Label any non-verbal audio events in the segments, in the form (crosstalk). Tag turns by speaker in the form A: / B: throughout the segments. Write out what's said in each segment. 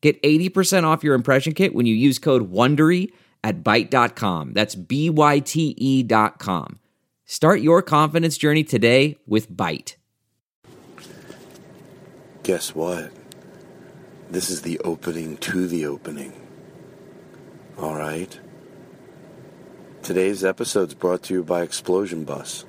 A: Get 80% off your impression kit when you use code WONDERY at Byte.com. That's b y t e dot com. Start your confidence journey today with Byte.
B: Guess what? This is the opening to the opening. All right? Today's episode's brought to you by Explosion Bus.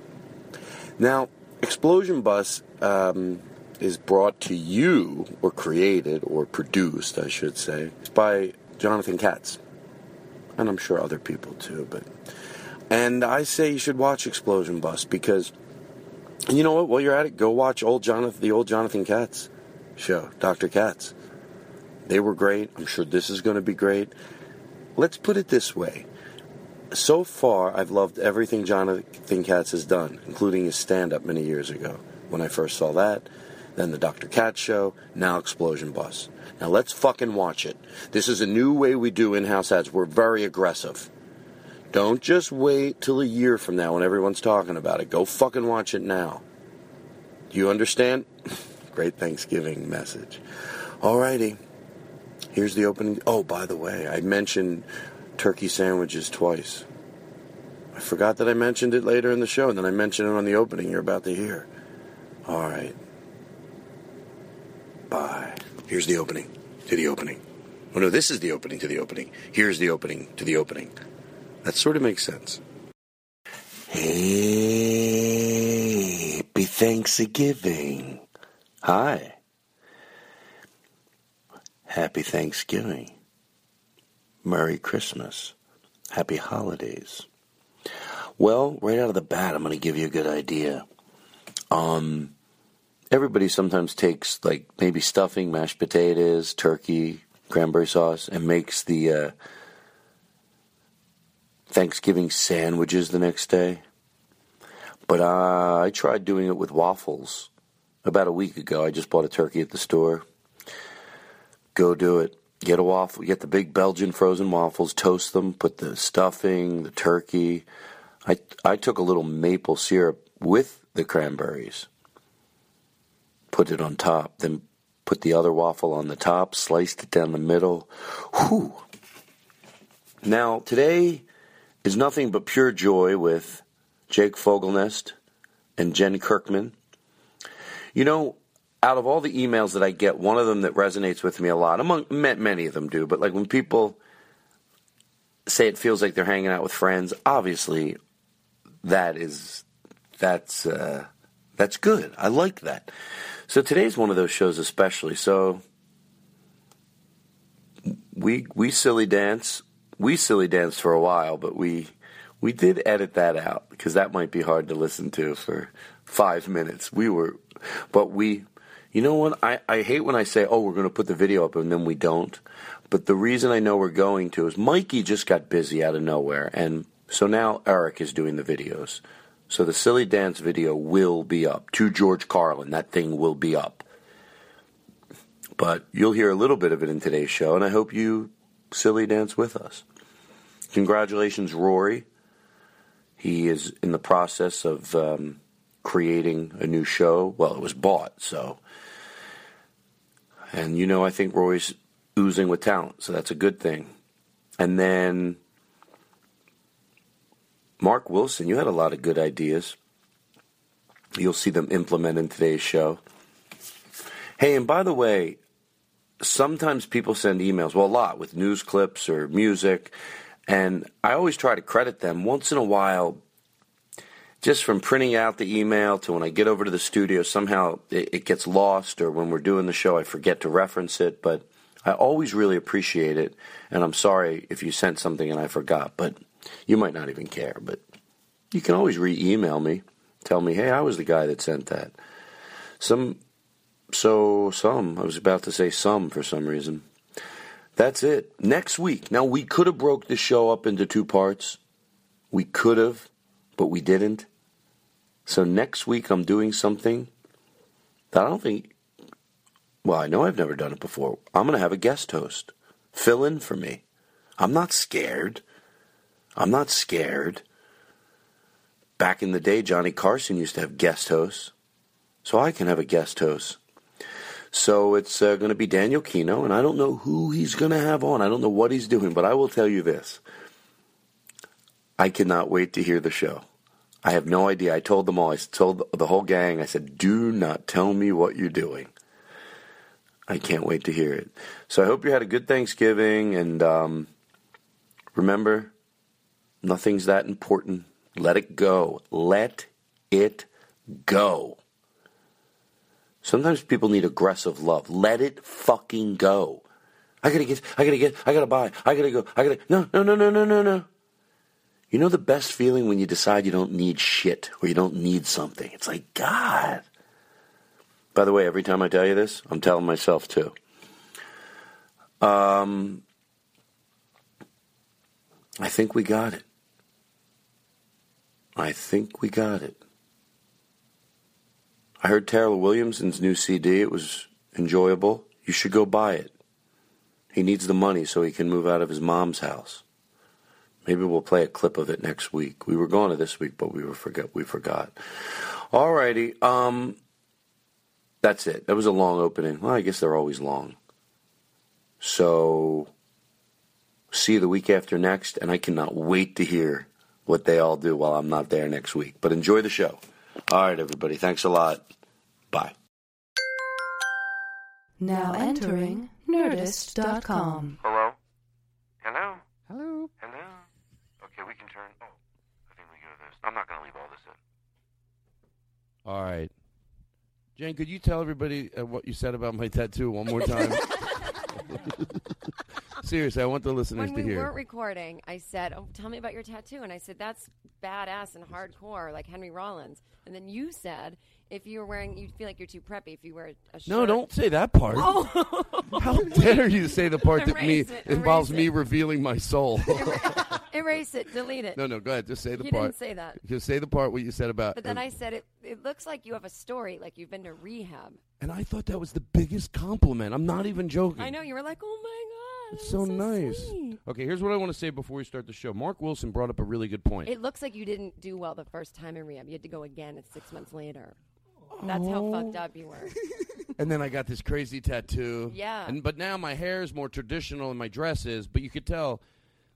B: Now, Explosion Bus um, is brought to you, or created, or produced, I should say, by Jonathan Katz. And I'm sure other people too, but. And I say you should watch Explosion Bus because and you know what? While you're at it, go watch old Jonathan, the old Jonathan Katz show, Dr. Katz. They were great. I'm sure this is going to be great. Let's put it this way. So far, I've loved everything Jonathan Katz has done, including his stand up many years ago when I first saw that, then the Dr. Katz show, now Explosion Bus. Now let's fucking watch it. This is a new way we do in house ads. We're very aggressive. Don't just wait till a year from now when everyone's talking about it. Go fucking watch it now. Do you understand? (laughs) Great Thanksgiving message. Alrighty. Here's the opening. Oh, by the way, I mentioned turkey sandwiches twice. I forgot that I mentioned it later in the show, and then I mentioned it on the opening you're about to hear. All right. Bye. Here's the opening to the opening. Oh, no, this is the opening to the opening. Here's the opening to the opening. That sort of makes sense. Happy Thanksgiving. Hi. Happy Thanksgiving. Merry Christmas. Happy Holidays. Well, right out of the bat, I'm going to give you a good idea. Um, everybody sometimes takes like maybe stuffing, mashed potatoes, turkey, cranberry sauce, and makes the uh, Thanksgiving sandwiches the next day. But uh, I tried doing it with waffles about a week ago. I just bought a turkey at the store. Go do it. Get a waffle. Get the big Belgian frozen waffles. Toast them. Put the stuffing, the turkey. I I took a little maple syrup with the cranberries. Put it on top. Then put the other waffle on the top. Sliced it down the middle. Whew. Now today is nothing but pure joy with Jake Fogelnest and Jen Kirkman. You know, out of all the emails that I get, one of them that resonates with me a lot, among ma- many of them do, but like when people say it feels like they're hanging out with friends, obviously that is that's uh, that's good. I like that. So today's one of those shows especially. So we we silly dance. We silly danced for a while, but we we did edit that out because that might be hard to listen to for five minutes. We were, but we, you know what? I, I hate when I say, oh, we're going to put the video up and then we don't. But the reason I know we're going to is Mikey just got busy out of nowhere, and So now Eric is doing the videos. So the silly dance video will be up to George Carlin. That thing will be up. But you'll hear a little bit of it in today's show, and I hope you silly dance with us. Congratulations, Rory. He is in the process of um, creating a new show. Well, it was bought, so. And you know, I think Rory's oozing with talent, so that's a good thing. And then Mark Wilson, you had a lot of good ideas. You'll see them implement in today's show. Hey, and by the way, sometimes people send emails, well, a lot with news clips or music, and I always try to credit them. Once in a while, just from printing out the email to when I get over to the studio, somehow it, it gets lost, or when we're doing the show, I forget to reference it, but I always really appreciate it, and I'm sorry if you sent something and I forgot, but you might not even care, but you can always re email me. Tell me, hey, I was the guy that sent that. Some, so some, I was about to say some for some reason. That's it. Next week. Now, we could have broke the show up into two parts. We could have, but we didn't. So next week, I'm doing something that I don't think, well, I know I've never done it before. I'm going to have a guest host fill in for me. I'm not scared. I'm not scared. Back in the day, Johnny Carson used to have guest hosts, so I can have a guest host. So it's uh, going to be Daniel Kino, and I don't know who he's going to have on. I don't know what he's doing, but I will tell you this. I cannot wait to hear the show. I have no idea. I told them all. I told the whole gang, I said, do not tell me what you're doing. I can't wait to hear it. So I hope you had a good Thanksgiving, and um, remember, Nothing's that important. Let it go. Let it go. Sometimes people need aggressive love. Let it fucking go. I gotta get, I gotta get, I gotta buy, I gotta go, I gotta, no, no, no, no, no, no, no. You know the best feeling when you decide you don't need shit or you don't need something? It's like, God. By the way, every time I tell you this, I'm telling myself too. Um, I think we got it. I think we got it. I heard Taylor Williamson's new CD. It was enjoyable. You should go buy it. He needs the money so he can move out of his mom's house. Maybe we'll play a clip of it next week. We were going to this week, but we were forget we forgot. Alrighty, um, that's it. That was a long opening. Well, I guess they're always long. So see you the week after next, and I cannot wait to hear what they all do while I'm not there next week. But enjoy the show. All right, everybody. Thanks a lot. Bye.
C: Now entering Nerdist.com.
D: Hello? Hello?
E: Hello.
D: Hello? Okay, we can turn. Oh, I think we can do this. I'm not going to leave all this in.
E: All right. Jane, could you tell everybody uh, what you said about my tattoo one more time? (laughs) Seriously, I want the listeners
F: when
E: to
F: we
E: hear.
F: weren't recording, I said, "Oh, tell me about your tattoo," and I said, "That's badass and hardcore, like Henry Rollins." And then you said, "If you were wearing, you'd feel like you're too preppy if you wear a shirt." Oh.
E: no, don't say that part. (laughs) How dare you say the part that me
F: Erase it,
E: involves
F: erase
E: me
F: it.
E: revealing my soul?
F: (laughs) Erase it, delete it.
E: no, uh, no, go ahead. Just say the
F: you
E: part.
F: Uh, didn't say that.
E: Just say the part what you said about.
F: But then
E: and,
F: I said, "It it looks like you have a story, like you've been to rehab."
E: and I thought that was the biggest compliment. I'm not even joking.
F: I know you were like, "Oh my god,
E: It's
F: that's
E: so, nice.
F: sweet."
E: Okay, here's what I want to say before we start the show. Mark Wilson brought up a really good point.
F: It looks like you didn't do well the first time in rehab. You had to go again. It's six months later. That's how
E: Oh.
F: fucked up you
E: (laughs)
F: were.
E: and then I got this crazy tattoo.
F: Yeah.
E: And but now my hair is more traditional and my dress is, but you could tell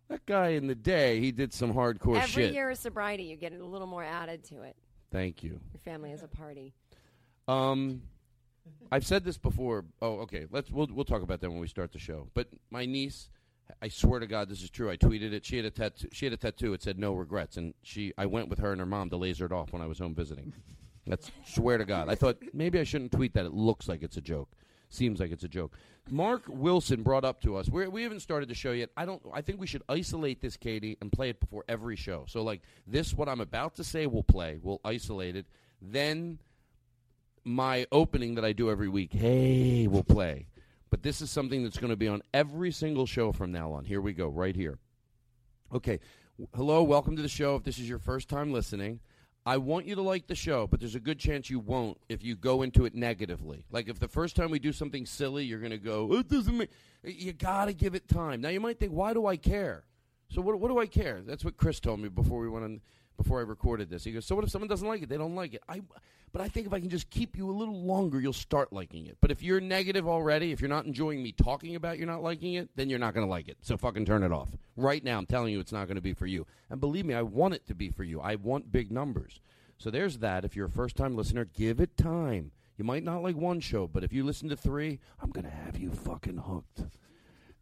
E: that guy in the day he did some hardcore
F: Every
E: shit.
F: year of sobriety, you get a little more added to it.
E: Thank you.
F: Your family is a party.
E: Um, I've said this before. Oh, okay. Let's we'll we'll talk about that when we start the show. But my niece, I swear to God, this is true. I tweeted it. She had a tattoo. She had a tattoo. It said no regrets, and she. I went with her and her mom to laser it off when I was home visiting. That's swear to God. I thought maybe I shouldn't tweet that. It looks like it's a joke. Seems like it's a joke. Mark Wilson brought up to us. We're, we haven't started the show yet. I don't. I think we should isolate this, Katie, and play it before every show. So like this, what I'm about to say, we'll play. We'll isolate it. Then my opening that I do every week. Hey, we'll play. But this is something that's going to be on every single show from now on. Here we go, right here. Okay.
B: W- Hello, welcome to the show. If this is your first time listening, I want you to like the show, but there's a good chance you won't if you go into it negatively. Like if the first time we do something silly, you're going to go, "It doesn't make." You got to give it time. Now you might think, "Why do I care?" So what? What do I care? That's what Chris told me before we went on. Before I recorded this, he goes, "So what if someone doesn't like it? They don't like it." I, but I think if I can just keep you a little longer, you'll start liking it. But if you're negative already, if you're not enjoying me talking about you're not liking it, then you're not going to like it. So fucking turn it off right now. I'm telling you, it's not going to be for you. And believe me, I want it to be for you. I want big numbers. So there's that. If you're a first time listener, give it time. You might not like one show, but if you listen to three, I'm going to have you fucking hooked.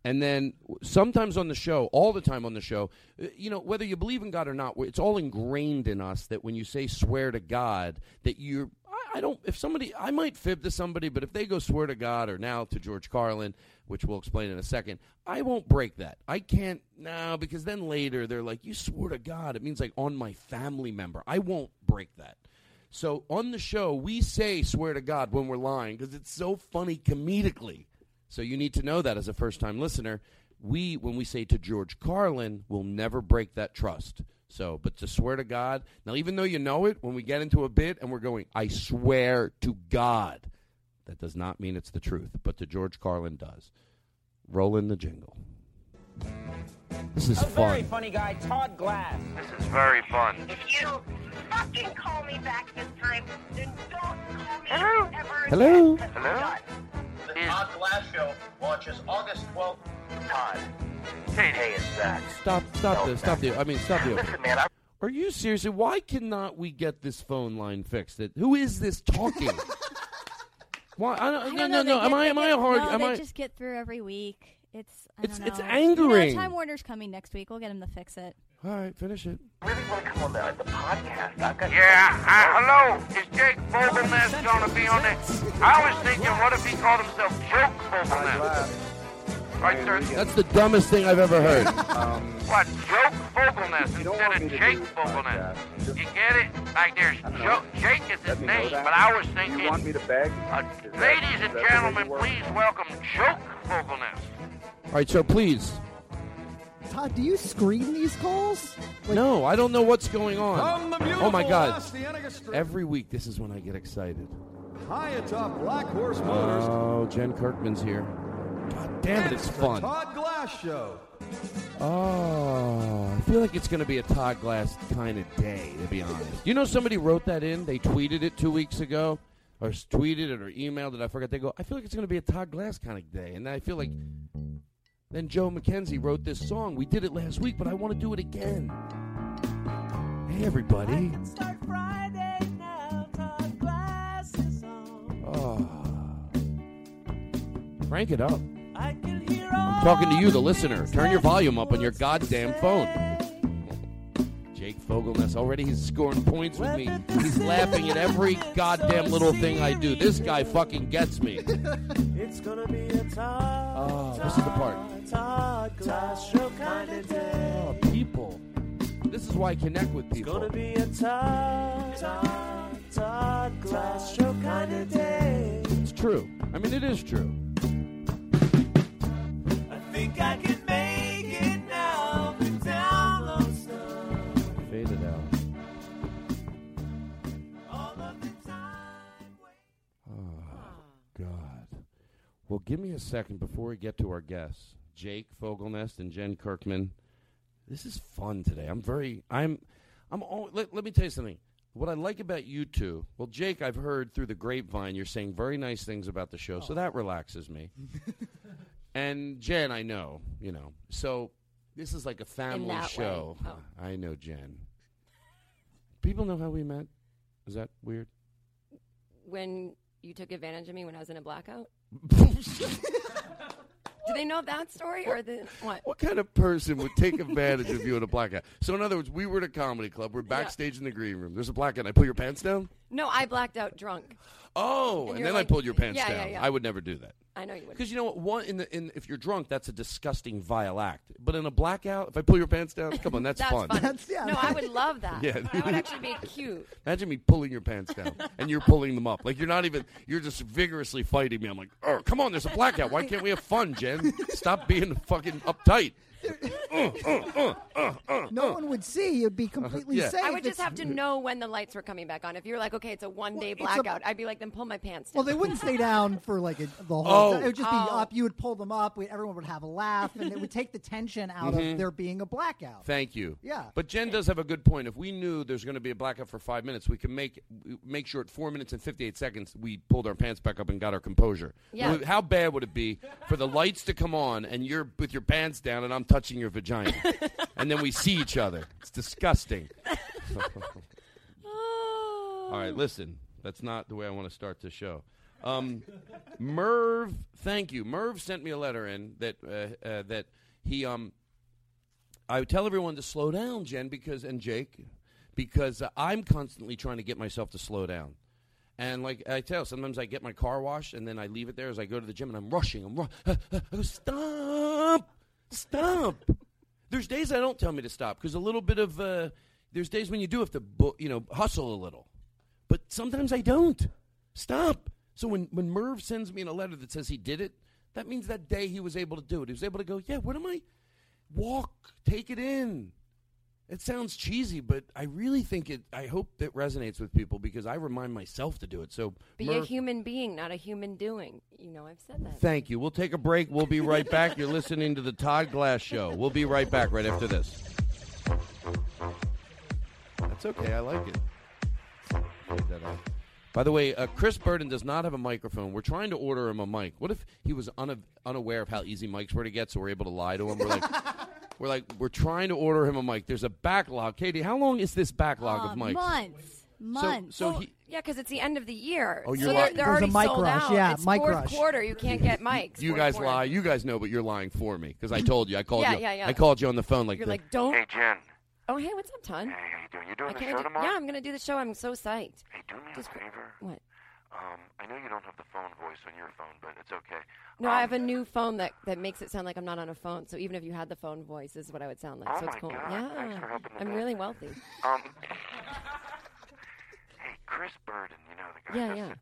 B: And then w- sometimes on the show, all the time on the show, uh, you know, whether you believe in God or not, it's all ingrained in us that when you say swear to God, that you're. I, I don't. If somebody. I might fib to somebody, but if they go swear to God or now to George Carlin, which we'll explain in a second, I won't break that. I can't. No, because then later they're like, you swore to God. It means like on my family member. I won't break that. So on the show, we say swear to God when we're lying because it's so funny comedically. So you need to know that as a first time listener. We, when we say to George Carlin, will never break that trust. So, but to swear to God, now even though you know it, when we get into a bit and we're going, I swear to God, that does not mean it's the truth, but to George Carlin does. Roll in the jingle. This is
D: A very
B: fun.
D: funny guy, Todd Glass.
G: This is very fun.
H: If you don't fucking call me back this time, then don't call me
G: Hello?
H: ever
B: Hello?
H: again. 'cause I'm
G: Hello?
H: done.
D: The Todd Glass Show launches August 12th.
H: Todd. Hey, it's Zach.
B: Stop, stop the, stop the, I mean, stop the.
H: Listen, man, I
B: Are you seriously? Why cannot we get this phone line fixed? It, who is this
H: (laughs)
B: talking? why? I don't,
I: I
B: no,
I: don't know,
B: no, no.
I: they
B: Am
I: get-
B: I?
I: they
B: Am I
I: get-
B: a hard?
I: No,
B: am
I: they
B: I?
I: just get through every week. It's I
B: It's-
I: don't know.
B: it's
I: You
B: angering.
I: know, Time Warner's coming next week. We'll get him to fix it.
B: All right, finish it.
H: really want to come on the, the podcast. I've got
G: Yeah, uh, hello. Is Jake Bobelman going to be on there? I was thinking, what if he called himself Joke Bobelman? Right there.
B: That's the dumbest thing I've ever
G: (laughs)
B: heard.
G: What, Joke Vogelness instead of Jake Vogelness? You get it? Like there's jo- Jake is his name, but I was thinking. You want me to beg? ladies and gentlemen, please welcome Joke Vogelness.
B: All right, so please.
J: Todd, do you screen these calls?
B: no, I don't know what's going on. oh my God! Every week, this is when I get excited.
J: High atop Black Horse
B: Oh, Jen Kirkman's here. God damn it, it's fun.
J: Glass Show.
B: Oh, I feel like it's going to be a Todd Glass kind of day, to be honest. You know, somebody wrote that in. They tweeted it two weeks ago, or s- tweeted it, or emailed it. I forgot. They go, I feel like it's going to be a Todd Glass kind of day. And I feel like then Joe McKenzie wrote this song. We did it last week, but I want to do it again. Hey, everybody. Oh. Crank it up. I'm talking to you, the listener. Turn your volume up on your goddamn phone. Jake Fogelness already he's scoring points with me. He's laughing at every goddamn little thing I do. This guy fucking gets (laughs) me.
D: It's gonna be a Todd,
B: Oh, this is the part.
D: Todd Glass Show kind of day.
B: Oh, people. This is why I connect with people.
D: be a Todd, Todd, Todd Glass Show kind of day.
B: It's true. I mean, it is true.
D: I think I can make it now. Been down low some,
B: Fade it out.
D: all of the time.
B: Oh, God. Well, give me a second before we get to our guests, Jake Fogelnest and Jen Kirkman. This is fun today. I'm very. I'm. I'm. All, let, let me tell you something. What I like about you two. Well, Jake, I've heard through the grapevine you're saying very nice things about the show, so that
F: Oh. (laughs)
B: relaxes me. and Jen, I know. You know. So this is like a family
F: that way.
B: show.
F: Oh.
B: I know Jen. People know how we met. Is that weird?
F: When you took advantage of me when I was in a
B: (laughs)
F: blackout? Do they know that story or the what?
B: What kind of person would take advantage of you in a blackout? So, in other words, we were at a comedy club. We're backstage in the green room. There's a blackout. and I pull your pants down.
F: No, I blacked out drunk.
B: Oh,
F: And
B: and,
F: you're
B: then
F: like-
B: I pulled your pants
F: Yeah, yeah,
B: down.
F: yeah.
B: I would never do that
F: I know you would.
B: because you know what? One in the in if you're drunk, that's a disgusting vile act. But in a blackout, if I pull your pants down, come on, that's,
F: That's
B: fun.
F: funny.
J: That's- yeah,
F: no, I would love that.
B: (laughs) Yeah.
F: that would actually be cute.
B: (laughs) Imagine me pulling your pants down and you're pulling them up. Like you're not even you're just vigorously fighting
J: (laughs)
B: me. I'm like, oh, come on, there's a blackout. Why can't we have fun, Jen? Stop being fucking uptight. uh, uh, uh, uh,
J: No
B: uh.
J: one would see. You'd be completely safe.
F: I would just
J: It's-
F: have to know when the lights were coming back on. If you were like, okay, it's a one day
J: it's a-
F: blackout, i I'd be like, then pull my pants down.
J: Well, they
F: (laughs)
J: wouldn't stay down for like a, the whole.
B: Oh.
J: time. It would just be
F: Oh.
J: up. You would pull them up. We, everyone would have a laugh, and it would take the tension out
B: Mhm.
J: of there being a blackout.
B: Thank you.
J: Yeah.
B: But Jen does have a good point. If we knew there's going to be a blackout for five minutes, we can make make sure at four minutes and fifty eight seconds we pulled our pants back up and got our composure.
F: Yeah.
B: Would- How bad would it be for the lights to come on and you're with your pants down and I'm touching your vagina, and then we see each other? It's disgusting. (laughs) All right, listen. That's not the way I want to start this show. Um, Merv, thank you. Merv sent me a letter in that uh, uh, that he um I would tell everyone to slow down, Jen, because and Jake, because uh, I'm constantly trying to get myself to slow down. And like I tell, sometimes I get my car washed and then I leave it there as I go to the gym and I'm rushing. I'm ru- (sighs) I go, stop, stop. There's days I don't tell me to stop because a little bit of uh, there's days when you do have to bu- you know hustle a little, but sometimes I don't stop. So when when Merv sends me in a letter that says he did it, that means that day he was able to do it. He was able to go, yeah. What am I? walk, take it in. It sounds cheesy, but I really think it. I hope it resonates with people because I remind myself to do it. So,
F: Be a
B: Merv,
F: human being, not a human doing. You know, I've said that.
B: thank you. We'll take a break. We'll be right back. You're listening to the Todd Glass Show. We'll be right back right after this. That's okay. I like it. Leave that out. By the way, uh, Chris Burden does not have a microphone. We're trying to order him a mic. What if he was una- unaware of how easy mics were to get, so we're able to lie to him? We're like, we're like, we're trying to order him a mic. There's a backlog. Katie, how long is this backlog
I: Uh,
B: of mics?
I: Months. Months.
B: so he-
F: Yeah, because it's the end of the year.
B: Oh, you're
F: so
B: right.
F: they're, they're already
J: There's a mic
F: sold
J: rush,
F: out.
J: yeah,
F: it's
J: mic
F: fourth
J: rush.
F: quarter. You can't get mics.
B: (laughs) You
F: fourth
B: guys
F: quarter.
B: lie. You guys know, but you're lying for me because I told you. I called
F: Yeah,
B: you.
F: yeah, yeah.
B: I called you on the phone like
F: You're
B: the-
F: like, don't.
G: Hey, Jen.
F: Oh, hey, what's up, Ton?
G: Hey, how you doing? You doing
F: I
G: the
F: can't
G: show
F: do-
G: tomorrow?
F: Yeah, I'm gonna do the show. I'm so psyched.
G: Hey, do me
F: Just-
G: a favor.
F: What?
G: Um, I know you don't have the phone voice on your phone, but it's okay.
F: No,
G: um,
F: I have a new phone that, that makes it sound like I'm not on a phone. So even if you had the phone voice, this is what I would sound like.
G: Oh
F: so it's
G: my
F: cool.
G: God,
F: Yeah,
G: thanks for helping with
F: I'm
G: that.
F: really
G: (laughs)
F: wealthy.
G: Um. hey, Chris Burden. You know the guy.
F: Yeah,
G: that's (laughs)
F: yeah.
G: it.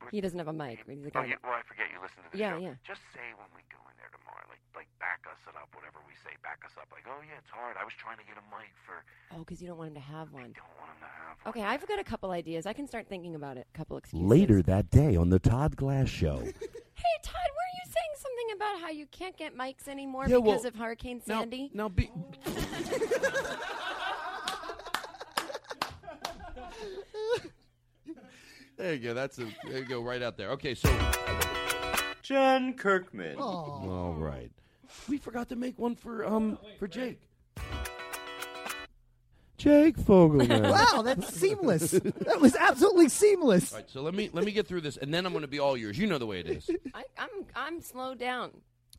G: We're-
F: He doesn't have a mic. He's a
G: Oh,
F: guy.
G: yeah, well, I forget you listen to the
F: Yeah,
G: show.
F: yeah.
G: Just say when we go in there tomorrow, like, like back us it up, whatever we say, back us up. Like, oh yeah, it's hard. I was trying to get a mic for.
F: Oh, because you don't want him to have one.
G: Don't want him to have. one.
F: Okay, I've got a couple ideas. I can start thinking about it. A couple excuses.
B: Later that day on the Todd Glass Show.
F: Hey, Todd, were you saying something about how you can't get mics anymore
B: Yeah, well,
F: because of Hurricane
B: now,
F: Sandy?
B: now be, (laughs) there you go. That's a there you go right out there. Okay, so
D: Jen Kirkman.
B: all
J: Oh.
B: right, we forgot to make one for um for Jake. Jake Fogelman. all
J: (laughs) Wow, that's
B: (laughs)
J: seamless. That was absolutely seamless.
B: right, so let me let me get through this, and then I'm going to be all yours. You know the way it is.
F: (laughs) I, I'm I'm slowed down.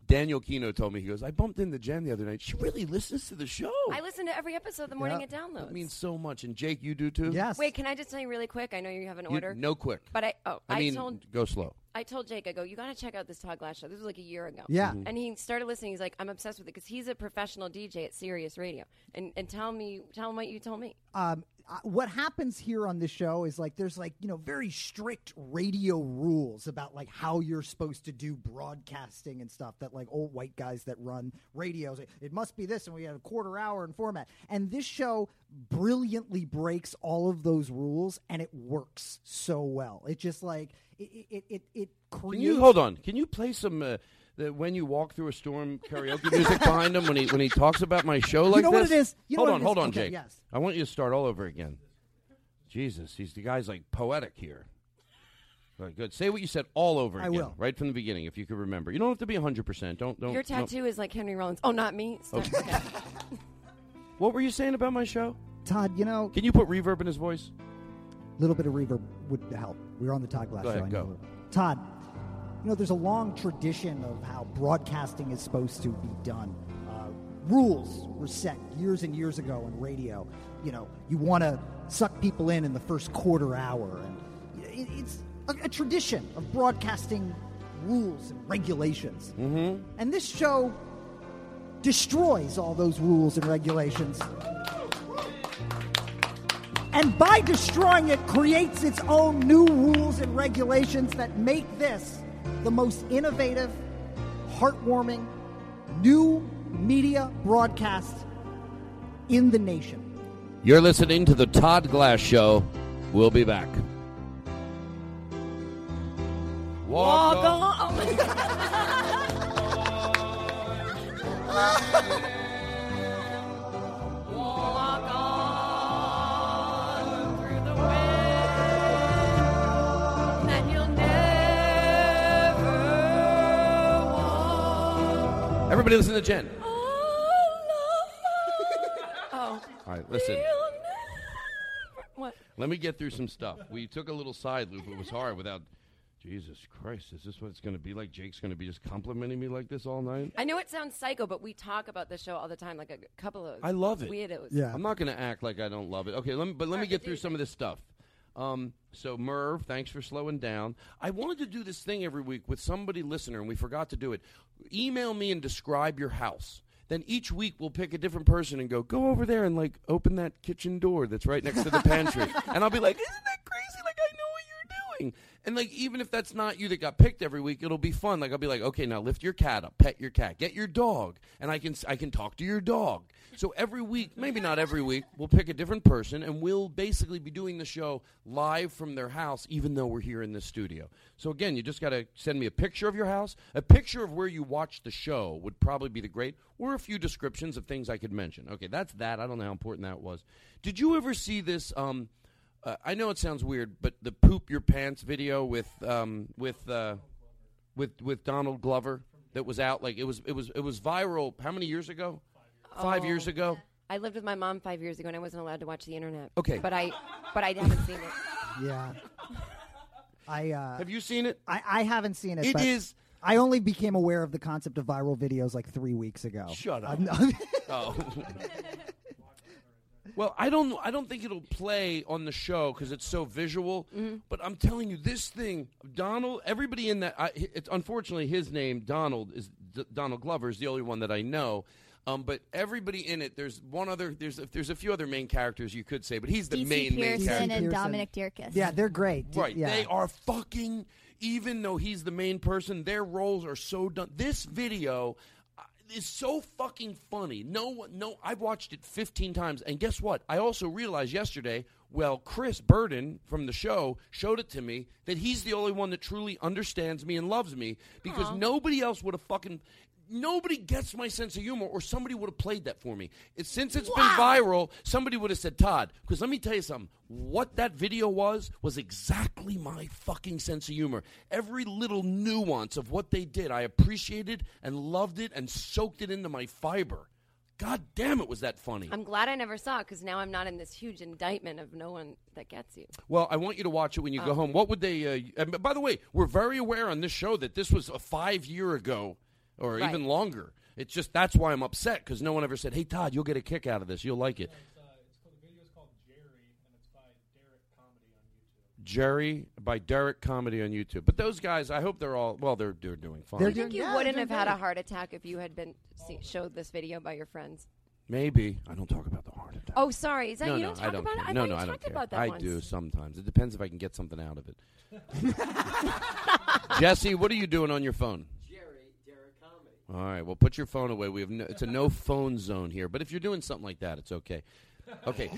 B: Daniel Kino told me he goes. I bumped into Jen the other night. She really listens to the show.
F: I listen to every episode the morning it downloads.
B: That means so much. And Jake, you do too.
J: Yes.
F: Wait, can I just tell you really quick? I know you have an
B: You-
F: order,
B: no quick.
F: but I oh I,
B: I mean,
F: told
B: go slow.
F: I told Jake I go you got to check out this Todd Glass show. This was like a year ago.
J: Yeah.
B: Mm-hmm.
F: and he started listening. He's like I'm obsessed with it because he's a professional DJ at Sirius Radio. And and tell me tell him what you told me.
J: um, I- what happens here on the show is like there's like you know very strict radio rules about like how you're supposed to do broadcasting and stuff that like old white guys that run radios like, it must be this and we have a quarter hour in format and this show brilliantly breaks all of those rules and it works so well it just like it it it, it creates
B: Can you hold on? Can you play some uh, the when you walk through a storm
J: (laughs)
B: karaoke music behind him when he when he talks about my show like
J: know what
B: this?
J: it is? You know
B: hold
J: what
B: on,
J: it is?
B: hold on,
J: Okay,
B: Jake.
J: yes.
B: I want you to start all over again. Jesus, he's the guy's like poetic here. All right, good. Say what you said all over
J: I
B: again,
J: will.
B: right from the beginning, if you could remember. You don't have to be hundred percent. Don't don't.
F: Your
B: no.
F: tattoo is like Henry Rollins. Oh, not me. Stop. Okay.
B: (laughs) What were you saying about my show?
J: Todd you know
B: Can you put reverb in his voice?
J: A little bit of reverb would help. We were on the Todd Glass
B: Go ahead,
J: show. I
B: go.
J: know a little bit. Todd, you know, there's a long tradition of how broadcasting is supposed to be done. Uh, rules were set years and years ago in radio. You know, you want to suck people in in the first quarter hour, and it, it's a, a tradition of broadcasting rules and regulations. Mm-hmm. And this show destroys all those rules and regulations and by destroying it creates its own new rules and regulations that make this the most innovative, heartwarming, new media broadcast in the nation.
B: You're listening to the Todd Glass Show. We'll be back.
D: Walk
F: on.
J: (laughs)
B: Everybody listen to Jen.
F: Oh.
B: All right, listen.
F: What?
B: Let me get through some stuff. We took a little side loop. It was hard without. Jesus Christ, is this what it's going to be like? Jake's going to be just complimenting me like this all night?
F: I know it sounds psycho, but we talk about the show all the time, like a couple of
B: I love it.
F: weirdos.
B: I'm not going to act like I don't love it. Okay, let me, but let me get through some of this stuff. Um, so, Merv, thanks for slowing down. I wanted to do this thing every week with somebody listener, and we forgot to do it. Email me and describe your house. Then each week we'll pick a different person and go, go over there and like open that kitchen door that's right next to the (laughs) pantry. and I'll be like, isn't that crazy? Like, I know what you're doing. And like, even if that's not you that got picked every week, it'll be fun. Like, I'll be like, okay, now lift your cat up, pet your cat, get your dog, and I can I can talk to your dog. So every week, maybe not every week, we'll pick a different person, and we'll basically be doing the show live from their house, even though we're here in this studio. So again, you just got to send me a picture of your house, a picture of where you watch the show would probably be the great, or a few descriptions of things I could mention. Okay, that's that. I don't know how important that was. Did you ever see this? Um, uh, I know it sounds weird, but the poop your pants video with um, with uh, with with Donald Glover that was out like it was it was it was viral. How many years ago? Five
F: Oh.
B: years ago.
F: I lived with my mom five years ago, and I wasn't allowed to watch the internet.
B: Okay.
F: but I, but I haven't seen it.
J: Yeah. I uh,
B: Have you seen it?
J: I, I haven't
B: (laughs)
J: seen it.
B: It
J: but
B: is-
J: I only became aware of the concept of viral videos like three weeks ago.
B: Shut up.
J: I'm not- (laughs)
B: oh. (laughs) well, I don't. I don't think it'll play on the show because it's so visual. But I'm telling you, this thing, Donald. Everybody in that. I, it's unfortunately his name, Donald, is D- Donald Glover is the only one that I know. Um, but everybody in it, there's one other. There's a, there's a few other mamain characters you could say, but he's the
I: DC
B: main main
I: Pearson
B: character.
I: and Dominic Dierkes.
J: yeah, they're great.
B: Right.
J: Yeah.
B: They are fucking, even though he's the main person, their roles are so done. This video uh, is so fucking funny. No, one- no, I've watched it 15 times. And guess what? I also realized yesterday, well, Chris Burden from the show showed it to me that he's the only one that truly understands me and loves me because
K: Aw.
B: nobody else would have fucking. Nobody gets my sense of humor, or somebody would have played that for me. It, since it's been viral, somebody would have said, Todd, because let me tell you something. What that video was, was exactly my fucking sense of humor. Every little nuance of what they did, I appreciated and loved it and soaked it into my fiber. God damn, it was that funny.
F: I'm glad I never saw it because now I'm not in this huge indictment of no one that gets you.
B: Well, I want you to watch it when you go
F: Oh.
B: home. What would they? Uh, y- and by the way, we're very aware on this show that this was a five year ago, or
F: Right.
B: even longer. It's just that's why I'm upset because no one ever said, "Hey, Todd, you'll get a kick out of this. You'll like it." Jerry by Derek Comedy on YouTube. But those guys, I hope they're all well. They're they're doing fine.
F: Do you think you wouldn't have had a heart attack if you had been see, showed this video by your friends?
B: Maybe I don't talk about the heart attack.
F: Oh, sorry. Is that
B: no,
F: you
B: no,
F: don't talk
B: I don't
F: about
B: care.
F: it? I
B: no,
F: thought
B: no,
F: you
B: I don't
F: talked
B: care.
F: about that
B: I
F: once.
B: do sometimes. It depends if I can get something
F: (laughs)
B: out of it. Jesse, what are you doing on your phone? All right. Well, put your phone away. We have no, it's a no phone zone here. But if you're doing something like that, it's okay. Okay.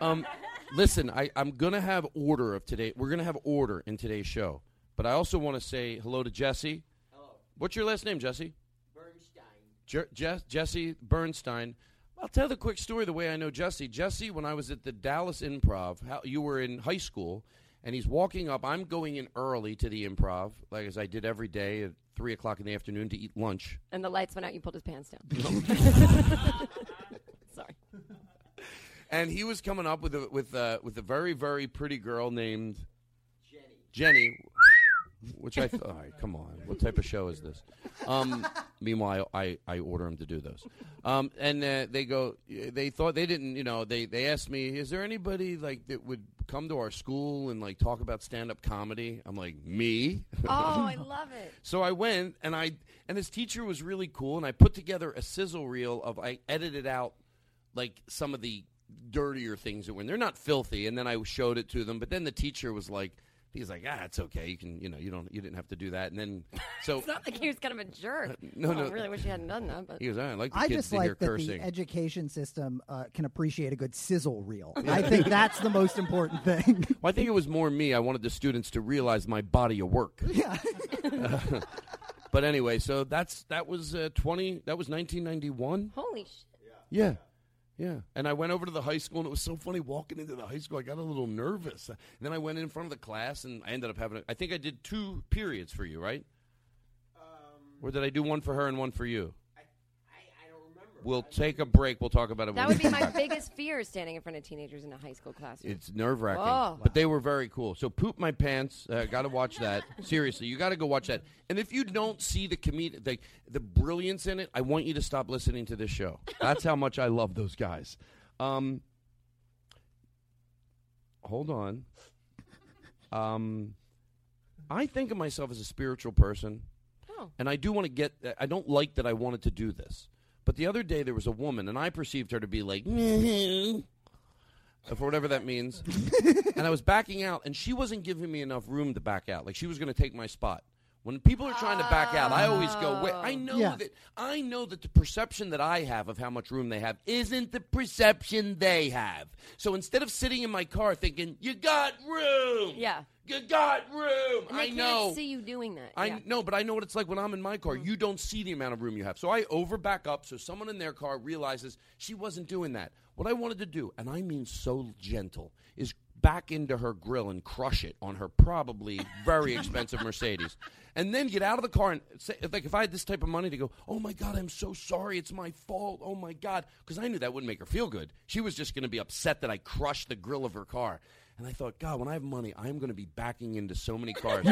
B: um, listen, I, I'm gonna have order of today. We're gonna have order in today's show. But I also want to say hello to Jesse. Hello. What's your last name, Jesse? Jer- Jess- Jesse Bernstein. I'll tell the quick story the way I know Jesse. Jesse, when I was at the Dallas Improv, how, you were in high school, and he's walking up. I'm going in early to the Improv, like as I did every day at three o'clock in the afternoon to eat lunch.
F: And the lights went out. You pulled his pants down.
B: (laughs)
F: (laughs) sorry.
B: And he was coming up with a with a with a very very pretty girl named Jenny. Jenny, which I all right, come on, what type of show is this? Um, meanwhile, I I order him to do those, um, and uh, they go. They thought they didn't, you know. They they asked me, is there anybody like that would come to our school and like talk about stand up comedy? I'm like me.
F: Oh, I love it.
B: So I went and I and this teacher was really cool and I put together a sizzle reel of I edited out like some of the dirtier things that were in. They're not filthy and then I showed it to them, but then the teacher was like He's like, ah, it's okay. You can, you know, you don't, you didn't have to do that. And then,
J: (laughs)
B: so Uh,
F: It's not like he was kind of a jerk.
B: No,
F: Well, I
B: no.
F: really wish he hadn't done that. But
B: he goes, "Ah, I like the
J: I
B: kids
J: just
B: to
J: like
B: hear
J: that
B: cursing.
J: the education system uh, can appreciate a good sizzle reel. I think that's the most important thing. (laughs)
B: well, I think it was more me. I wanted the students to realize my body of work.
J: (laughs) Yeah.
B: (laughs) but anyway, so that's that was uh, twenty. That was nineteen ninety one.
F: holy shit.
B: Yeah. Yeah. And I went over to the high school, and it was so funny walking into the high school. I got a little nervous. And then I went in front of the class, and I ended up having, a, I think I did two periods for you, right? or did I do one for her and one for you? Um, I, I, don't remember. We'll take a break. We'll talk about it.
F: That
B: when
F: would be
B: we come
F: my
B: back.
F: biggest fear is standing in front of teenagers in a high school classroom.
B: It's nerve wracking.
F: Whoa.
B: But they were very cool. So poop my pants. Uh, got to
F: (laughs)
B: watch that. Seriously, you got to go watch that. And if you don't see the comedic, the, the brilliance in it, I want you to stop listening to this show. That's how much I love those guys. Um, hold on. Um, I think of myself as a spiritual person.
F: Oh.
B: And I do want to get, I don't like that I wanted to do this. But the other day there was a woman, and I perceived her to be like, Mm-hmm. for whatever
F: (laughs)
B: that means. and I was backing out, and she wasn't giving me enough room to back out. Like she was going to take my spot. When people are trying to back out, I always go. Wait, I know
D: Yeah.
B: that I know that the perception that I have of how much room they have isn't the perception they have. So instead of sitting in my car thinking, "You got room,"
F: Yeah.
B: you got room.
F: And they
B: I
F: can't
B: know.
F: see you doing that.
B: I
F: yeah. Mm.
B: know, but I know what it's like when I'm in my car. You don't see the amount of room you have. So I over back up so someone in their car realizes she wasn't doing that. What I wanted to do, and I mean so gentle, is back into her grill and crush it on her probably
F: (laughs)
B: very expensive Mercedes. And then get out of the car and say, like, if I had this type of money to go, oh my God, I'm so sorry. It's my fault. Oh my God. Because I knew that wouldn't make her feel good. She was just going to be upset that I crushed the grill of her car. And I thought, God, when I have money, I'm going to be backing into so
F: (laughs)
B: many cars.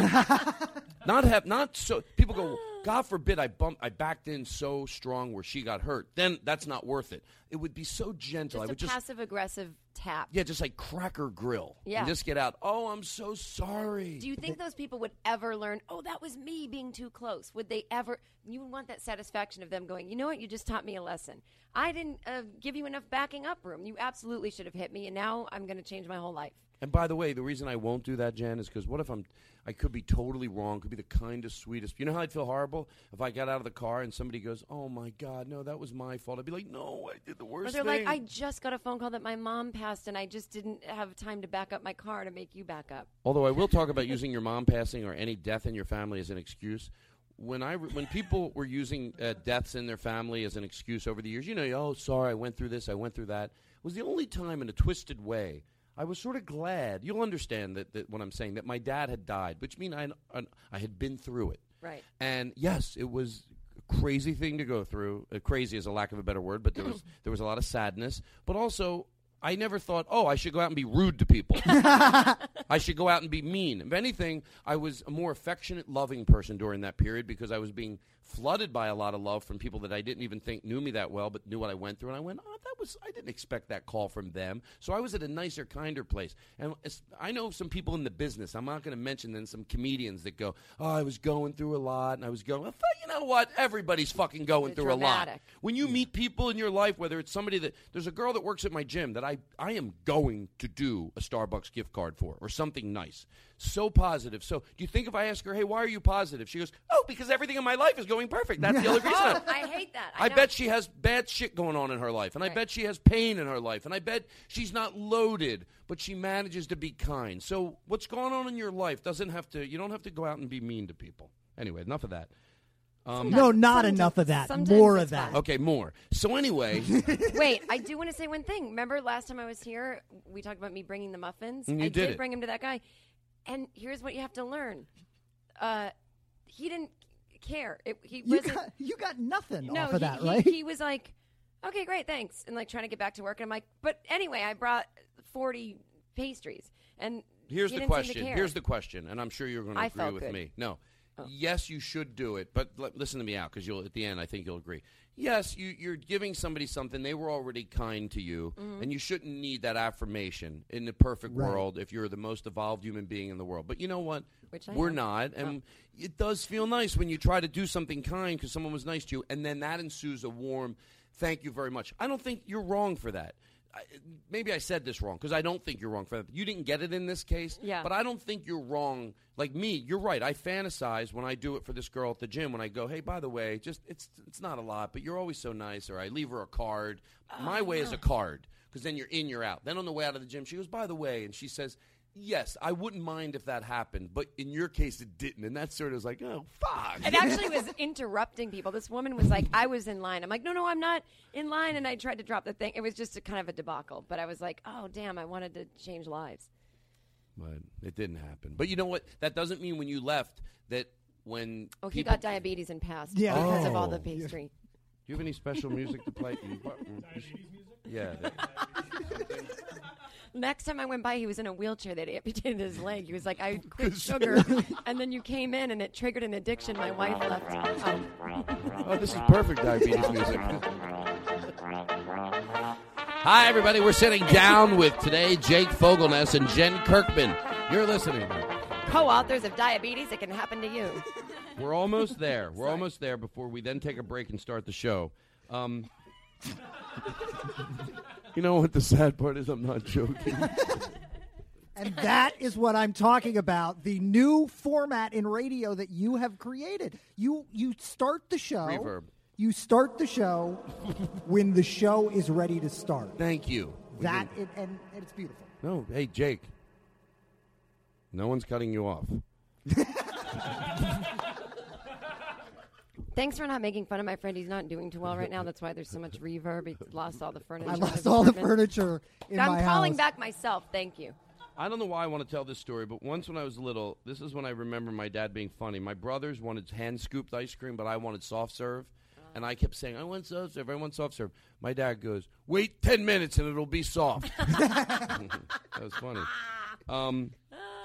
B: Not have not so people go. God forbid I bump I backed in so strong where she got hurt. Then that's not worth it. It would be so gentle.
F: Just
B: I
F: a
B: would just
F: passive aggressive tap.
B: yeah, just like cracker grill. and
F: Yeah.
B: just get out. Oh, I'm so sorry.
F: Do you think those people would ever learn? Oh, that was me being too close. Would they ever? You would want that satisfaction of them going. You know what? You just taught me a lesson. I didn't uh, give you enough backing up room. You absolutely should have hit me, and now I'm going to change my whole life.
B: And by the way, the reason I won't do that, Jan, is because what if I'm, I could be totally wrong, could be the kindest, sweetest. You know how I'd feel horrible if I got out of the car and somebody goes, "Oh my God, no, that was my fault." I'd be like, "No, I did the
F: Or
B: worst
F: they're
B: thing."
F: like, I just got a phone call that my mom passed, and I just didn't have time to back up my car to make you back up.
B: Although I will talk about using your mom passing or any death in your family as an excuse. When I re- when people were using uh, deaths in their family as an excuse over the years, you know, oh sorry, I went through this, I went through that. was the only time in a twisted way I was sort of glad. You'll understand that, that what I'm saying that my dad had died, which means I I had been through it.
F: Right.
B: And yes, it was a crazy thing to go through. Uh, crazy is a lack of a better word, but there was there was a lot of sadness, but also I never thought, oh, I should go out and be rude to people. I should go out and be mean. If anything, I was a more affectionate, loving person during that period because I was being flooded by a lot of love from people that I didn't even think knew me that well, but knew what I went through. And I went, oh, that was, I didn't expect that call from them. So I was at a nicer, kinder place. And it's- I know some people in the business, I'm not going to mention them, some comedians that go, oh, I was going through a lot and I was going, I (laughs) thought, you know what? Everybody's fucking going
F: They're
B: through a lot.
F: dramatic.
B: When you meet people in your life, whether it's somebody that there's a girl that works at my gym that I, I am going to do a Starbucks gift card for or something nice. So positive. So do you think if I ask her, hey, why are you positive? She goes, oh, because everything in my life is going perfect. That's the only reason.
F: Oh,
B: I'm-
F: I hate that.
B: I
F: know.
B: bet she has bad shit going on in her life, and I bet she has pain in her life, and I bet she's not loaded, but she manages to be kind. So what's going on in your life doesn't have to. You don't have to go out and be mean to people. Anyway, enough of that. Um,
J: No, not enough of that.
F: sometimes
J: More
F: it's
J: of that.
B: Okay, more. So
J: (laughs)
B: anyway,
F: Wait, I do want to say one thing. Remember last time I was here, we talked about me bringing the muffins.
B: And you
F: I
B: did
F: did,
B: it.
F: bring him to that guy. And here's what you have to learn. Uh, he didn't care. It, he
J: You
F: wasn't.
J: got, you got nothing
F: no,
J: off of
F: he,
J: that,
F: he-
J: right?
F: he was like, "Okay, great, thanks," and like trying to get back to work. And I'm like, "But anyway, I brought 40 pastries." And
B: here's
F: he didn't seem
B: the
F: to
B: question.
F: care.
B: Here's the question, and I'm sure you're going to
F: I
B: agree
F: felt
B: with
F: good. Oh.
B: me. No. Yes, you should do it, but l- listen to me out because you'll at the end. I think you'll agree. Yes, you, you're giving somebody something they were already kind to you,
F: Mm-hmm.
K: Mhm.
B: and you shouldn't need that affirmation in the perfect
K: Right.
B: world if you're the most evolved human being in the world. But you know what?
F: Which I
B: we're
F: am.
B: not, and it does feel nice when you try to do something kind because someone was nice to you, and then that ensues a warm "thank you very much." I don't think you're wrong for that. I, maybe I said this wrong because I don't think you're wrong for that. You didn't get it in this case,
F: Yeah.
B: But I don't think you're wrong. Like me, you're right. I fantasize when I do it for this girl at the gym. When I go, hey, by the way, just it's it's not a lot, but you're always so nice. Or I leave her a card. My way is a card because then you're in, you're out. Then on the way out of the gym, she goes, by the way, and she says. Yes, I wouldn't mind if that happened, but in your case, it didn't, and that sort of is like, oh fuck.
F: It actually was interrupting people. This woman was like, I was in line. I'm like, no, no, I'm not in line. And I tried to drop the thing. It was just a kind of a debacle. But I was like, oh, damn, I wanted to change lives.
B: but it didn't happen. But you know what? That doesn't mean when you left that when
F: Oh, he
B: people
F: got diabetes and passed because of all the
B: Oh.
F: pastry.
B: Do you have any special music to (laughs) play? You- what- Yeah.
F: Next time I went by, he was in a wheelchair. They had amputated his leg. He was like, I quit sugar. and then you came in and it triggered an addiction. My wife left. Oh.
B: Oh, this is perfect diabetes
F: (laughs)
B: music. Hi, everybody. We're sitting down with today Jake Fogelness and Jen Kirkman. You're listening.
F: Co authors of diabetes, it can happen to you.
B: We're almost there. We're almost there before we then take a break and start the show. Um, you know what the sad part is? I'm
F: (laughs)
B: not joking.
J: And that is what I'm talking about. The new format in radio that you have created. You you start the show.
B: Reverb.
J: You start the show when the show is ready to start.
B: Thank you. We
J: That
B: didn't-
J: it, and, and it's beautiful.
B: No, hey Jake. No one's cutting you off.
F: Thanks for not making fun of my friend. He's not doing too well right now. That's why there's so
J: (laughs)
F: much reverb. He lost all the furniture.
J: I
F: in his
J: lost all the
F: apartment.
J: furniture in
F: I'm
J: my
F: calling
J: house.
F: back myself. Thank you.
B: I don't know why I want to tell this story, but once when I was little, this is when I remember my dad being funny. My brothers wanted hand scooped ice cream, but I wanted soft serve. And I kept saying, I want soft serve, I want soft serve. My dad goes, Wait 10 minutes and it'll be soft. that was funny. Um,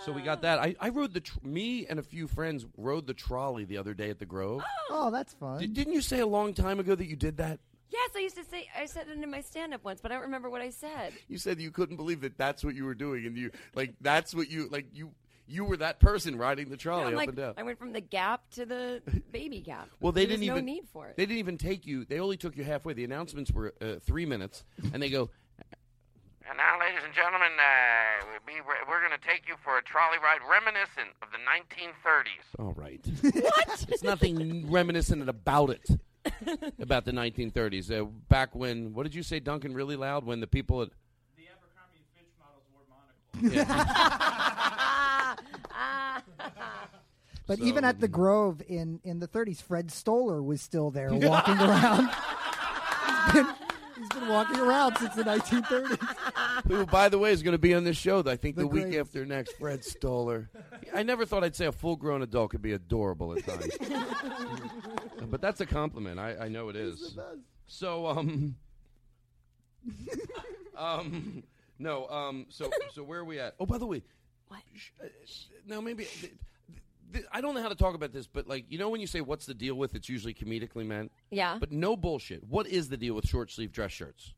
B: so we got that. I, I rode the, tr- me and a few friends rode the trolley the other day at the Grove.
J: Oh, that's fun.
B: Di- didn't you say a long time ago that you did that?
F: Yes, I used to say I said it in my stand-up once, but I don't remember what I said.
B: You said you couldn't believe that that's what you were doing, and you like that's what you like you you were that person riding the trolley
F: I'm
B: up
F: like,
B: and down.
F: I went from the gap to
B: (laughs)
F: the baby gap.
B: well, they
F: There
B: didn't
F: was
B: even
F: no need for it.
B: They didn't even take you. They only took you halfway. The announcements were uh, three minutes, and they go,
G: And now, ladies and gentlemen, uh, we'll be, we're, we're going to take you for a trolley ride reminiscent of the
F: (laughs)
G: 1930s.
B: "All right, what? (laughs) It's nothing reminiscent about it." about the 1930s, uh, back when what did you say, Duncan? Really loud when the people at
J: But even at the Grove in, in the 30s, Fred Stoller was
B: (laughs)
J: still there walking around. (laughs) He's been, he's been walking around since the 1930s.
B: who, by the way, is going to be on this show. I think the,
J: The
B: week
J: great-
B: after next. Fred Stoller. I never thought I'd say a full-grown adult could be adorable at times, (laughs) but that's a compliment. I, I know it is. So, um, um, no, um, so so where are we at? Oh, by the way,
F: what?
B: uh, Now maybe. uh, th- th- I don't know how to talk about this, but like you know, when you say "what's the deal with," it's usually comedically meant.
F: Yeah.
B: But no bullshit. What is the deal with short sleeve dress shirts?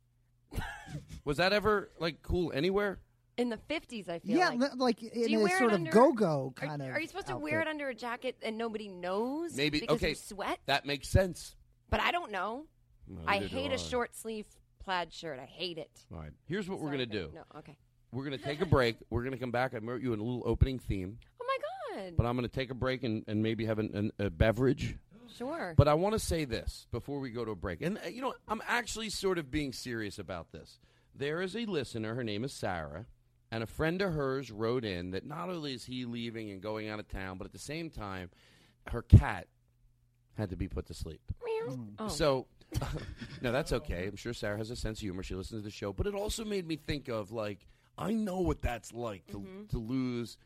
B: Was that ever like cool anywhere?
F: in the 50s, I feel
J: Yeah,
F: like.
J: li- like in
F: you
J: a
F: wear it
J: sort of
F: under-
J: go-go
F: Are-
J: kind
F: are,
J: of.
F: you supposed to wear it under a jacket and nobody knows?
B: Maybe
F: because
B: okay.
F: you sweat.
B: That makes sense.
F: But I don't know. I
B: neither do
F: hate
B: I.
F: a short sleeve plaid shirt. I hate it.
B: All right. Here's what we're gonna do.
F: No, okay.
B: We're gonna take a break. We're gonna come back. I wrote you a little opening theme,
F: Oh my god.
B: but I'm gonna take a break and, and maybe have an, an, a beverage.
F: sure.
B: But I want to say this before we go to a break. And, uh, you know, I'm actually sort of being serious about this. There is a listener, her name is Sarah, and a friend of hers wrote in that not only is he leaving and going out of town, but at the same time, her cat had to be put to sleep.
F: Oh.
B: Mm. So, (laughs) no, that's okay. I'm sure Sarah has a sense of humor. She listens to the show. But it also made me think of, like, I know what that's like to,
F: Mm-hmm.
B: to lose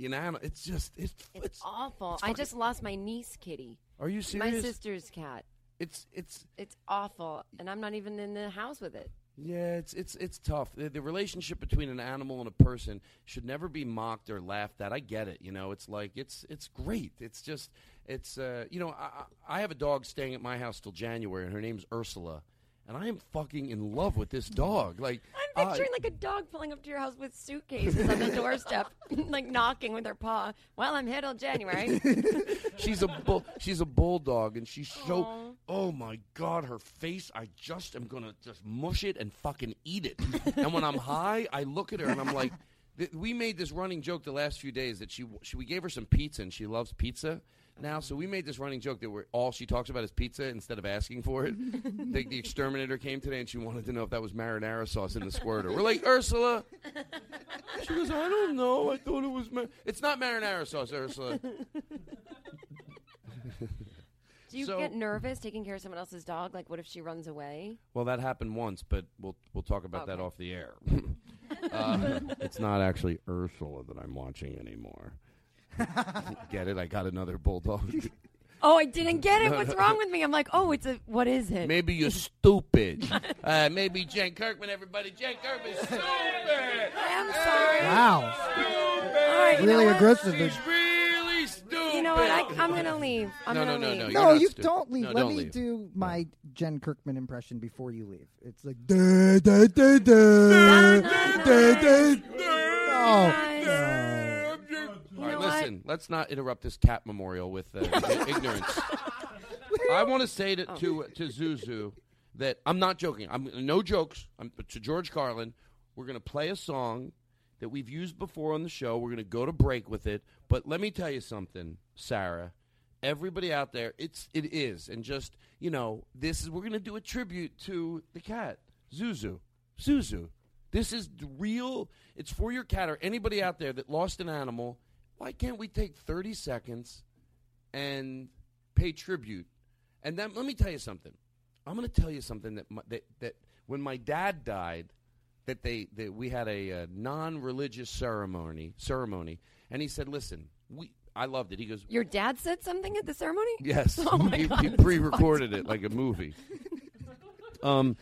B: an animal. It's just, it's, it's,
F: awful. I just lost my niece, Kitty.
B: Are you serious?
F: My sister's cat.
B: it's, it's,
F: It's awful, and I'm not even in the house with it.
B: Yeah, it's it's it's tough. The, the relationship between an animal and a person should never be mocked or laughed at. I get it. You know, it's like it's it's great. It's just it's uh, you know I I I have a dog staying at my house till January, and her name's Ursula, and I am fucking in love with this dog. Like uh,
F: I'm picturing like a dog pulling up to your house with suitcases
B: (laughs)
F: on the doorstep, (laughs) like knocking with her paw. Well, I'm here till January.
B: she's a bull, she's a bulldog, and she's so.
F: Aw.
B: Oh my god, her face! I just am gonna just mush it and fucking eat it. and when I'm high, I look at her and I'm like, th- we made this running joke the last few days that she, she we gave her some pizza and she loves pizza. Now, so we made this running joke that we're, all she talks about is pizza instead of asking for it. the, the exterminator came today and she wanted to know if that was marinara sauce in the squirter. We're like,
F: (laughs)
B: Ursula, She goes, I don't know. I thought it was. Ma- it's not marinara sauce, Ursula.
F: Do you
B: So-
F: get nervous taking care of someone else's dog? Like, what if she runs away?
B: Well, that happened once, but we'll we'll talk about that
F: Okay.
B: off the air. (laughs) uh, it's not actually Ursula that I'm watching anymore. (laughs) Get it? I got another bulldog.
F: Oh, I didn't get it.
B: No, (laughs)
F: What's
B: no.
F: wrong with me? I'm like, oh, it's a. What is it?
B: maybe you're stupid. uh, maybe Jen Kirkman, everybody. Jen Kirkman's stupid. I'm
F: sorry.
J: Wow.
B: Stupid.
F: right, you know
J: really
F: what?
J: aggressive.
B: She's really stupid.
F: You know what? I, I'm gonna leave. I'm
B: No,
F: gonna
B: no, no,
F: leave.
B: no,
J: No,
B: not
J: you
B: stupid.
J: don't leave.
B: No,
J: Let
B: don't
J: me
B: leave.
J: do my Jen Kirkman impression before you leave. It's like (laughs) da da da da da da. da. No.
B: All right, listen. Let's not interrupt this cat memorial with uh, (laughs) i- ignorance. I want to say to, to to Zuzu that I'm not joking. I'm no jokes. I'm, to George Carlin, we're going to play a song that we've used before on the show. We're going to go to break with it. But let me tell you something, Sarah. Everybody out there, it's it is, and just you know, this is we're going to do a tribute to the cat, Zuzu, Zuzu. This is the real. It's for your cat or anybody out there that lost an animal. Why can't we take 30 seconds and pay tribute? And then let me tell you something. I'm going to tell you something that my, that that when my dad died, that they that we had a, uh non-religious ceremony ceremony, and he said, "Listen, we." I loved it. He goes,
F: Your dad said something at the ceremony.
B: Yes.
F: (laughs) Oh my
B: (laughs) he,
F: god.
B: he pre-recorded it like a
F: (laughs)
B: movie. um,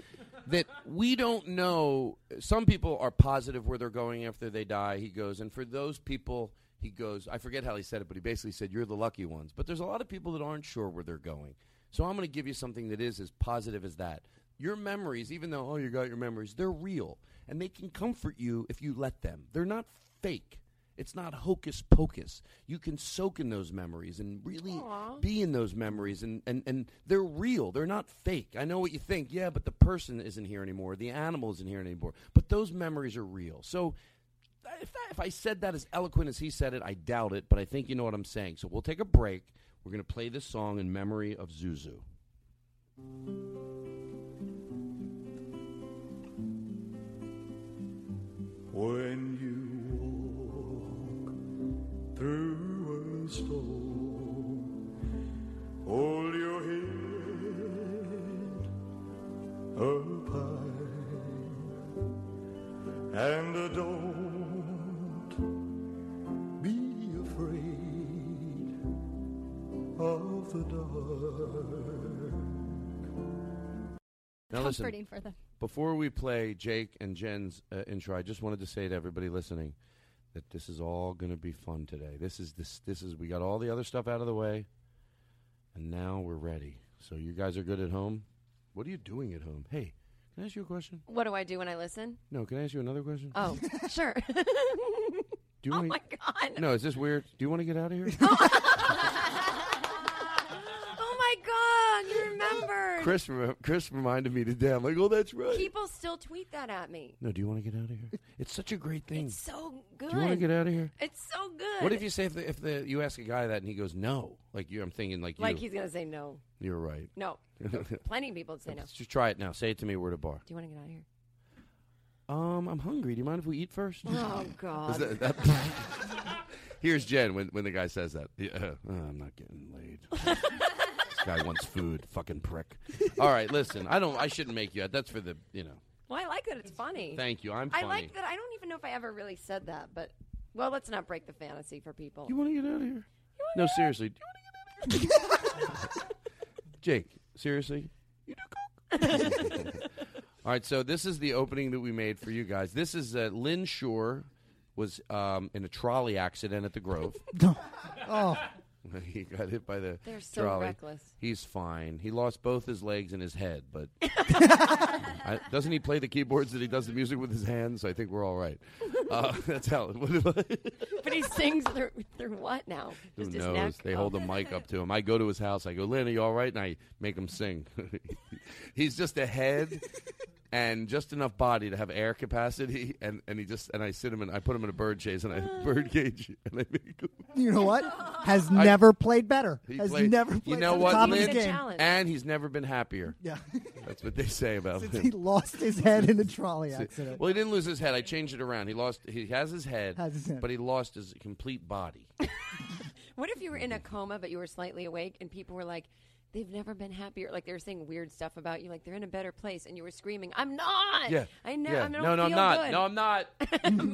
B: that we don't know. Some people are positive where they're going after they die. He goes, and for those people, he goes. I forget how he said it, but he basically said, "You're the lucky ones." But there's a lot of people that aren't sure where they're going. So I'm going to give you something that is as positive as that. Your memories, even though oh you got your memories, they're real and they can comfort you if you let them. They're not fake. It's not hocus pocus. You can soak in those memories and really be in those memories, and, and, and they're real. They're not fake. I know what you think. Yeah, but the person isn't here anymore. The animal isn't here anymore. But those memories are real. So if, I- if I said that as eloquent as he said it, I doubt it, but I think you know what I'm saying. So we'll take a break. We're going to play this song in memory of Zuzu.
D: When you walk through a storm, hold your head up high, and don't be afraid of the dark.
B: Now listen,
I: Comforting for them.
B: Before we play Jake and Jen's uh, intro, I just wanted to say to everybody listening that this is all going to be fun today. This is this this is we got all the other stuff out of the way, and now we're ready. So you guys are good at home. What are you doing at home? Hey, can I ask you a question?
F: What do I do when I listen?
B: No, can I ask you another question? (laughs)
F: Oh, sure. (laughs)
B: do you
F: oh
B: wanna,
F: my god.
B: No, is this weird? Do you want to get out
F: (laughs)
B: of here?
F: oh my god. You remembered.
B: Chris, rem- Chris reminded me today. I'm like, oh, that's right.
F: People still tweet that at me.
B: no, do you want to get out of here? It's such a great thing.
F: It's so good.
B: do you want to get out of here?
F: It's so good.
B: What if you say if the, if the you ask a guy that and he goes no? Like you, I'm thinking like
F: Like
B: you.
F: he's gonna say no.
B: You're right. (laughs)
F: No. Plenty of people would say no.
B: Let's just try it now. Say it to me. We're at a bar.
F: Do you want to get out of here?
B: Um, I'm hungry. Do you mind if we eat first?
F: Oh
B: Is
F: God.
B: that- (laughs) that- Here's Jen when when the guy says that. Yeah, uh, "Oh, I'm not getting
F: (laughs)
B: laid. this guy wants food. Fucking prick. All right, listen. I don't. I shouldn't make you. That's for the you know.
F: Well, I like that it's funny.
B: Thank you. I'm
F: I
B: funny.
F: like that. I don't even know if I ever really said that, but well, let's not break the fantasy for people.
B: You want to get out of here? No, seriously. Do you want to get out of here? Jake, seriously? (laughs) All right, so this is the opening that we made for you guys. This is uh, Lynn Shore was um, in a trolley accident at the Grove.
J: Oh,
B: (laughs) he got hit by the
F: They're so
B: trolley.
F: reckless.
B: He's fine. He lost both his legs and his head,
F: (laughs)
B: but I, doesn't he play the keyboards that he does the music with his hands? So I think we're all right. Uh, (laughs) that's how.
F: (laughs) But he sings through through what now?
B: Who
F: Just his
B: knows?
F: neck?
B: They
F: Oh.
B: hold the mic up to him. I go to his house. I go, Lynn, are you all right? And I make him sing. (laughs) He's just a head and just enough body to have air capacity, and, and he just and I sit him and I put him in a bird
F: (sighs)
B: cage and I bird cage and I make him.
J: (laughs) You know what? Has
B: I-
J: never played better.
B: He
J: Has
B: played-
J: never played
B: You know
J: at the
B: what,
J: top of his
B: Lynn?
J: game.
B: And he's never been happier.
J: Yeah.
B: (laughs) that's what they say about
J: Since
B: him.
J: (laughs) he lost his head in a trolley accident.
B: Well, he didn't lose his head. I changed it around. He lost. He has his head,
J: Has his head.
B: but he lost his complete body.
F: What if you were in a coma but you were slightly awake and people were like, they've never been happier? Like they were saying weird stuff about you, like they're in a better place, and you were screaming, "I'm not."
B: Yeah,
F: I know.
B: yeah.
F: I don't
B: No, no, I'm
F: feel
B: not.
F: good."
B: No, I'm not.
F: (laughs)
B: (laughs)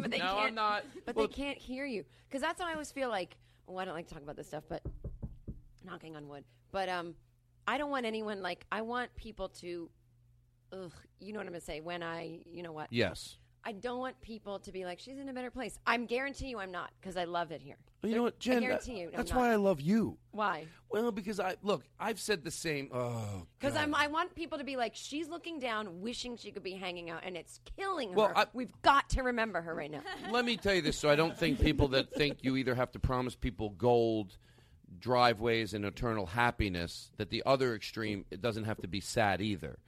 F: But they
B: No, I'm
F: can't-
B: not.
F: But
B: Well-
F: they can't hear you because that's how I always feel like. Well, I don't like to talk about this stuff, but knocking on wood. But um, I don't want anyone like I want people to. Ugh, you know what I'm gonna say when I, you know what?
B: Yes.
F: I don't want people to be like, she's in a better place. I'm guarantee you I'm not because I love it here.
B: Well, you know what, Jen?
F: guarantee you, I'm
B: that's
F: not.
B: why I love you.
F: Why?
B: Well, because I look. I've said the same. Oh,
F: Because
B: God.
F: I'm, I want people to be like, she's looking down, wishing she could be hanging out, and it's killing her.
B: Well, I-
F: We've got to remember her
B: (laughs)
F: right now.
B: Let me tell you this, so I don't think people that think you either have to promise people gold, driveways, and eternal happiness. That the other extreme, it doesn't have to be sad either.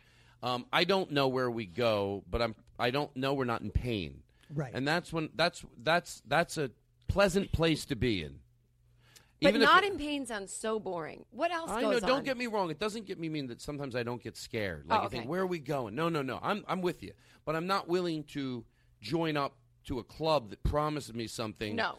B: Um, I don't know where we go, but I'm. I don't know we're not in pain.
J: Right.
B: And that's when that's that's that's a pleasant place to be in.
F: But
B: Even if-
F: not in pain sounds so boring. What else
B: I know.
F: goes
B: Don't
F: on?
B: get me wrong. It doesn't get me mean that sometimes I don't get scared. Like
F: Oh,
B: I
F: okay.
B: think, where are we going? No, no, no. I'm I'm with you, but I'm not willing to join up to a club that promises me something.
F: No.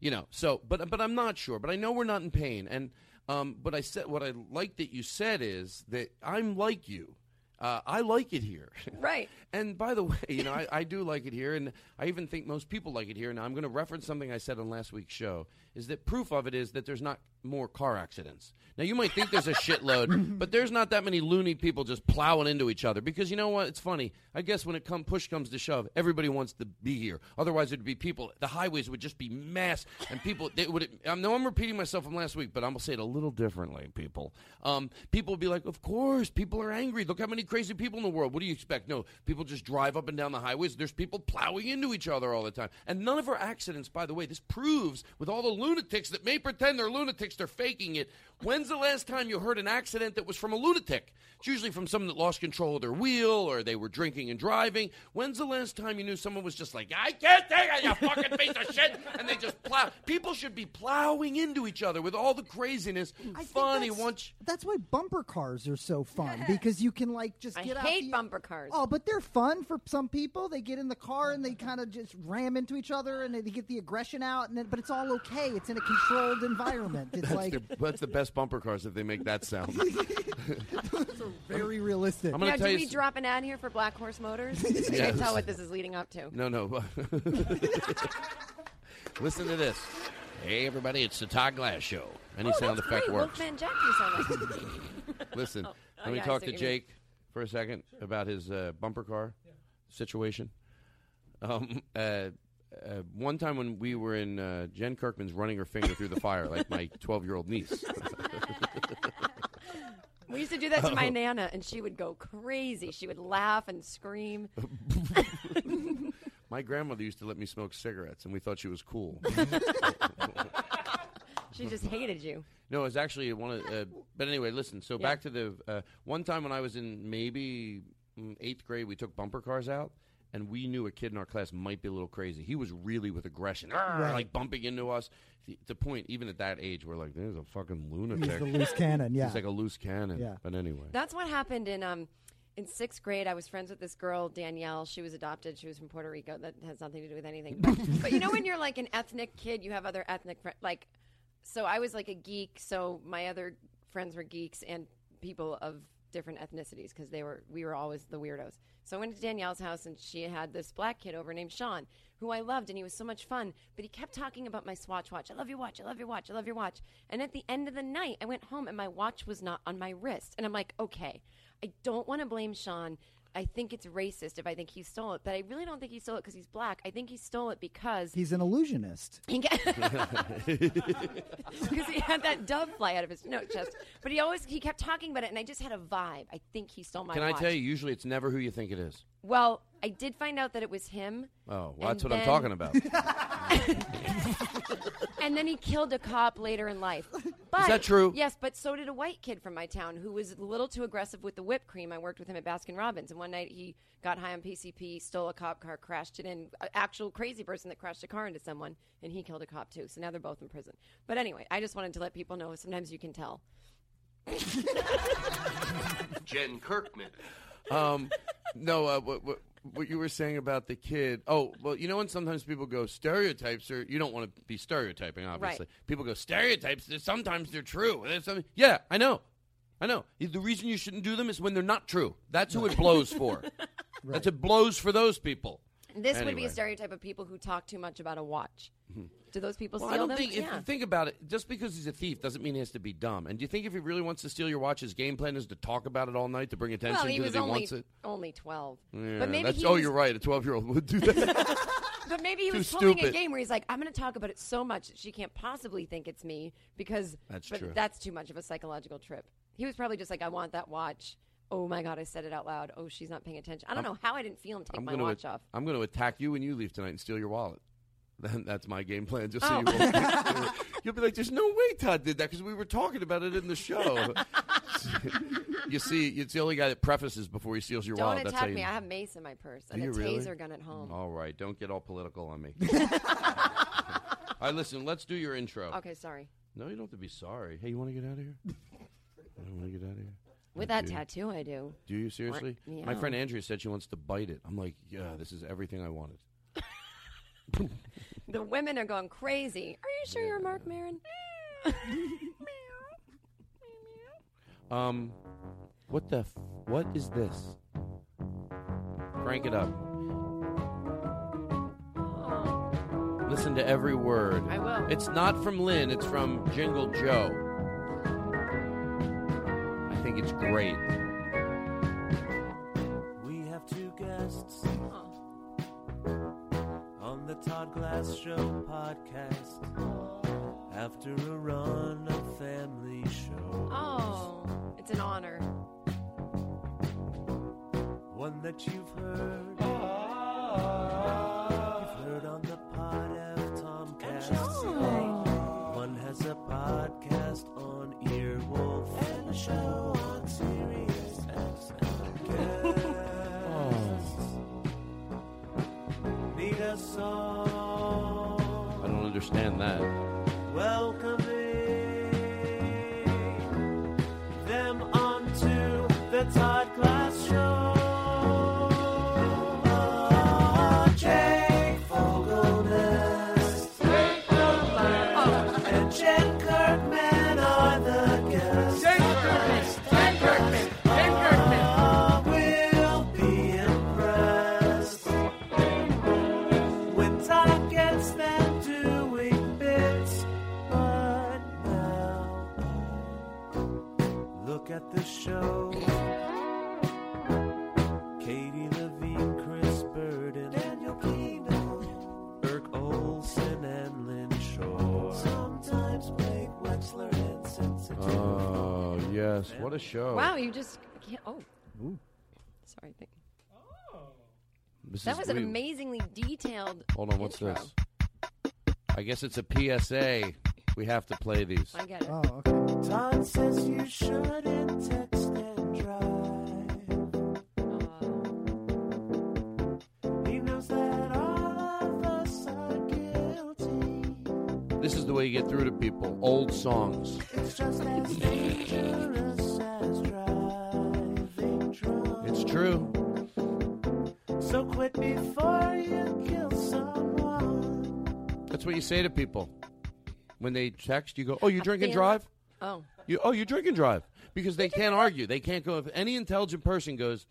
B: you know. So, but but I'm not sure. But I know we're not in pain. And um, but I said what I like that you said is that I'm like you. Uh, I like it here. (laughs)
F: Right.
B: And by the way, you know, I, I do like it here, and I even think most people like it here. And I'm going to reference something I said on last week's show is that proof of it is that there's not more car accidents. Now, you might think there's a shitload, but there's not that many loony people just plowing into each other because you know what? It's funny. I guess when it come push comes to shove, everybody wants to be here. Otherwise, it'd be people. The highways would just be mass, and people. They would. I know I'm repeating myself from last week, but I'm gonna say it a little differently. People, um, people would be like, "Of course, people are angry. Look how many crazy people in the world. What do you expect? No, people just drive up and down the highways. There's people plowing into each other all the time, and none of our accidents. By the way, this proves with all the lunatics that may pretend they're lunatics, they're faking it. When's the last time you heard an accident that was from a lunatic? It's usually from someone that lost control of their wheel or they were drinking and driving. When's the last time you knew someone was just like, I can't take it, you fucking piece of shit, and they just plow? People should be plowing into each other with all the craziness. Funny, once
J: That's why bumper cars are so
F: (laughs)
J: fun because you can like just
F: I
J: get out.
F: hate
J: the-
F: bumper cars.
J: Oh, but they're fun for some people. They get in the car and they kind of just ram into each other and they get the aggression out. And then, but it's all okay. It's in a controlled environment.
B: (laughs)
J: It's
B: That's,
J: like
B: the, that's the best bumper cars if they make that
J: (laughs)
B: sound.
J: very realistic.
B: I'm
F: now,
B: gonna tell
F: do
B: you
F: we
B: s-
F: drop an ad here for Black Horse
B: (laughs)
F: Motors? I
B: Yes.
F: can't tell what this is leading up to.
B: No, no. (laughs) Listen to this. Hey, everybody, it's the Todd Glass Show. Any
F: oh,
B: sound
F: that's
B: effect
F: great.
B: works.
F: Wolfman Jack you sound like.
B: (laughs) Listen,
F: Oh, oh,
B: let me
F: yeah, I
B: talk
F: see
B: to
F: what you mean.
B: Jake for a second about his uh, bumper car situation. Um, uh, uh, one time when we were in uh, Jen Kirkman's running her finger through the fire, like
F: (laughs)
B: my 12 year old niece.
F: We used to do that to
B: Oh.
F: my nana, and she would go crazy. She would laugh and
B: (laughs)
F: scream. (laughs)
B: my grandmother used to let me smoke cigarettes, and we thought she was
F: (laughs)
J: (laughs)
B: cool.
F: She just hated you.
B: No, it was actually one of. Uh, but anyway, listen. So
F: Yeah.
B: back to the uh, one time when I was in maybe mm, eighth grade, we took bumper cars out, and we knew a kid in our class might be a little crazy. He was really with aggression, "Arr,"
J: Right.
B: like bumping into us. The, the point, even at that age, we're like, "There's a fucking lunatic."
J: the loose cannon, yeah.
B: he's like a loose cannon.
J: Yeah.
B: But anyway,
F: That's what happened in um in sixth grade. I was friends with this girl Danielle. She was adopted. She was from Puerto Rico. That has nothing to do with anything. But, but you know, when you're like an ethnic kid, you have other ethnic friends. Like, so I was like a geek. So my other friends were geeks and people of different ethnicities because they were we were always the weirdos. So I went to Danielle's house and she had this black kid over named Sean who I loved and he was so much fun, but he kept talking about my Swatch watch. I love your watch. I love your watch. I love your watch. And at the end of the night, I went home and my watch was not on my wrist. And I'm like, okay, I don't want to blame Sean. I think it's racist if I think he stole it, but I really don't think he stole it because he's black. I think he stole it because (laughs)
J: He's an illusionist.
F: He because he had that dove fly out of his no chest. But he always he kept talking about it, and I just had a vibe. I think he stole my.
B: Can I
F: watch.
B: tell you? Usually, it's never who you think it is.
F: Well, I did find out that it was him.
B: Oh, well, that's
F: and
B: what I'm
F: then-
B: talking about. Is
F: (laughs) and then he killed a cop later in life. But,
B: that true?
F: Yes, but so did a white kid from my town who was a little too aggressive with the whipped cream. I worked with him at Baskin Robbins, and one night he got high on PCP, stole a cop car, crashed it in. An actual crazy person that crashed a car into someone, and he killed a cop too. So now they're both in prison. But anyway, I just wanted to let people know sometimes you can tell.
K: Jen Kirkman.
B: Um, no, uh, what, what, what you were saying about the kid. Oh, well, you know when sometimes people go stereotypes are. You don't want to be stereotyping, obviously. People go stereotypes. they're- Sometimes they're true. There's some- yeah, I know, I know. The reason you shouldn't do them is when they're not true. That's who it
F: (laughs)
B: blows for. That's it blows for those people.
F: This would be
B: Anyway. Hmm.
F: a stereotype of people who talk too much about a watch. Do those people
B: Well, I
F: steal
B: don't
F: them?
B: think. If
F: yeah.
B: you think about it, just because he's a thief doesn't mean he has to be dumb. And do you think if he really wants to steal your watch, his game plan is to talk about it all night to bring attention
F: well, he
B: to
F: was
B: that he
F: only
B: wants it?
F: only twelve.
B: Yeah,
F: but maybe
B: that's,
F: he
B: oh,
F: was-
B: you're right. A 12 year old would do that.
F: (laughs) But maybe he
B: Too
F: was pulling a
B: stupid.
F: game where he's like, I'm going to talk about it so much that she can't possibly think it's me because
B: That's
F: but
B: true.
F: that's too much of a psychological trip. He was probably just like, I want that watch. Oh my God, I said it out loud. Oh, she's not paying attention. I don't
B: I'm-
F: know how I didn't feel him take
B: I'm
F: my
B: gonna
F: watch
B: a-
F: off.
B: I'm going to attack you when you leave tonight and steal your wallet. (laughs) Then That's my game plan. Just
F: Oh.
B: so you
F: (laughs)
B: won't. You'll be like, "There's no way Todd did that because we were talking about it in
F: (laughs)
B: the show." you see, it's the only guy that prefaces before he steals your
F: Don't
B: wallet. That's how
F: attack
B: you
F: me. I have mace in my purse
B: Do
F: and a
B: you really?
F: taser gun at home.
B: All right, don't get all political
F: (laughs)
B: on me. all right, listen, let's do your intro.
F: Okay, sorry.
B: No, you don't have to be sorry. Hey, you want to get out
F: (laughs)
B: of here? I don't want to get out of here.
F: With
B: I
F: that
B: do.
F: tattoo, I do.
B: Do you seriously?
F: Yeah.
B: My friend Andrea said she wants to bite it. I'm like, yeah, this is everything I wanted.
F: The women are going crazy. Are you sure you're Mark Maron?
B: (laughs) Um, what the? F- what is this? Crank it up. Listen to every word.
F: I will.
B: It's not from Lynn. It's from Jingle Joe. I think it's great.
D: We have two guests on the Todd Glass Show podcast after a run of family shows.
F: (laughs) Oh, it's an honor.
D: One that you've heard. You've heard on the pod of Tomcast. One has a podcast on Earwolf. And a show on Sirius (laughs) Oh. Need a song
B: I don't understand that.
D: welcoming them onto the Todd Glass Show. Jake Fogelnest and Jen Kirkman are the guests. Jen Kirkman, Jen Kirkman, Jen Kirkman. We'll be impressed when Todd gets them doing bits. But now, look at the show. Katie Levine, Chris Burden, Daniel Pino, Irk Olsen, and Lynn Shore. Sometimes Blake Wexler and
B: Oh yes, what a show!
F: Wow, you just can't. Oh, sorry. Thank
B: This
F: that
B: is
F: was an
B: weird.
F: amazingly detailed.
B: Hold on, what's
F: intro.
B: this? I guess it's a PSA. We have to play these.
F: I get it.
B: Oh,
D: Todd says you shouldn't text and drive. He knows that all of us are guilty.
B: This is the way you get through to people. Old songs.
D: It's just as dangerous as driving drunk.
B: It's true.
D: So quit before you kill someone.
B: That's what you say to people when they text. You go, "Oh, you drink and
D: Yeah.
B: drive."
F: Oh.
B: You, oh, you drink and drive because they can't argue. They can't go. If any intelligent person goes,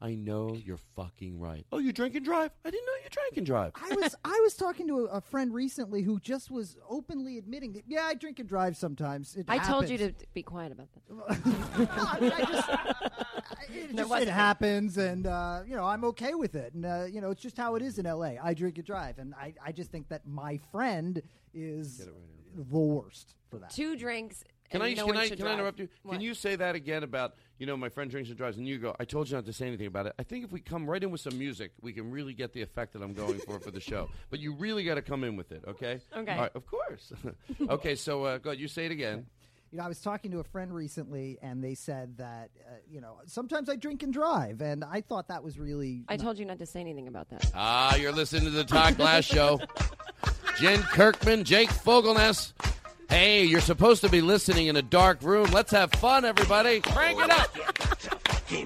B: "I know you're fucking right." Oh, you drink and drive. I didn't know you drank and drive.
J: I was I was talking to a, a friend recently who just was openly admitting that yeah I drink and drive sometimes. It
F: I told you
J: (laughs) happens."
F: to be quiet about that. (laughs)
J: I mean, I just it,
F: There
J: just, it
F: wasn't.
J: happens, and uh, you know I'm okay with it, and uh, you know it's just how it is in L.A. I drink and drive, and I, I just think that my friend is the worst for that.
F: Two drinks.
B: Can
F: and
B: I
F: no
B: can
F: one
B: I
F: should
B: can I
F: drive.
B: interrupt you? Can you say that again about you know my friend drinks and drives and you go? I told you not to say anything about it. I think if we come right in with some music, we can really get the effect that I'm going for for
F: (laughs)
B: the show. But you really got to come in with it, okay?
J: Okay.
B: All right,
F: (laughs)
B: of course. okay, so uh, go ahead. You say it again.
J: You know, I was talking to a friend recently, and they said that uh, you know sometimes I drink and drive, and I thought that was really.
F: I told you not to say anything about that.
B: Ah, you're listening to the Todd Glass Show. Jen Kirkman, Jake Fogelness. Hey, you're supposed to be listening in a dark room. Let's have fun, everybody. Crank it up.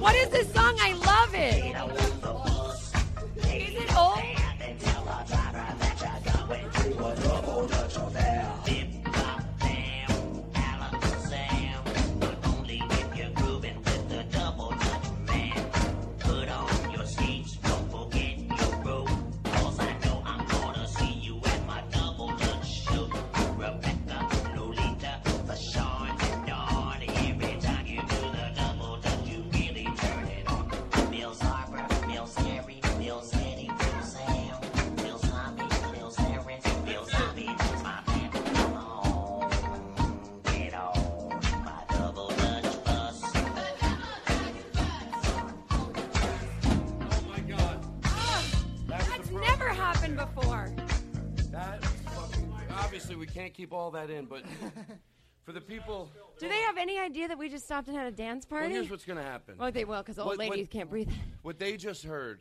F: What is this song? I love it. Is it old? That's never happened before.
B: That is fucking great. Obviously, we can't keep all that in, but for the people,
F: Do they have any idea that we just stopped and had a dance party?
B: well, here's what's going to happen.
F: Oh, they will, 'cause old
B: What-
F: ladies
B: what-
F: can't
B: (laughs)
F: breathe.
B: What they just heard,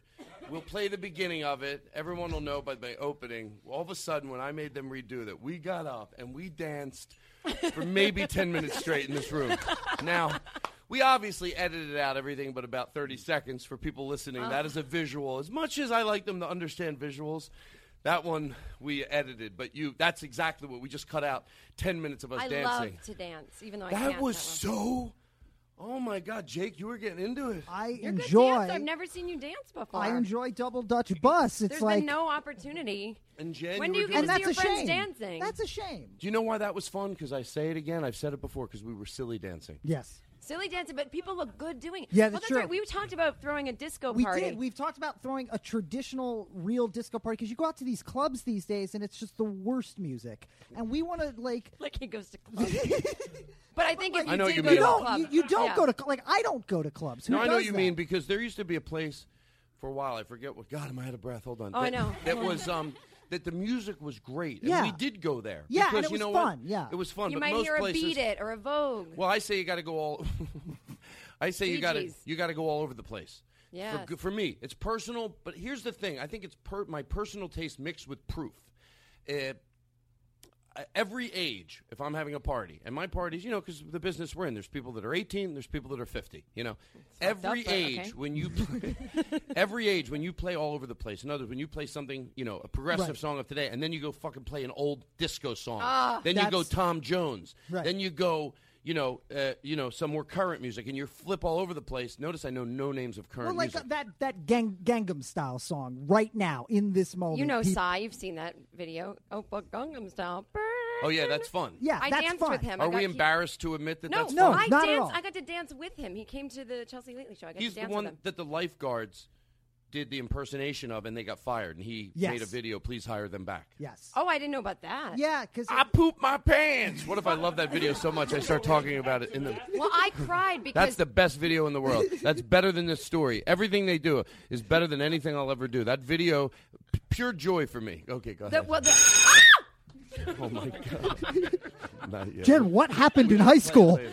B: we'll play the beginning of it. Everyone will know by the opening. All of a sudden, when I made them redo that, we got up and we danced for maybe 10 minutes straight in this room. Now, we obviously edited out everything but about 30 seconds for people listening. That is a visual. As much as I like them to understand visuals, that one we edited, but you that's exactly what we just cut out 10 minutes of us
F: I
B: dancing.
F: love to dance, even though I can't.
B: that was
F: that well.
B: so Oh my god, Jake, you were getting into it.
J: I
F: You're a good dancer. I've never seen you dance before.
J: I enjoy double Dutch bus. It's
F: There's
J: like
F: been no opportunity.
B: And Jen,
F: when do
B: you
F: you
B: were
F: get
B: doing
F: to see
B: it.
F: your friends
J: shame.
F: dancing?
J: That's a shame.
B: Do you know why that was fun? Because I say it again. I've said it before. Because we were silly dancing.
J: Yes.
F: Silly dancing, but people look good doing it.
B: Yeah,
F: well,
B: that's
F: that's
B: true.
F: right. We talked about throwing a disco
J: We
F: party.
J: did. We've talked about throwing a traditional, real disco party because you go out to these clubs these days and it's just the worst music. And we want to like.
F: (laughs) Like he goes to
J: (laughs)
F: clubs. but I think if you
B: I know
F: did
B: what
F: go to
B: you mean.
F: a
B: No,
F: club,
J: You, you don't
F: yeah.
J: go to cl- like I don't go to clubs. Who
B: no, I know
J: does
B: what you
J: that?
B: mean because there used to be a place for a while. I forget what. God, am I out of breath? Hold on.
J: Oh, I
B: that,
J: know.
B: That was um. That the music was great. And
J: Yeah.
B: we did go there.
J: Yeah, and
B: because
J: it
B: you
J: was
B: know
J: fun,
B: What?
J: yeah.
B: It was fun.
F: You
B: but
F: might
B: most
F: hear a
B: places,
F: beat it or a Vogue.
B: Well, I say you got to go all. (laughs) I say you
F: Bee
B: got to
F: Gees.
B: you got to go all over the place. For,
F: Yes.
B: g- for me, it's personal. But here's the thing: I think it's per, my personal taste mixed with proof. Uh, I- every age, if I'm having a party, and my parties, you know, because the business we're in, there's people that are 18, there's people that are 50. You know,
D: fucked
B: every
D: up, but
B: age
D: okay. (laughs)
B: when you play, every age when you play all over the place. In other words, when you play something, you know, a progressive
D: Right.
B: song of today, and then you go fucking play an old disco song.
D: Ah.
B: then you go
D: That's-
B: Tom Jones.
D: Right.
B: Then you go, you know, uh, you know, some more current music, and you flip all over the place. Notice I know no names of current
J: Well, like
B: music.
J: that that gang, Gangnam Style song right now in this moment.
F: you know,
J: peop-
F: Psy, you've seen that video. Oh, but Gangnam Style.
B: oh yeah, that's fun.
J: uh, Yeah,
F: I
J: that's
F: danced
J: fun.
F: with him. I
B: Are
F: got,
B: we embarrassed to admit that?
F: He, no,
B: that's
J: No,
B: fun?
F: I
J: not at
F: danced,
J: all.
F: I got to dance with him. He came to the Chelsea Lately show. I got
B: He's
F: to
B: the
F: dance with
B: one
F: him.
B: that the lifeguards did the impersonation of, and they got fired, and he
F: Yes.
B: made a video. Please hire them back.
J: Yes.
F: Oh, I didn't know about that.
J: Yeah, because
B: I poop my pants. What if I love that video so much I start talking about it in the?
J: (laughs)
F: Well, I cried because
B: That's the best video in the world. That's better than this story. Everything they do is better than anything I'll ever do. That video, p- pure joy for me. Okay, go
F: the,
B: ahead.
F: well, the,
B: (laughs) Oh my god.
F: (laughs)
B: Not yet.
J: Jen, what happened in high school? (laughs)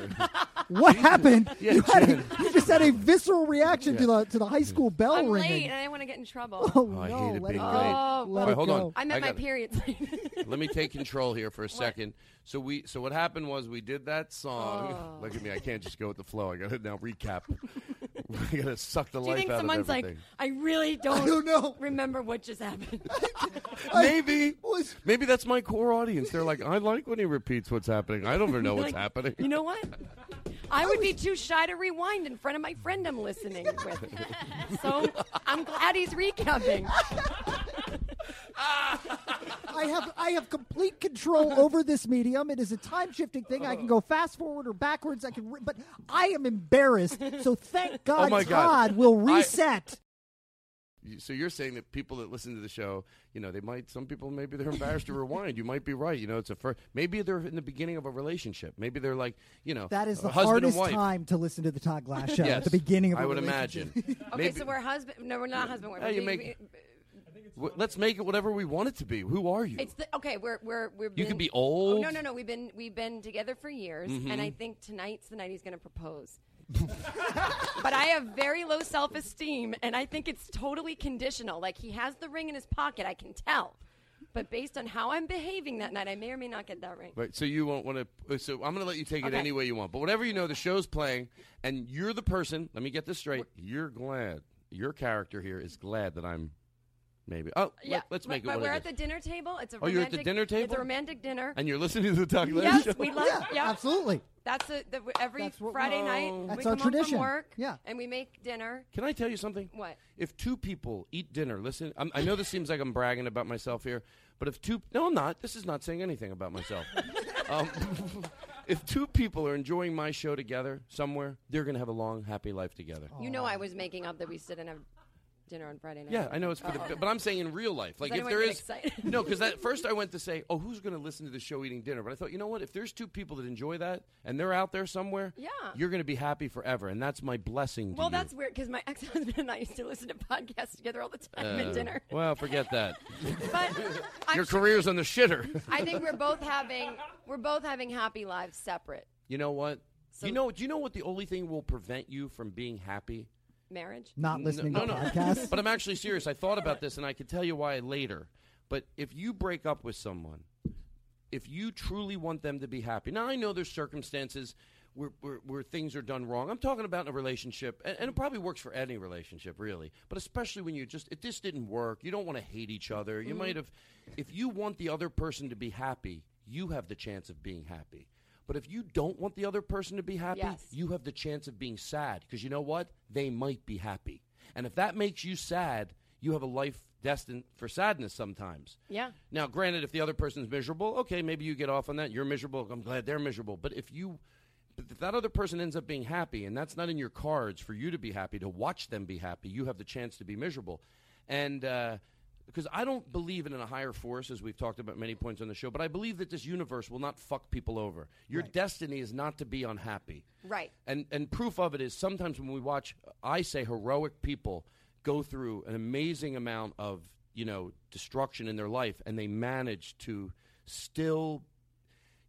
B: (laughs)
J: What happened?
B: Yeah,
J: you, had a,
B: Jen.
J: you just had a visceral reaction to the to the high school bell
F: I'm
J: ringing.
F: late and I didn't want to get in trouble.
J: Oh,
B: I
J: no,
B: hated
J: let
B: being
J: it
B: late.
F: Oh,
B: All right, hold on.
F: I'm at
B: I
F: my
B: got it.
F: periods. (laughs)
B: Let me take control here for a second. So we, so what happened was we did that song.
F: Oh.
B: Look at me, I can't just go with the flow. I got to now
F: (laughs)
B: recap. (laughs) I got to suck the
F: Do you
B: life
F: think
B: out
F: someone's
B: of
F: like,
B: everything.
F: I really don't,
J: know.
F: remember what just happened?
B: maybe, maybe that's my core audience. They're like, I like when he repeats what's happening. I don't even
J: (laughs)
B: know what's
F: Like,
B: happening.
F: You know
B: (laughs)
F: what? I would be too shy to rewind in front of my friend (laughs) I'm listening with. So I'm glad he's recapping.
J: I have I have complete control over this medium. It is a time shifting thing. I can go fast forward or backwards. I can, re- but I am embarrassed. So thank God,
B: Oh my God.
J: Todd will
B: I-
J: reset.
B: You- So you're saying that people that listen to the show, you know, they might some people maybe they're embarrassed to rewind. You might be right. You know, it's a first. Maybe they're in the beginning of a relationship. Maybe they're like, you know,
J: that is the
B: husband and
J: hardest
B: wife.
J: time to listen to the Todd Glass show
B: Yes,
J: at the beginning of.
B: I
J: a
B: would
J: relationship.
B: imagine.
F: Okay,
B: Maybe-
F: so we're husband. No, we're not husband. We're
B: Yeah, you
F: we-
B: make-
F: we-
B: w- let's make it whatever we want it to be. Who are you?
F: It's the okay. We're we're we're.
B: You could be old.
F: Oh, no, no, no. We've been we've been together for years,
B: Mhm.
F: and I think tonight's the night he's going to propose. (laughs) but I have very low self esteem, and I think it's totally conditional. Like he has the ring in his pocket, I can tell. But based on how I'm behaving that night, I may or may not get that ring.
B: Right, so you won't want to. So I'm going to let you take it
F: Okay.
B: any way you want. But whenever you know the show's playing, and you're the person. Let me get this straight. You're glad. Your character here is glad that I'm. Maybe. Oh,
F: Yeah,
B: let, us
F: but-
B: make it.
F: But
B: what
F: we're
B: it
F: at
B: is.
F: the dinner table. It's a
B: Oh,
F: romantic,
B: you're at the dinner
F: It's
B: table?
F: a romantic dinner.
B: and you're listening to the Doc Larry
F: yes,
B: show.
F: we love. Yeah,
J: absolutely.
F: That's a, the, every Friday night.
B: That's
F: we
B: our
F: come home
B: tradition.
F: From work,
B: Yeah.
F: and we make dinner.
B: Can I tell you something?
F: What?
B: If two people eat dinner, listen. I'm, I know this seems like I'm bragging about myself here, but if two, no, I'm not. This is not saying anything about myself. um, (laughs) if two people are enjoying my show together somewhere, they're going to have a long, happy life together.
F: You know, I was making up that we sit and have dinner on Friday night. Oh.
B: Yeah, I know it's for the,
F: Uh-oh.
B: but I'm saying in real life, like
F: Does
B: if
F: anyone
B: there
F: get
B: is
F: excited?
B: no,
F: (laughs)
B: because at first I went to say, oh, who's going to listen to the show eating dinner? But I thought, you know what? If there's two people that enjoy that and they're out there somewhere,
F: Yeah.
B: you're going to be happy forever, and that's my blessing.
F: (laughs)
B: To
F: Well,
B: you.
F: that's weird because my (laughs) ex-husband and I used to listen to podcasts together all the time at
B: Uh,
F: dinner.
B: (laughs) Well, forget that. (laughs)
F: But (laughs) I'm
B: Your
F: sure-
B: career's on the shitter.
F: (laughs) I think we're both having we're both having happy lives separate
B: (laughs) You know what? you know, do you know what the only thing will prevent you from being happy?
F: marriage.
J: Not
B: N-
J: listening
B: no,
J: to
B: no. (laughs)
J: podcasts.
B: but I'm actually serious. I thought about this, and I could tell you why later. But if you break up with someone, if you truly want them to be happy, now I know there's circumstances where, where, where things are done wrong. I'm talking about in a relationship, and, and it probably works for any relationship, really. But especially when you just, it just didn't work. You don't want to hate each other. You
C: Mhm.
B: might have, if you want the other person to be happy, you have the chance of being happy. But if you don't want the other person to be happy,
C: Yes.
B: you have the chance of being sad because you know what? They might be happy. And if that makes you sad, you have a life destined for sadness sometimes.
F: Yeah.
B: Now, granted, if the other person's miserable, okay, maybe you get off on that. You're miserable. I'm glad they're miserable. But if you, but if that other person ends up being happy, and that's not in your cards for you to be happy, to watch them be happy, you have the chance to be miserable. And, uh, because I don't believe in a higher force, as we've talked about many points on the show, but I believe that this universe will not fuck people over. Your destiny is not to be unhappy.
F: Right.
B: And and proof of it is sometimes when we watch, I say heroic people go through an amazing amount of you know destruction in their life, and they manage to still,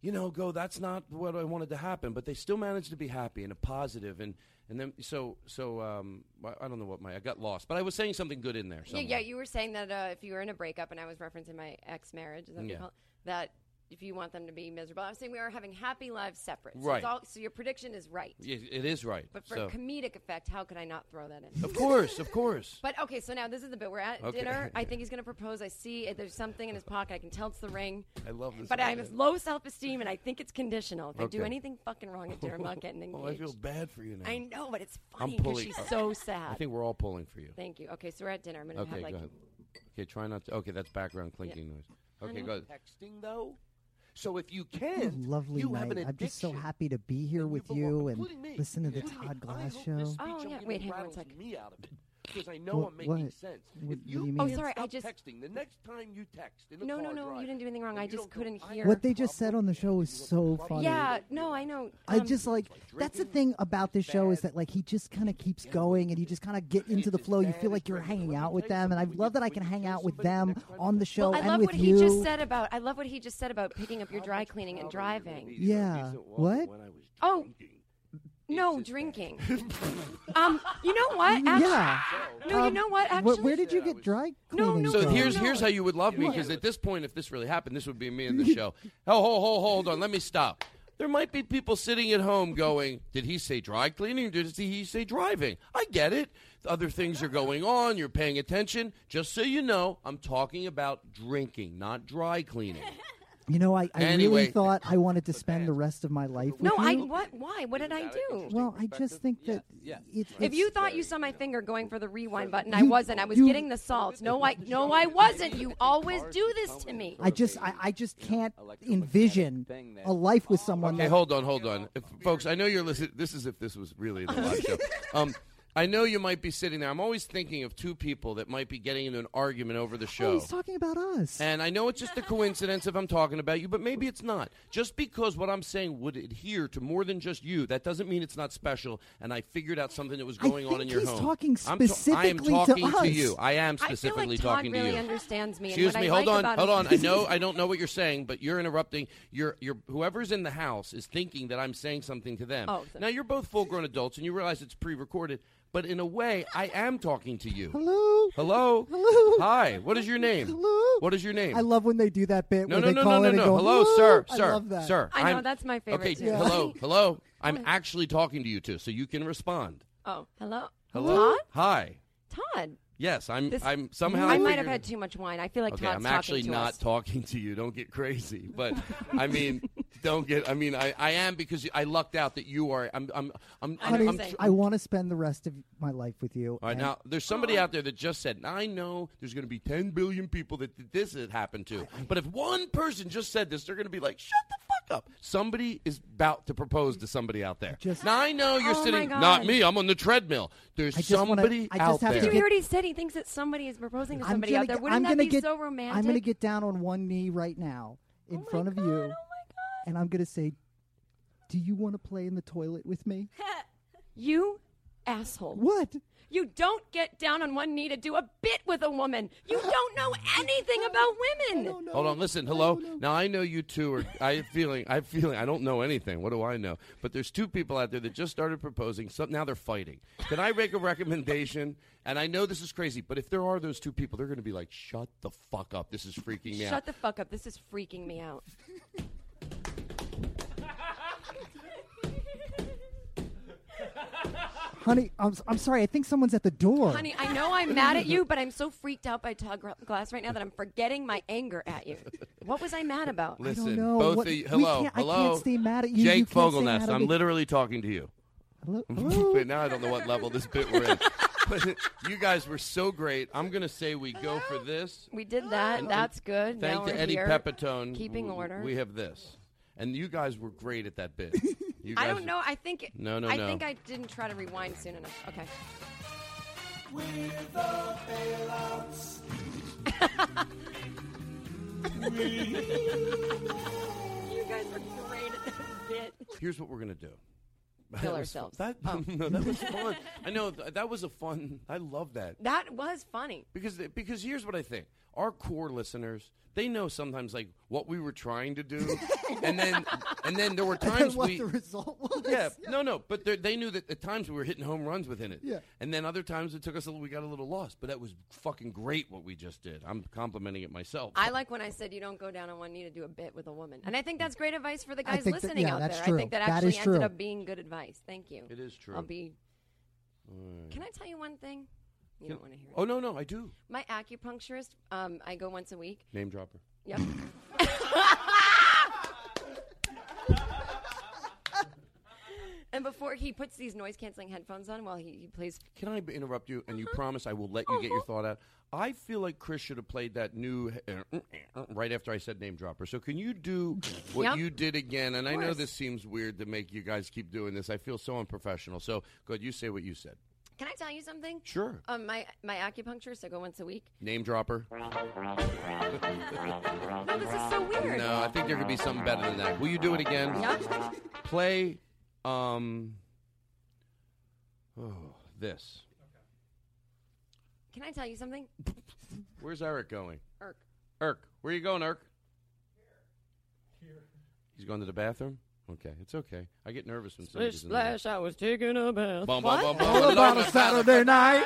B: you know, go. That's not what I wanted to happen, but they still manage to be happy and a positive and. And then, so, so, um, I- I don't know what my, I got lost, but I was saying something good in there.
F: Yeah,
B: Somewhere.
F: yeah. You were saying that uh, if you were in a breakup, and I was referencing my ex-marriage, is that, what you
B: Yeah.
F: call it? that if you want them to be miserable, I was saying we are having happy lives separate. So, it's
B: Right.
F: all, so your prediction is right.
B: Yeah, it is right.
F: But for
B: so.
F: comedic effect, how could I not throw that in?
B: of course, of course.
F: (laughs) But okay, so now this is the bit. We're at
B: Okay.
F: dinner. I think he's going to propose. I see it. there's something in his pocket. I can tell it's the ring.
B: I love this
F: But I
B: idea.
F: have low self esteem, and I think it's conditional. If I do
B: Okay.
F: anything fucking wrong at dinner, I'm not
B: (laughs)
F: getting engaged.
B: Oh, I feel bad for you now.
F: I know, but it's
B: I'm
F: funny 'cause
B: pulling-
F: she's
B: uh,
F: so sad.
B: I think we're all pulling for you.
F: Thank you. Okay, so we're at dinner. I'm going to
B: Okay,
F: have like.
B: go ahead. Okay, try not to. Okay, that's background clinking noise. Okay, go ahead.
K: Texting though. So if you
J: (laughs) What a
K: can,
J: lovely
K: you have
J: night.
K: an
J: I'm just so
K: addiction.
J: happy to be here with you and listen to the Todd Glass show.
K: Oh yeah, wait, hang on a second. Me out of it, because I know
J: What-
K: I'm making
J: what?
K: sense.
J: What-
K: if you,
J: what do you
K: can't
J: mean? Oh, sorry,
F: I
K: stop
F: just-
K: texting. The next time you text in the
F: No,
K: car
F: no, no.
K: drive,
F: You didn't do anything wrong. I just couldn't hear.
J: What they just said on the show is so funny.
F: Yeah, no, I know.
J: I
F: Um,
J: just like that's the thing about this show is that like he just kind of keeps going and you just kind of get into the flow. You feel like you're hanging out with them, and I love that I can hang out with them on the show
F: Well, I love
J: and with
F: what he
J: you.
F: just said about. I love what he just said about picking up your dry cleaning and driving.
J: Yeah. What?
F: Oh, no, drinking. um, you know what? Actu-
J: Yeah.
F: No, you
J: Um,
F: know what?
J: wh-
F: Actually,
J: where did you get dry cleaning?
B: so
J: from?
B: here's here's how you would love me because at this point, if this really happened, this would be me in the show. (laughs) Oh, hold, hold, hold on. Let me stop. There might be people sitting at home going, "Did he say dry cleaning? Did he say driving?" I get it. Other things are going on. You're paying attention. Just so you know, I'm talking about drinking, not dry cleaning.
J: You know, I, I
B: Anyway.
J: really thought I wanted to spend the rest of my life with
F: No, I.
J: you.
F: What? Why? What did I do?
J: Well, I just think that It,
F: If
J: it's-
F: you thought you saw my finger going for the rewind button, I
J: You-
F: wasn't. I was
J: you-
F: getting the salts. No, I no, I wasn't. You always do this to me.
J: I just I, I just can't envision a life with someone
B: Okay,
J: that
B: hold on, hold on, if, folks. I know you're listening. This is if this was really the live
J: (laughs)
B: show. Um, I know you might be sitting there. I'm always thinking of two people that might be getting into an argument over the show.
J: Oh, he's talking
F: (laughs)
J: about us.
B: And I know it's just a coincidence if I'm talking about you, but maybe it's not. Just because what I'm saying would adhere to more than just you, that doesn't mean it's not special. And I figured out something that was going on in your
J: he's
B: home.
J: talking
B: I'm ta- I am
J: specifically to
B: talking to,
J: us.
B: you. I am
F: I feel
B: specifically
F: like Todd
B: talking
F: really
B: to you.
F: understands me. and
B: Excuse
F: what
B: me.
F: I
B: Hold
F: like
B: on.
F: about
B: Hold
F: him-
B: on. I
F: (laughs)
B: know. I don't know what you're saying, but you're interrupting. You're. You're. Whoever's in the house is thinking that I'm saying something to them.
F: Oh, sorry.
B: now you're both full-grown adults, and you realize it's pre-recorded. But in a way, I am talking to you.
J: Hello.
B: Hello.
J: Hello.
B: Hi. What is your name? Hello. What is your name?
J: I love when they do that bit
B: No,
J: where
B: no,
J: they
B: no,
J: call
B: no, no,
J: in
B: no.
J: and go,
B: Hello, sir,
J: "Woo!" I
B: sir,
J: love that.
B: sir.
F: I know,
B: I'm-
F: that's my favorite,
B: Okay,
F: too.
B: hello, hello. I'm actually talking to you too, so you can respond.
F: Oh, hello.
B: Hello, hi.
F: Todd. Todd.
B: Yes, I'm.
F: This-
B: I'm somehow.
F: I might have
B: figured-
F: had too much wine. I feel like
B: okay,
F: Todd's
B: I'm
F: talking
B: actually
F: to
B: not
F: us.
B: talking to you. Don't get crazy, but I mean,
F: (laughs)
B: don't get. I mean, I, I am because I lucked out that you are. I'm. I'm. I'm. I'm,
J: Honey,
B: I'm-
J: I want to spend the rest of my life with you.
B: all right,
J: and
B: now there's somebody out there that just said, "I know there's going to be 10 billion people that th- this has happened to." But if one person just said this, they're going to be like, "Shut the fuck up!" Somebody is about to propose to somebody out there. now I know you're
F: Oh, my
B: sitting.
F: God.
B: Not me. I'm on the treadmill. There's
J: I just wanna-
B: somebody
J: I just
B: out
J: have
B: there.
J: to
F: Dude, he already said he thinks that somebody is proposing to
J: I'm
F: somebody
J: gonna
F: out there.
J: get-
F: Wouldn't
J: I'm
F: that
J: gonna
F: be
J: get,
F: so romantic?
J: I'm going to get down on one knee right now in front of you. Oh my god! And I'm going to say, "Do you want to play in the toilet with me?" (laughs)
F: You asshole.
J: What?
F: You don't get down on one knee to do a bit with a woman. You don't know anything about women.
B: Hold on, listen. Hello. Now I know you two are. I have feeling. I have feeling. I don't know anything. What do I know? But there's two people out there that just started proposing. Some now they're fighting. Can I make a recommendation? And I know this is crazy, but if there are those two people, they're going to be like, "Shut the fuck up! This is freaking me out."
F: Shut the fuck up. This is freaking me out.
J: Honey, I'm, s- I'm sorry. I think someone's at the door.
F: Honey, I know I'm mad at you, but I'm so freaked out by Todd Gr- Glass right now that I'm forgetting my anger at you. What was I mad about?
B: Listen,
J: know.
B: both
J: What-
B: of
J: we
B: you.
J: can't-
B: Hello,
J: I
B: hello.
J: can't stay mad at you. You
B: Jake
J: can't stay
B: Fogelnest,
J: mad at
B: I'm
J: me.
B: literally talking to you.
J: Hello,
B: (laughs) but now I don't know what level this bit we're in. But you guys were so great. I'm going to say we go for this.
F: We did that. Uh, That's good. now
B: Thank
F: we're
B: to Eddie
F: here.
B: Pepitone.
F: Keeping
B: w-
F: order.
B: We have this. And you guys were great at
F: (laughs)
B: that bit. You
F: I
B: guys-
F: don't know. I think. It,
B: No, no,
F: I
B: no.
F: think I didn't try to rewind soon enough. Okay. (laughs) you guys are great at this bit.
B: Here's what we're going to do.
F: Kill
B: That was-
F: ourselves.
B: That,
F: Oh.
B: (laughs) no, that
F: (laughs)
B: was fun. I know. th- That was a fun. I love that.
F: That was funny.
B: Because because here's what I think. Our core listeners, they know sometimes like what we were trying
F: (laughs)
B: to do, and then and then there were
J: And
B: times
J: (laughs) what
B: we
J: the result (laughs) was.
B: yeah no no but they- they knew that at times we were hitting home runs within it
J: Yeah.
B: and then other times it took us a little we got a little lost but that was fucking great what we just did I'm complimenting it myself
F: I like when I said you don't go down on one knee to do a bit with a woman, and I think that's great advice for the
J: I
F: guys
J: think that-
F: listening
J: yeah,
F: out
J: that's
F: there.
J: true.
F: I think that
J: That
F: actually
J: is true.
F: ended up being good advice. Thank you.
B: It is true.
F: I'll be. Can I tell you one thing? You don't want to hear it.
B: oh no no I do
F: My acupuncturist, um, I go once a week.
B: name dropper
F: Yep. (laughs) and before he puts these noise canceling headphones on while he, he plays.
B: can I b- interrupt you and you
F: Uh-huh.
B: promise I will let you get your thought out I feel like Chris should have played that new uh, right after I said name dropper so can you do what
F: Yep.
B: you did again and I know
F: course.
B: this seems weird to make you guys keep doing this I feel so unprofessional so good you say what you said
F: Can I tell you something?
B: Sure.
F: Um, my my acupuncturist, I go once a week.
B: name dropper
F: No, (laughs) this is so weird.
B: No, I think there could be something better than that. Will you do it again?
F: Yep.
B: Play um oh, this.
F: Can I tell you something?
B: Where's Eric going?
F: Irk.
B: Irk, where you going, Irk? He's going to the bathroom? Okay, it's okay. I get nervous when somebody's in there.
F: I was taking a bath.
B: Bum, bum,
F: what?
B: bum, bum, bum, bum, bum, bum.
F: Wait,
B: I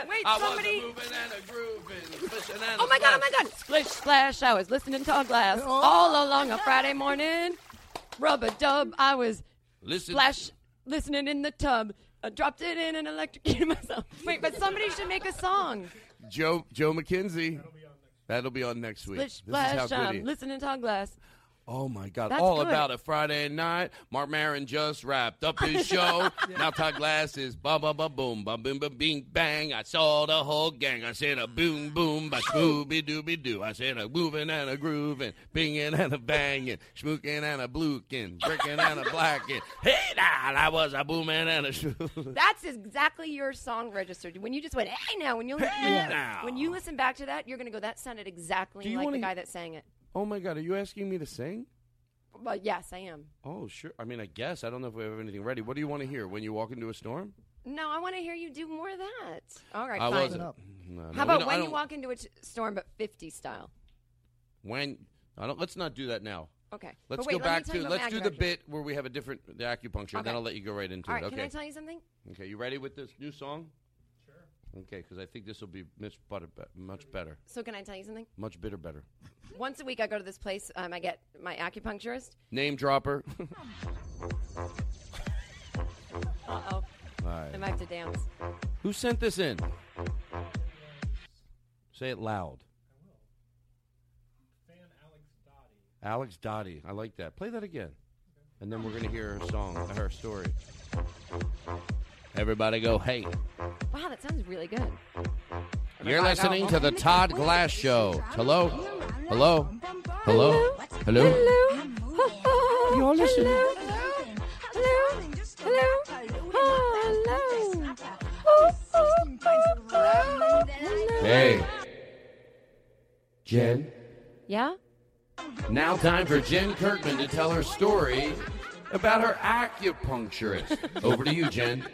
B: was
F: somebody-
B: moving and a grooving, pushing and a
F: Oh my god, oh my
B: slash.
F: god. Splish splash, I was listening to a glass all along a Friday morning. Rub a dub, I was
B: Listen.
F: splash listening in the tub. I dropped it in and electrocuted (laughs) myself. Wait, but somebody should make a song.
B: Joe Joe McKenzie. That'll be on next week.
F: Splish
B: this is how
F: splash,
B: good he
F: I'm listening to a glass.
B: Oh my God!
K: That's
B: All
K: good.
B: about a Friday night. Mark Maron just wrapped up
K: (laughs)
B: his show. Now Todd Glass is ba ba ba boom ba boom ba bing bang. I saw the whole gang. I said a boom boom ba scooby dooby doo. I said a moving and a grooving, binging and a banging, schmooking and a blueking, bricking and a blacking. Hey now, I was a booming and a shoo.
F: That's exactly your song registered. When you just went, hey now, when you
B: Hey now.
F: when you listen back to that, you're gonna go, that sounded exactly
B: Do you
F: like the
B: wanna-
F: guy that sang it.
B: Oh my God! Are you asking me to sing?
F: Well, yes, I am.
B: Oh sure. I mean, I guess I don't know if we have anything ready. What do you want to hear when you walk into a storm?
F: No, I want to hear you do more of that. All right,
B: I
F: fine.
B: wasn't. No, no, we
F: How about
B: don't- I
F: when
B: don't-
F: you walk into a t- storm, but 50 style?
B: When I don't, let's not do that now.
F: Okay. But
B: Let's
F: wait,
B: go
F: let me
B: back
F: tell you
B: to
F: about
B: let's
F: my
B: do the
F: acupuncture.
B: bit where we have a different the acupuncture, and then
F: Okay.
B: I'll let you go right into
F: All
B: it.
F: right,
B: Okay.
F: can I tell you something?
B: okay, you ready with this new song? Sure. Okay, because I think this will be much better, much better,
F: So, can I tell you something?
B: much bitter, better.
F: Once a week, I go to this place. Um, I get my acupuncturist.
B: Name dropper. (laughs) All
F: Uh oh.
B: right.
F: I might have to dance.
B: Who sent this in? Say it loud. Alex Dottie. I like that. Play that again. And then we're going to hear her song, her story. Everybody go, hey.
F: Wow, that sounds really good.
B: You're listening to the Todd Glass Show. Hello? Hello? Hello? Hello?
F: You're listening. Hello? Hello? Hello?
B: Hey. Jen?
F: Yeah?
B: Now, time for Jen Kirkman to tell her story about her (laughs) acupuncturist. Over to you, Jen.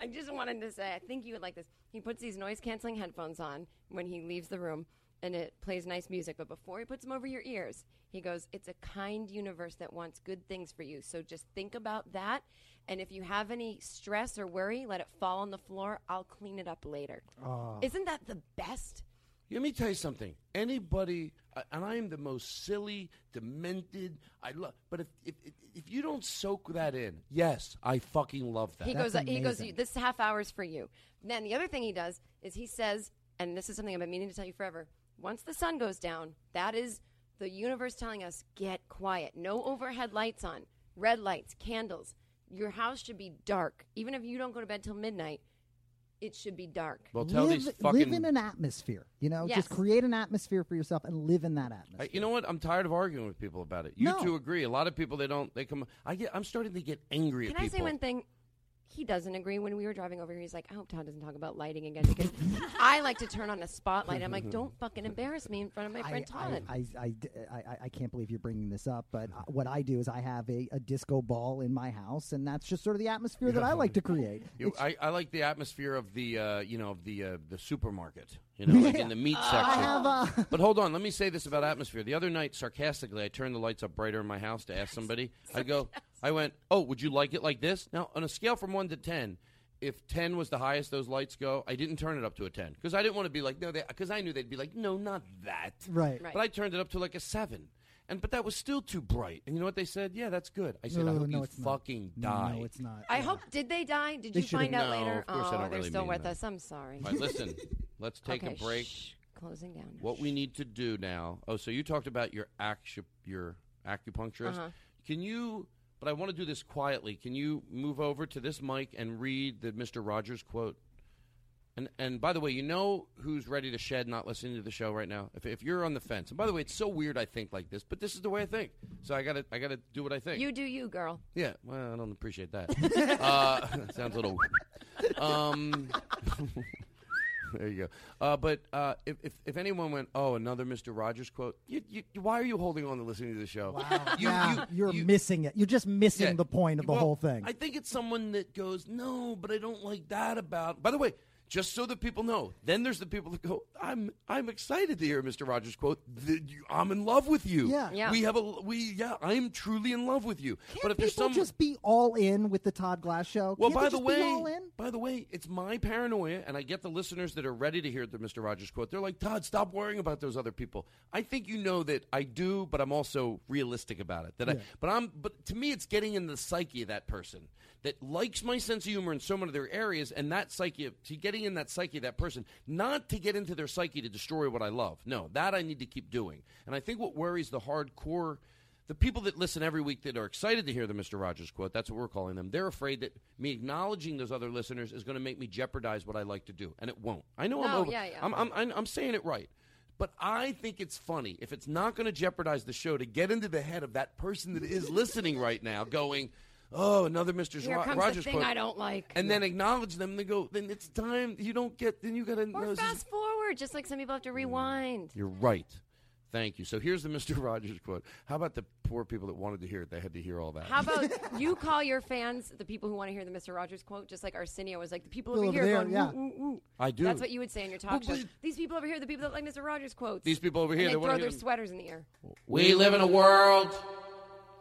F: I just wanted to say, I think you would like this. He puts these noise canceling headphones on when he leaves the room, and it plays nice music. But before he puts them over your ears, he goes, It's a kind universe that wants good things for you. So just think about that. And if you have any stress or worry, let it fall on the floor. I'll clean it up later.
B: Ah.
F: Isn't that the best?
B: Let me tell you something. Anybody, uh, and I am the most silly, demented. I love, but if, if if- if you don't soak that in, yes, I fucking love that.
F: He goes. He goes. "You- This half hour's for you. Then the other thing he does is he says, and this is something I've been meaning to tell you forever. Once the sun goes down, that is the universe telling us get quiet. No overhead lights on. Red lights, candles. Your house should be dark. Even if you don't go to bed till midnight, it should be dark.
B: Well, tell
J: live,
B: these
J: live
B: fucking-
J: in an atmosphere. You know,
F: Yes.
J: just create an atmosphere for yourself and live in that atmosphere.
B: I, you know what? I'm tired of arguing with people about it. You
J: No.
B: two agree. A lot of people they don't. They come. I get. I'm starting to get angry
F: Can
B: at
F: I
B: people.
F: say one thing? He doesn't agree. When we were driving over here, he's like, "I hope Todd doesn't talk about lighting again because I like to turn on a spotlight." I'm like, "Don't fucking embarrass me in front of my friend Todd."
J: I, I, I, I, I- I can't believe you're bringing this up, but uh, what I do is I have a, a disco ball in my house, and that's just sort of the atmosphere that I like to create.
B: (laughs)
J: (laughs)
B: You, I, I like the atmosphere of the uh, you know of the uh, the supermarket,
J: (laughs)
B: you know, like in the meat section. But hold on, let me say this about atmosphere. The other night, sarcastically, I turned the lights up brighter in my house to ask somebody. I go, I went, oh, would you like it like this? Now, on a scale from one to ten, if ten was the highest those lights go, I didn't turn it up to a ten because I didn't want to be like no, because I knew they'd be like no, not that.
J: Right.
B: But I turned it up to like a seven. And but that was still too bright. And you know what they said? Yeah, that's good. I said, I
J: No,
B: hope
J: no,
B: you
J: it's not.
B: fucking
J: No,
B: die.
J: it's not.
F: I hope. Did they die? Did
B: They
F: you
B: should've-
F: find out
B: No,
F: later?
B: of course I
F: oh,
B: don't
F: they're
B: really
F: still
B: mean
F: with
B: that.
F: us. I'm sorry.
B: All
F: (laughs)
B: right, listen, let's take
F: Okay,
B: a break.
F: shh. Closing down.
B: What we need to do now. Oh, so you talked about your acu- your acupuncturist.
F: Uh-huh.
B: Can you? But I want to do this quietly. Can you move over to this mic and read the Mister Rogers quote? And and by the way, you know who's ready to shed not listening to the show right now? If, if you're on the fence. And by the way, it's so weird I think like this, but this is the way I think. So I gotta I gotta do what I think.
F: You do you, girl.
B: Yeah, well, I don't appreciate
J: (laughs)
B: that. uh, (laughs) sounds a little. Um, (laughs) there you go. Uh, but uh, if, if if anyone went, oh, another Mister Rogers quote. You, you, why are you holding on to listening to the show? You- you-
J: yeah, you, are missing it. Ah, You're just missing
B: Yeah.
J: the point of the
B: Well,
J: whole thing.
B: I think it's someone that goes, no, but I don't like that about. By the way. Just so that people know, then there's the people that go, "I'm I'm excited to hear Mr. Rogers quote. The, you, I'm in love with you.
J: Yeah. Yeah.
B: we have a we yeah. I'm truly in love with you. but if
J: People
B: there's some
J: just be all in with the Todd Glass show.
B: well,
J: Can't
B: by
J: they
B: the
J: just be
B: way,
J: all in?
B: by the way, it's my paranoia, and I get the listeners that are ready to hear the Mister Rogers quote. They're like, Todd, stop worrying about those other people. I think you know that I do, but I'm also realistic about it. That I,
K: Yeah.
B: but I'm, but to me, it's getting in the psyche of that person that likes my sense of humor in so many of their areas, and that psyche, of- to getting in that psyche of that person, not to get into their psyche to destroy what I love. No, that I need to keep doing, and I think what worries the hardcore the people that listen every week that are excited to hear the Mr. Rogers quote, that's what we're calling them, they're afraid that me acknowledging those other listeners is going to make me jeopardize what I like to do, and it won't. I know I'm
F: No,
B: over.
F: yeah, yeah.
B: I'm, I'm, I'm, I'm saying it right. But I think it's funny if it's not going to jeopardize the show to get into the head of that person that is listening right now going, oh, another Mr.
F: Here
B: Ro-
F: comes the
B: Rogers
F: thing
B: quote,"
F: I don't like.
B: And then acknowledge them and then go, then it's time. You don't get, then you got to.
F: Or fast forward, just like some people have
B: Mm.
F: to rewind.
B: You're right. Thank you. So here's the Mr. (laughs) Rogers quote. How about the poor people that wanted to hear it? They had to hear all that. (laughs)
F: How about you call your fans the people who want to hear the Mr. Rogers quote, just like Arsenio was like the people over,
B: People
F: here.
B: over there,
F: going,
B: yeah.
F: "Ooh, ooh, ooh."
B: I do.
F: That's what you would say in your talk
B: Well,
F: show. These people over here, the people that like Mr. Rogers quotes.
B: These people over
F: And
B: here,
F: they
B: they wanna
F: throw
B: hear
F: their
B: them. Oh,
F: sweaters in the air.
B: We live in a world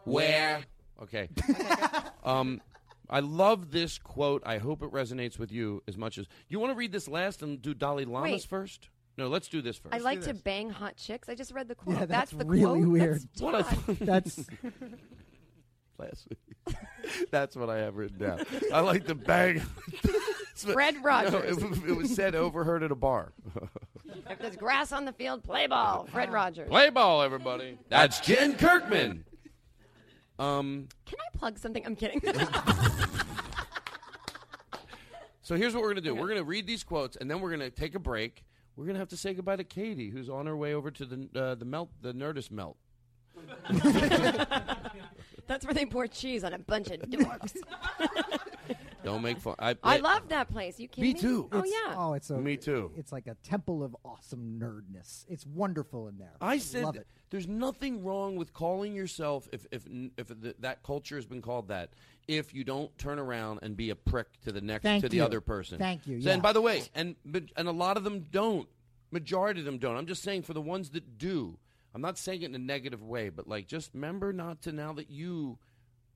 B: where. Okay. (laughs) um, I love this quote. I hope it resonates with you as much as. You want to read this last and do Dalai Lama's
F: Wait.
B: first? No, let's do this first.
F: I like to bang hot chicks. I just read the quote.
B: Yeah,
F: that's,
B: that's
F: the
B: really
F: quote.
B: weird.
F: That's
B: (laughs) What I
F: Todd.
B: thought- That's- last week. (laughs) That's what I have written down. I like to bang. (laughs)
F: Fred
B: No,
F: Rogers.
B: it, w- it was said overheard at a bar. (laughs)
F: if there's grass on the field, play ball. Fred Rogers.
B: Play ball, everybody. That's Jen Kirkman. Um,
F: Can I plug something? I'm
B: (laughs)
F: kidding.
B: so here's what we're going to do we're going to read these quotes, and then we're going to take a break. We're going to have to say goodbye to Katie, who's on her way over to the, uh, the melt, the Nerdist melt.
F: that's where they pour cheese on a bunch of
J: (laughs)
F: dorks.
B: Don't make fun. I,
F: I love that place. You kidding me? Oh
J: It's-
F: yeah.
J: Oh, it's a,
B: Me too.
J: It's like a temple of awesome nerdness. It's wonderful in there.
B: I said
J: love
B: th-
J: it.
B: there's nothing wrong with calling yourself if if n- if th- that culture has been called that. If you don't turn around and be a prick to the next
J: Thank
B: to the
J: you.
B: other person.
J: Thank you,
B: So- And
J: yeah.
B: by the way, and but- and a lot of them don't. Majority of them don't. I'm just saying for the ones that do. I'm not saying it in a negative way, but like just remember not to now that you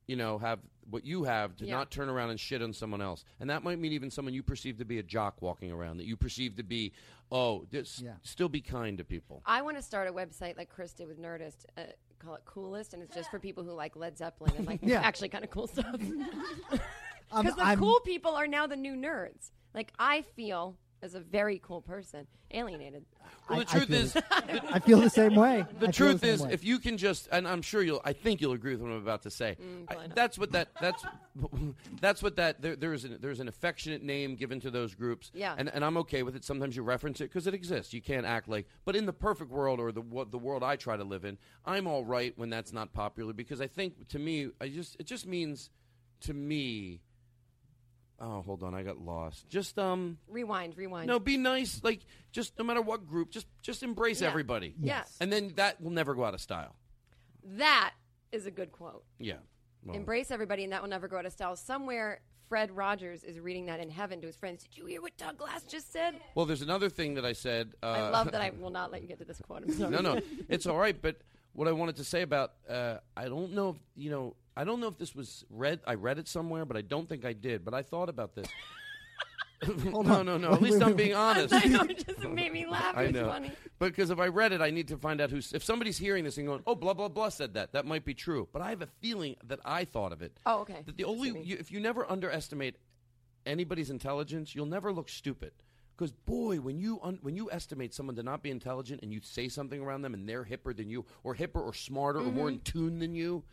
B: you know have what you have to
K: Yeah.
B: not turn around and shit on someone else. And that might mean even someone you perceive to be a jock walking around that you perceive to be oh, this, still be kind to people.
F: I want to start a website like Chris did with Nerdist. Uh, call it Coolest, and it's just for people who like Led Zeppelin and
J: (laughs)
F: like
B: Yeah.
F: actually kind of cool (laughs) stuff.
J: Um,
F: Because the
J: I'm-
F: cool people are now the new nerds. Like I feel as a very cool person, alienated.
B: Well, the truth is,
J: I feel the (laughs) same way.
B: The
J: I feel
B: truth
J: same
B: is,
J: way.
B: if you can just, and I'm sure you'll, I think you'll agree with what I'm about to say. I- that's what that that's (laughs) that's what that there, there's an there's an affectionate name given to those groups.
K: Yeah.
B: and and I'm okay with it. Sometimes you reference it because it exists. You can't act like, but in the perfect world or the what the world I try to live in, I'm all right when that's not popular because I think to me, I just it just means to me. Oh, hold on, I got lost. Just um.
F: Rewind, rewind.
B: No, be nice. Like just no matter what group, just just embrace
F: Yeah.
B: everybody.
F: Yeah. Yes.
B: And then that will never go out of style.
F: That is a good quote.
B: Yeah. Well,
F: Embrace everybody, and that will never go out of style. Somewhere, Fred Rogers is reading that in heaven to his friends. Did you hear what Doug Glass just said?
B: well, there's another thing that I said. Uh,
F: I love
B: (laughs)
F: that I (laughs) will not let you get to this quote. I'm sorry.
B: no, no, it's all right. But what I wanted to say about uh, I don't know if you know I don't know if this was read. I read it somewhere, but I don't think I did. But I thought
K: (laughs)
B: about this. no,
K: on.
B: no, no.
K: Wait,
B: At least
K: wait,
B: I'm
K: wait.
B: being honest.
K: I know, it just made me laugh.
B: (laughs) I
K: It was
B: know.
K: funny.
B: Because if I read it, I need to find out who's. If somebody's hearing this and going, "Oh, blah blah blah," said that. That might be true. But I have a feeling that I thought of it.
F: Oh, okay.
B: That the only you, if you never underestimate anybody's intelligence, you'll never look stupid. Because boy, when you un, when you estimate someone to not be intelligent and you say something around them and they're hipper than you, or hipper, or smarter, or more
F: Mhm.
B: in tune than you,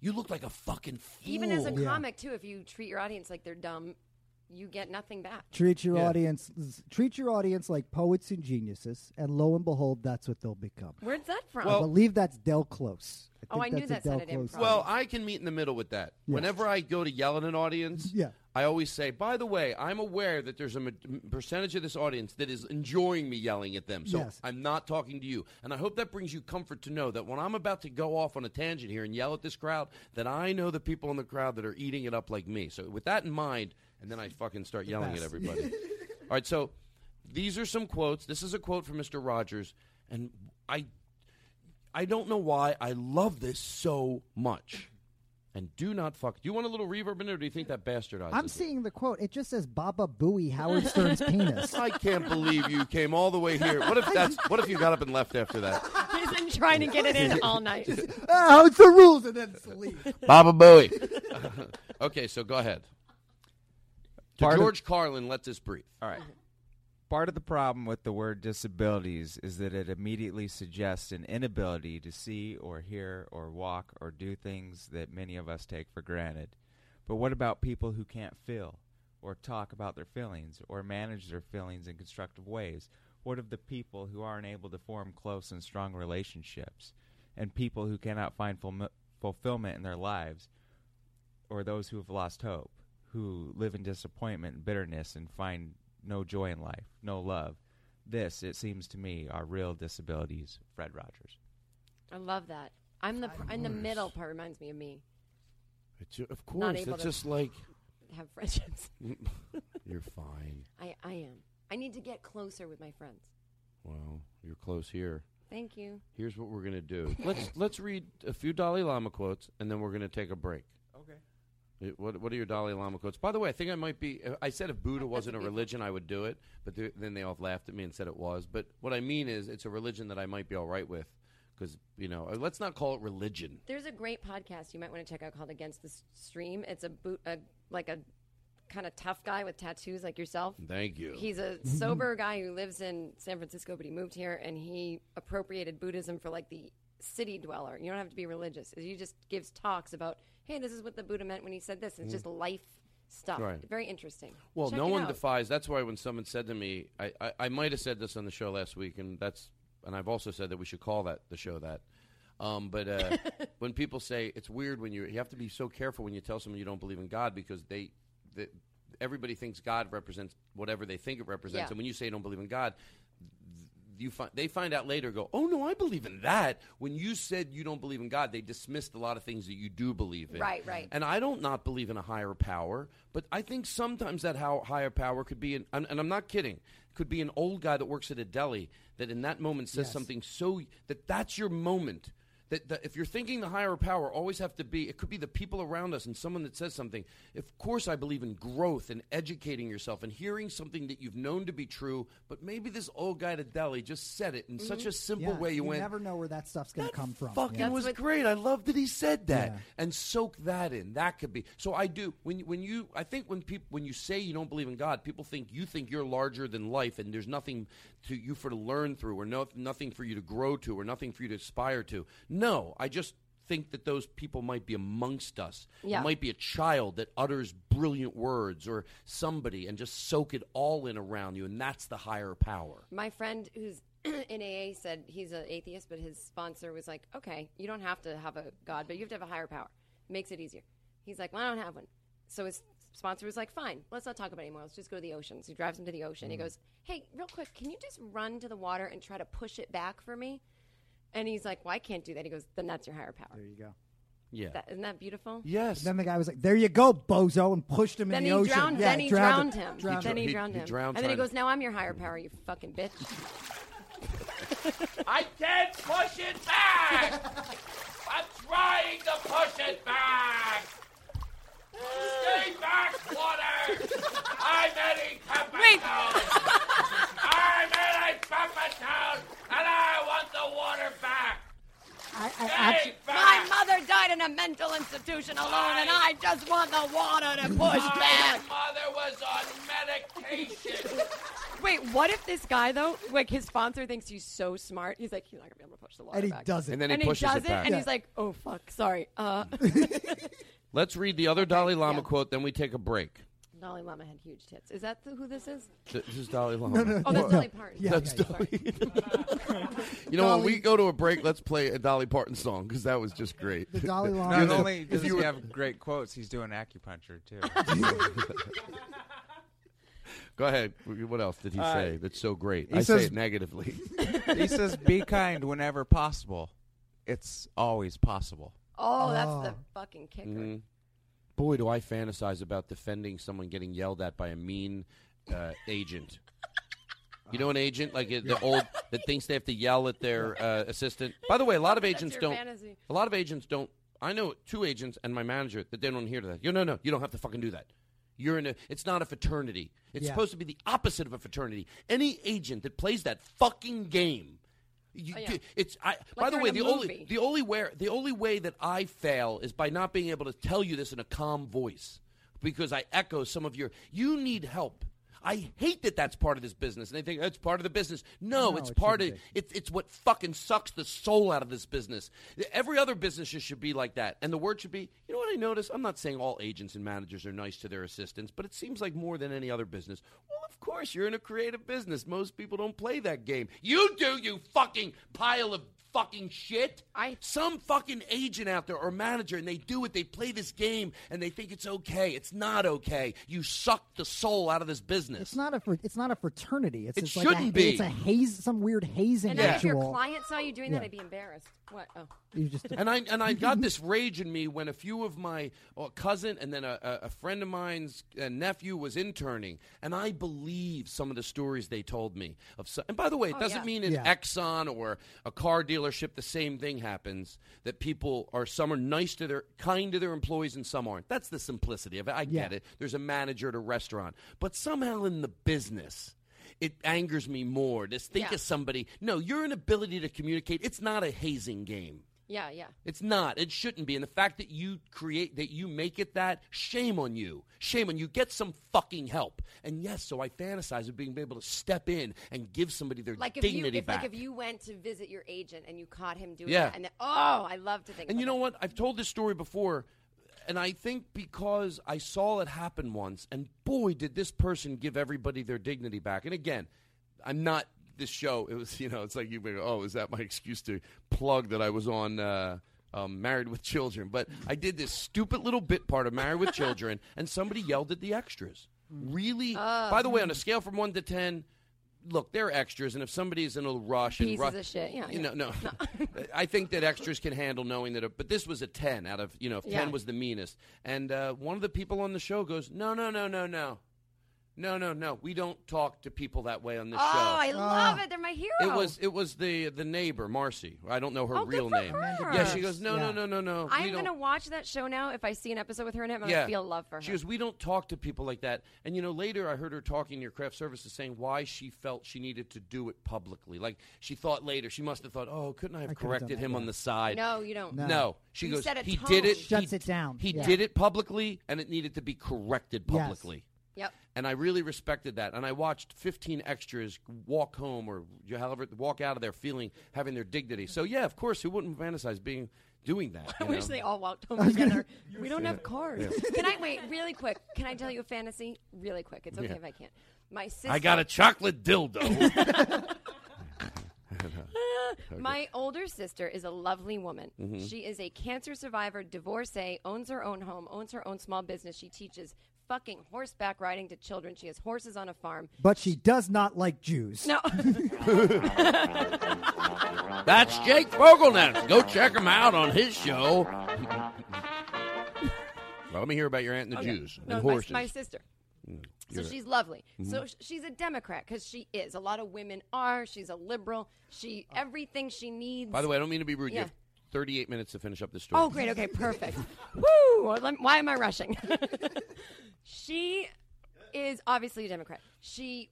B: you look like a fucking fool.
F: Even as a comic, too, if you treat your audience like they're dumb, you get nothing back.
J: treat your
B: Yeah.
J: audience treat your audience like poets and geniuses, and lo and behold, that's what they'll become.
F: Where's that from?
J: I believe that's Del Close. I
F: Oh,
J: think
F: I knew
J: that's a
F: that
J: Del
F: sounded
J: Close.
B: Well, I can meet in the middle with that.
J: Yeah.
B: Whenever I go to yell at an audience,
J: Yeah.
B: I always say, by the way, I'm aware that there's a ma- percentage of this audience that is enjoying me yelling at them. So
K: Yes.
B: I'm not talking to you. And I hope that brings you comfort to know that when I'm about to go off on a tangent here and yell at this crowd, that I know the people in the crowd that are eating it up like me. So with that in mind, and then I fucking start yelling at
K: best.
J: (laughs)
B: everybody. All right, so these are some quotes. This is a quote from Mr. Rogers, and I I don't know why I love this so much. And do not fuck. Do you want a little reverb in there, or do you think that bastardizes?
J: I'm
B: it?
J: seeing the quote. It just says Baba Booey
F: (laughs)
J: Howard Stern's
B: (laughs)
J: penis.
B: I can't believe you came all the way here. What if that's? What if you got up and left after that? (laughs)
F: He's been trying to get it in all night.
J: oh, it's the rules, and then sleep.
B: Baba Bowie. okay, so go ahead. To
C: Part of-
B: George Carlin, let this breathe. All right.
C: Part of the problem with the word disabilities is that it immediately suggests an inability to see or hear or walk or do things that many of us take for granted. But what about people who can't feel or talk about their feelings or manage their feelings in constructive ways? What of the people who aren't able to form close and strong relationships and people who cannot find fulmi- fulfillment in their lives or those who have lost hope, who live in disappointment and bitterness and find no joy in life, no love. This, it seems to me, are real disabilities. Fred Rogers.
F: I love that. I'm the in the middle part reminds me of me.
B: It's, of
F: Not
B: course,
F: able
B: it's
F: to (laughs)
B: just like
F: have friendships. (laughs)
B: you're fine.
F: I I am. I need to get closer with my friends.
B: Well, you're close here.
F: Thank you.
B: Here's what we're gonna do. let's let's read a few Dalai Lama quotes, and then we're gonna take a break.
C: Okay.
B: It- What What are your Dalai Lama quotes? By the way, I think I might be. uh, I said if Buddha wasn't a religion, I would do it. But th- then they all laughed at me and said it was. But what I mean is, it's a religion that I might be all right with, because you know, uh, let's not call it religion.
F: There's a great podcast you might want to check out called Against the S- Stream. It's a boot, a, like a kind of tough guy with tattoos like yourself.
B: Thank you.
F: He's
B: (laughs)
F: a sober guy who lives in San Francisco, but he moved here and he appropriated Buddhism for like the city dweller. You don't have to be religious. He just gives talks about, hey, this is what the Buddha meant when he said this. It's
B: Mhm.
F: just life stuff.
B: Right.
F: Very interesting.
B: Well,
F: Check
B: no
F: it
B: one
F: out.
B: defies. That's why when someone said to me, I, I, I might have said this on the show last week, and that's and I've also said that we should call that the show that. Um,
F: (laughs)
B: but uh, when people say it's weird when you you have to be so careful when you tell someone you don't believe in God because they, they everybody thinks God represents whatever they think it represents,
L: Yeah.
B: and when you say you don't believe in God. th- You find, they find out later, go, oh no, I believe in that. When you said you don't believe in God, they dismissed a lot of things that you do believe in.
F: Right, right.
B: And I don't not believe in a higher power, but I think sometimes that how higher power could be, an, and, and I'm not kidding, could be an old guy that works at a deli that in that moment says
L: Yes.
B: something so that that's your moment. That, that if you're thinking the higher power, always have to be. It could be the people around us and someone that says something. Of course, I believe in growth and educating yourself and hearing something that you've known to be true. But maybe this old guy at a deli just said it in such a simple
J: Mm-hmm. Yeah,
B: way. You,
J: you
B: went,
J: never know where that stuff's going to come from.
B: fucking
J: yeah.
B: was great. I love that he said that
J: Yeah.
B: and soak that in. That could be. So I do when when you I think when people when you say you don't believe in God, people think you think you're larger than life and there's nothing to you for to learn through or no, nothing for you to grow to or nothing for you to aspire to. No, I just think that those people might be amongst us.
L: Yeah.
B: It might be a child that utters brilliant words or somebody and just soak it all in around you and that's the higher power.
F: My friend who's (clears throat) in AA said he's an atheist, but his sponsor was like, okay, you don't have to have a God, but you have to have a higher power. makes it easier. He's like, well, I don't have one. So his sponsor was like, fine, let's not talk about it anymore. Let's just go to the ocean. So he drives him to the ocean. He
J: Mm-hmm.
M: Mm.
F: goes, hey, real quick, can you just run to the water and try to push it back for me? And he's like, well, I can't do that. He goes, then that's your higher power. There
J: you go.
B: Yeah.
F: That, isn't that beautiful?
B: Yes.
J: Then the guy was like, "There you go, bozo," and pushed him
F: Then
J: in
F: he,
J: the ocean.
F: drowned,
J: yeah,
F: then he drowned,
J: drowned
F: him.
J: Drowned
F: Then he
B: He-
F: drowned
B: he
F: him.
B: drowned
F: and then he
B: trying
F: goes, now I'm your higher power, you fucking bitch.
B: I can't push it back. (laughs) I'm trying to push it back. Stay back, water. I'm in a capital. I'm in a capital, and I want the water back.
J: I,
B: I actu-
F: My mother died in a mental institution alone, and I just want the water to push back.
B: mother was on medication.
F: (laughs) Wait, what if this guy though, like his sponsor thinks he's so smart, he's like he's not gonna be able to push the water
B: And he
F: back.
B: doesn't. And then he pushes it
F: doesn't,
B: back.
F: and
B: Yeah.
F: he's like, oh fuck, sorry. Uh, (laughs)
B: Let's read the other Dalai Lama quote, then we take a break.
F: Dalai Lama had huge tits. Is that the, who this is?
B: Th- This is Dalai Lama.
F: No, no, Oh, that's no. Dolly Parton. Yeah,
B: That's
F: yeah,
B: Dolly.
F: (laughs)
B: you know, when we go to a break, let's play a Dolly Parton song because that was just great.
J: The Dalai Lama.
B: You
C: Not
B: know,
C: only
B: (laughs) if
C: does
B: you
C: he
B: were-
C: have great quotes, he's doing acupuncture (laughs) too.
B: Go ahead. What else did he
C: Uh,
B: say that's so great?
C: he
B: I say
C: says-
B: it negatively.
C: (laughs) he says, "Be kind whenever possible. It's always possible."
F: (laughs) Oh, that's the fucking kicker.
B: Mhm. Boy, do I fantasize about defending someone getting yelled at by a mean uh, agent. You know, an agent like uh, the old that thinks they have to yell at their uh, assistant. By the way, a lot of
L: That's
B: agents
L: your
B: don't.
L: fantasy.
B: A lot of agents don't. I know two agents and my manager that they don't hear that. You no, no, you don't have to fucking do that. You're in a. It's not a fraternity. It's
L: Yeah.
B: supposed to be the opposite of a fraternity. Any agent that plays that fucking game. You,
L: Oh, yeah.
B: It's I. by
L: Like
B: the
L: they're
B: way,
L: in
B: the
L: a
B: only
L: movie.
B: the only where the only way that I fail is by not being able to tell you this in a calm voice because I echo some of your you need help. I hate that that's part of this business. And they think that's part of the business. No,
L: No,
B: it's
L: it
B: part of
L: shouldn't
B: it's it's what fucking sucks the soul out of this business. Every other business just should be like that. And the word should be, you know what I notice? I'm not saying all agents and managers are nice to their assistants, but it seems like more than any other business. Well, of course, you're in a creative business. Most people don't play that game. You do, you fucking pile of fucking shit. I some fucking agent out there or manager and they do it, they play this game and they think it's okay. It's not okay. You suck the soul out of this business.
J: It's not a fr- it's not a fraternity. It's
B: It
J: just like a,
B: shouldn't be.
J: It's a haze, some weird hazing
F: And if your
J: ritual.
F: client saw you doing
J: Yeah.
F: that, I'd be embarrassed. What? Oh.
J: You just-
B: (laughs) and I and I got this rage in me when a few of my uh, cousin and then a, a a friend of mine's uh, nephew was interning, and I believed some of the stories they told me. Of so, and by the way, it
L: Oh,
B: doesn't
L: yeah.
B: mean in
L: Yeah.
B: Exxon or a car dealership the same thing happens. That people are some are nice to their kind to their employees and some aren't. That's the simplicity of it. I get
L: Yeah.
B: it. There's a manager at a restaurant, but somehow in the business. It angers me more. Just think
F: Yeah.
B: of somebody. No, your inability to communicate. It's not a hazing game.
F: Yeah, yeah.
B: It's not. It shouldn't be. And the fact that you create that you make it that, shame on you. Shame on you. Get some fucking help. And yes, so I fantasize of being able to step in and give somebody their
F: Like if
B: dignity
F: you, if,
B: back.
F: like if you went to visit your agent and you caught him doing
B: Yeah.
F: that, and then, oh, I love to think.
B: and
F: about
B: you know what? I've told this story before, and I think because I saw it happen once, and boy, did this person give everybody their dignity back. And again, I'm not this show. It was (laughs) you know, it's like you may go, oh, is that my excuse to plug that I was on? Uh, um, Married with Children, but I did this stupid little bit part of Married with Children, and somebody yelled at the extras. Really?
F: Oh,
B: By the way,
F: Hmm.
B: on a scale from one to ten, look, they're extras, and if somebody's in a rush and
F: Pieces
B: rush,
F: of shit, yeah,
B: you
F: yeah.
B: know, no, (laughs) I think that extras can handle knowing that. A, but this was a ten out of you know, if
L: Yeah.
B: ten was the meanest, and uh, one of the people on the show goes, "No, no, no, no, no, no, no, no. We don't talk to people that way on
F: it.
B: this
F: oh,
B: show."
F: I love it. They're my hero.
B: It was it was the the neighbor Marcy. I don't know her
F: Oh, good
B: real
F: for
B: name.
F: her.
B: Yeah, she goes, "No,
F: Yeah.
B: no, no, no, no. we
F: I'm
B: don't-
F: gonna watch that show now. If I see an episode with her in it, I'm
B: yeah.
F: gonna feel love for her.
B: She
F: (laughs)
B: goes, we don't talk to people like that. And you know, later I heard her talking to your craft services saying why she felt she needed to do it publicly. Like she thought later, she must have thought, oh, couldn't I have
L: could've
B: corrected
L: done that,
B: him on
L: yeah.
B: the side?
F: No, you don't.
B: No,
F: No.
B: she
F: You
B: goes,
F: set a
B: he
F: tone."
B: did it.
J: Shuts
B: he,
J: it down.
B: He
J: Yeah.
B: did it publicly, and it needed to be corrected
J: Yes.
B: publicly.
F: mm-hmm. Yep.
B: And I really respected that. And I watched 15 extras walk home or you- however walk out of there feeling having their dignity. So yeah, of course, who wouldn't fantasize being doing that?
F: (laughs) I
B: you
F: wish
B: know?
F: they all walked home together. we don't
B: Yeah.
F: have cars.
B: Yeah.
F: Can I wait really quick? Can I tell you a fantasy really quick? It's okay
B: Yeah.
F: if I can't. My sister.
B: I got a chocolate (laughs) dildo.
F: (laughs) (laughs) My older sister is a lovely woman.
B: Mm-hmm.
M: Mhm.
F: She is a cancer survivor, divorcee, owns her own home, owns her own small business. She teaches fucking horseback riding to children. She has horses on a farm.
J: but she does not like Jews.
B: (laughs)
F: No.
B: That's Jake Fogelnest. Go check him out on his show. (laughs) Well, let me hear about your aunt and the
F: Okay.
B: Jews
F: No,
B: and
F: my-
B: horses.
F: my sister.
B: Mm,
F: So
B: you're right.
F: she's lovely. So
B: Mhm.
F: sh- she's a Democrat because she is. A lot of women are. She's a liberal. She everything she needs.
B: Uh, By the way, I don't mean to be rude. You
F: Yeah.
B: have 38 minutes to finish up this story.
F: Oh, great. Okay,
B: (laughs)
F: perfect. Woo! Well, lem- Why am I rushing? (laughs) she is obviously a Democrat. She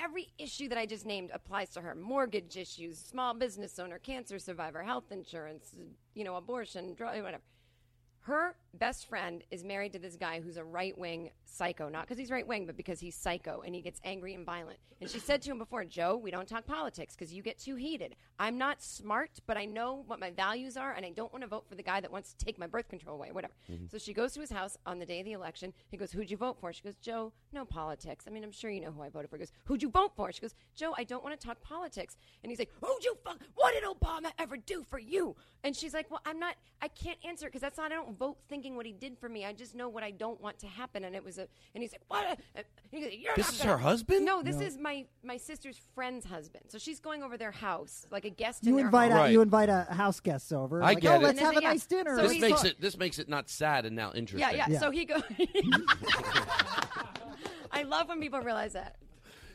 F: every issue that I just named applies to her: mortgage issues, small business owner, cancer survivor, health insurance, you know, abortion, drug, whatever. Her best friend is married to this guy who's a right wing psycho, not because he's right wing, but because he's psycho and he gets angry and violent. And she said to him before, Joe, we don't talk politics because you get too heated. I'm not smart, but I know what my values are, and I don't want to vote for the guy that wants to take my birth control away, whatever.
M: Mhm.
B: Mm-hmm.
F: So she goes to his house on the day of the election. He goes, Who'd you vote for? She goes, Joe, no politics. I mean, I'm sure you know who I voted for. He goes, Who'd you vote for? She goes, Joe, I don't want to talk politics. And he's like, Who'd you fuck? What did Obama ever do for you? And she's like, Well, I'm not, I can't answer because that's not, I don't vote thinking what he did for me. I just know what I don't want to happen. And it was a, and he's like, What? a- and he's like, "You're
B: This
F: not
B: is
F: gonna-"
B: her husband?
F: No, this
B: No.
F: is my my sister's friend's husband. So she's going over their house, like a guest in
J: You
F: their
J: invite
F: home.
J: a, you invite a house guest over.
B: I
J: like,
B: get
J: oh,
B: it.
J: let's have a
F: Yeah.
J: nice dinner.
F: So
B: this
F: he's
B: makes
F: talk-
B: it this makes it not sad and now interesting.
F: Yeah, yeah, So he goes. I love when people realize that.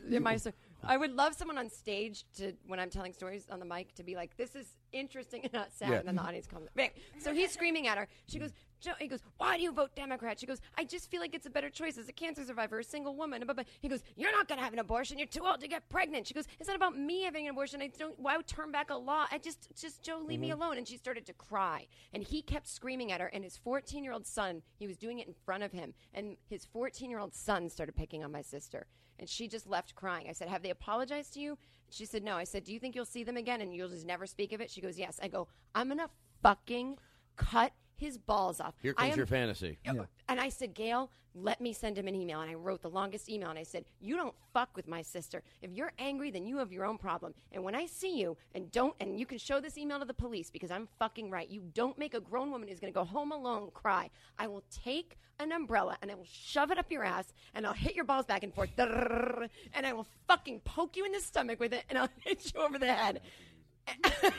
F: They're my sto- I would love someone on stage to when I'm telling stories on the mic to be like, "This is interesting and not sad,"
M: Yeah.
F: and then the audience comes. back. So he's screaming at her. She goes. Joe, he goes, why do you vote Democrat? She goes, I just feel like it's a better choice as a cancer survivor, a single woman. Blah, blah. He goes, you're not going to have an abortion. You're too old to get pregnant. She goes, it's not about me having an abortion. I don't, why would turn back a law? I just, just Joe, leave me
M: Mhm.
F: alone alone, and she started to cry and he kept screaming at her and his 14 year old son he was doing it in front of him and his 14 year old son started picking on my sister And she just left crying. I said, Have they apologized to you? She said, No. I said, Do you think you'll see them again and you'll just never speak of it? She goes, Yes. I go, I'm going to fucking cut his balls off.
B: Here
F: I
B: comes
F: am-
B: your fantasy.
F: And I said, Gail, let me send him an email. And I wrote the longest email and I said, You don't fuck with my sister. If you're angry, then you have your own problem. And when I see you and don't, and you can show this email to the police because I'm fucking right. You don't make a grown woman who's going to go home alone cry. I will take an umbrella and I will shove it up your ass and I'll hit your balls back and forth. Drrrr. And I will fucking poke you in the stomach with it and I'll (laughs) hit you over the head.
B: Sorry.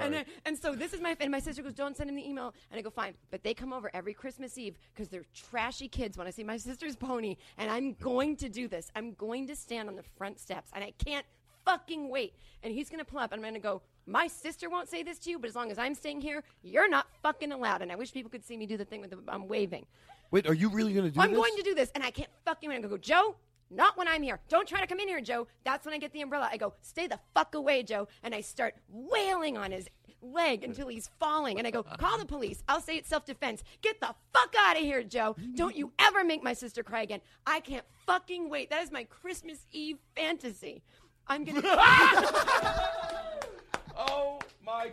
F: (laughs) And, I- and so this is my and my sister goes, don't send him the email. And I go, fine. But they come over every Christmas Eve because they're trashy kids. When I see my sister's pony, and I'm going to do this. I'm going to stand on the front steps, and I can't fucking wait. And he's gonna pull up, and I'm gonna go. My sister won't say this to you, but as long as I'm staying here, you're not fucking allowed. And I wish people could see me do the thing with the, I'm waving.
B: Wait, are you really going to do
F: I'm
B: this?
F: going to do this, and I can't fucking win. I go, Joe, not when I'm here. Don't try to come in here, Joe. That's when I get the umbrella. I go, stay the fuck away, Joe. And I start wailing on his leg until he's falling. And I go, call the police. I'll say it's self defense. Get the fuck out of here, Joe. Don't you ever make my sister cry again. I can't fucking wait. That is my Christmas Eve fantasy. I'm gonna.
B: (laughs)
F: (laughs)
B: oh my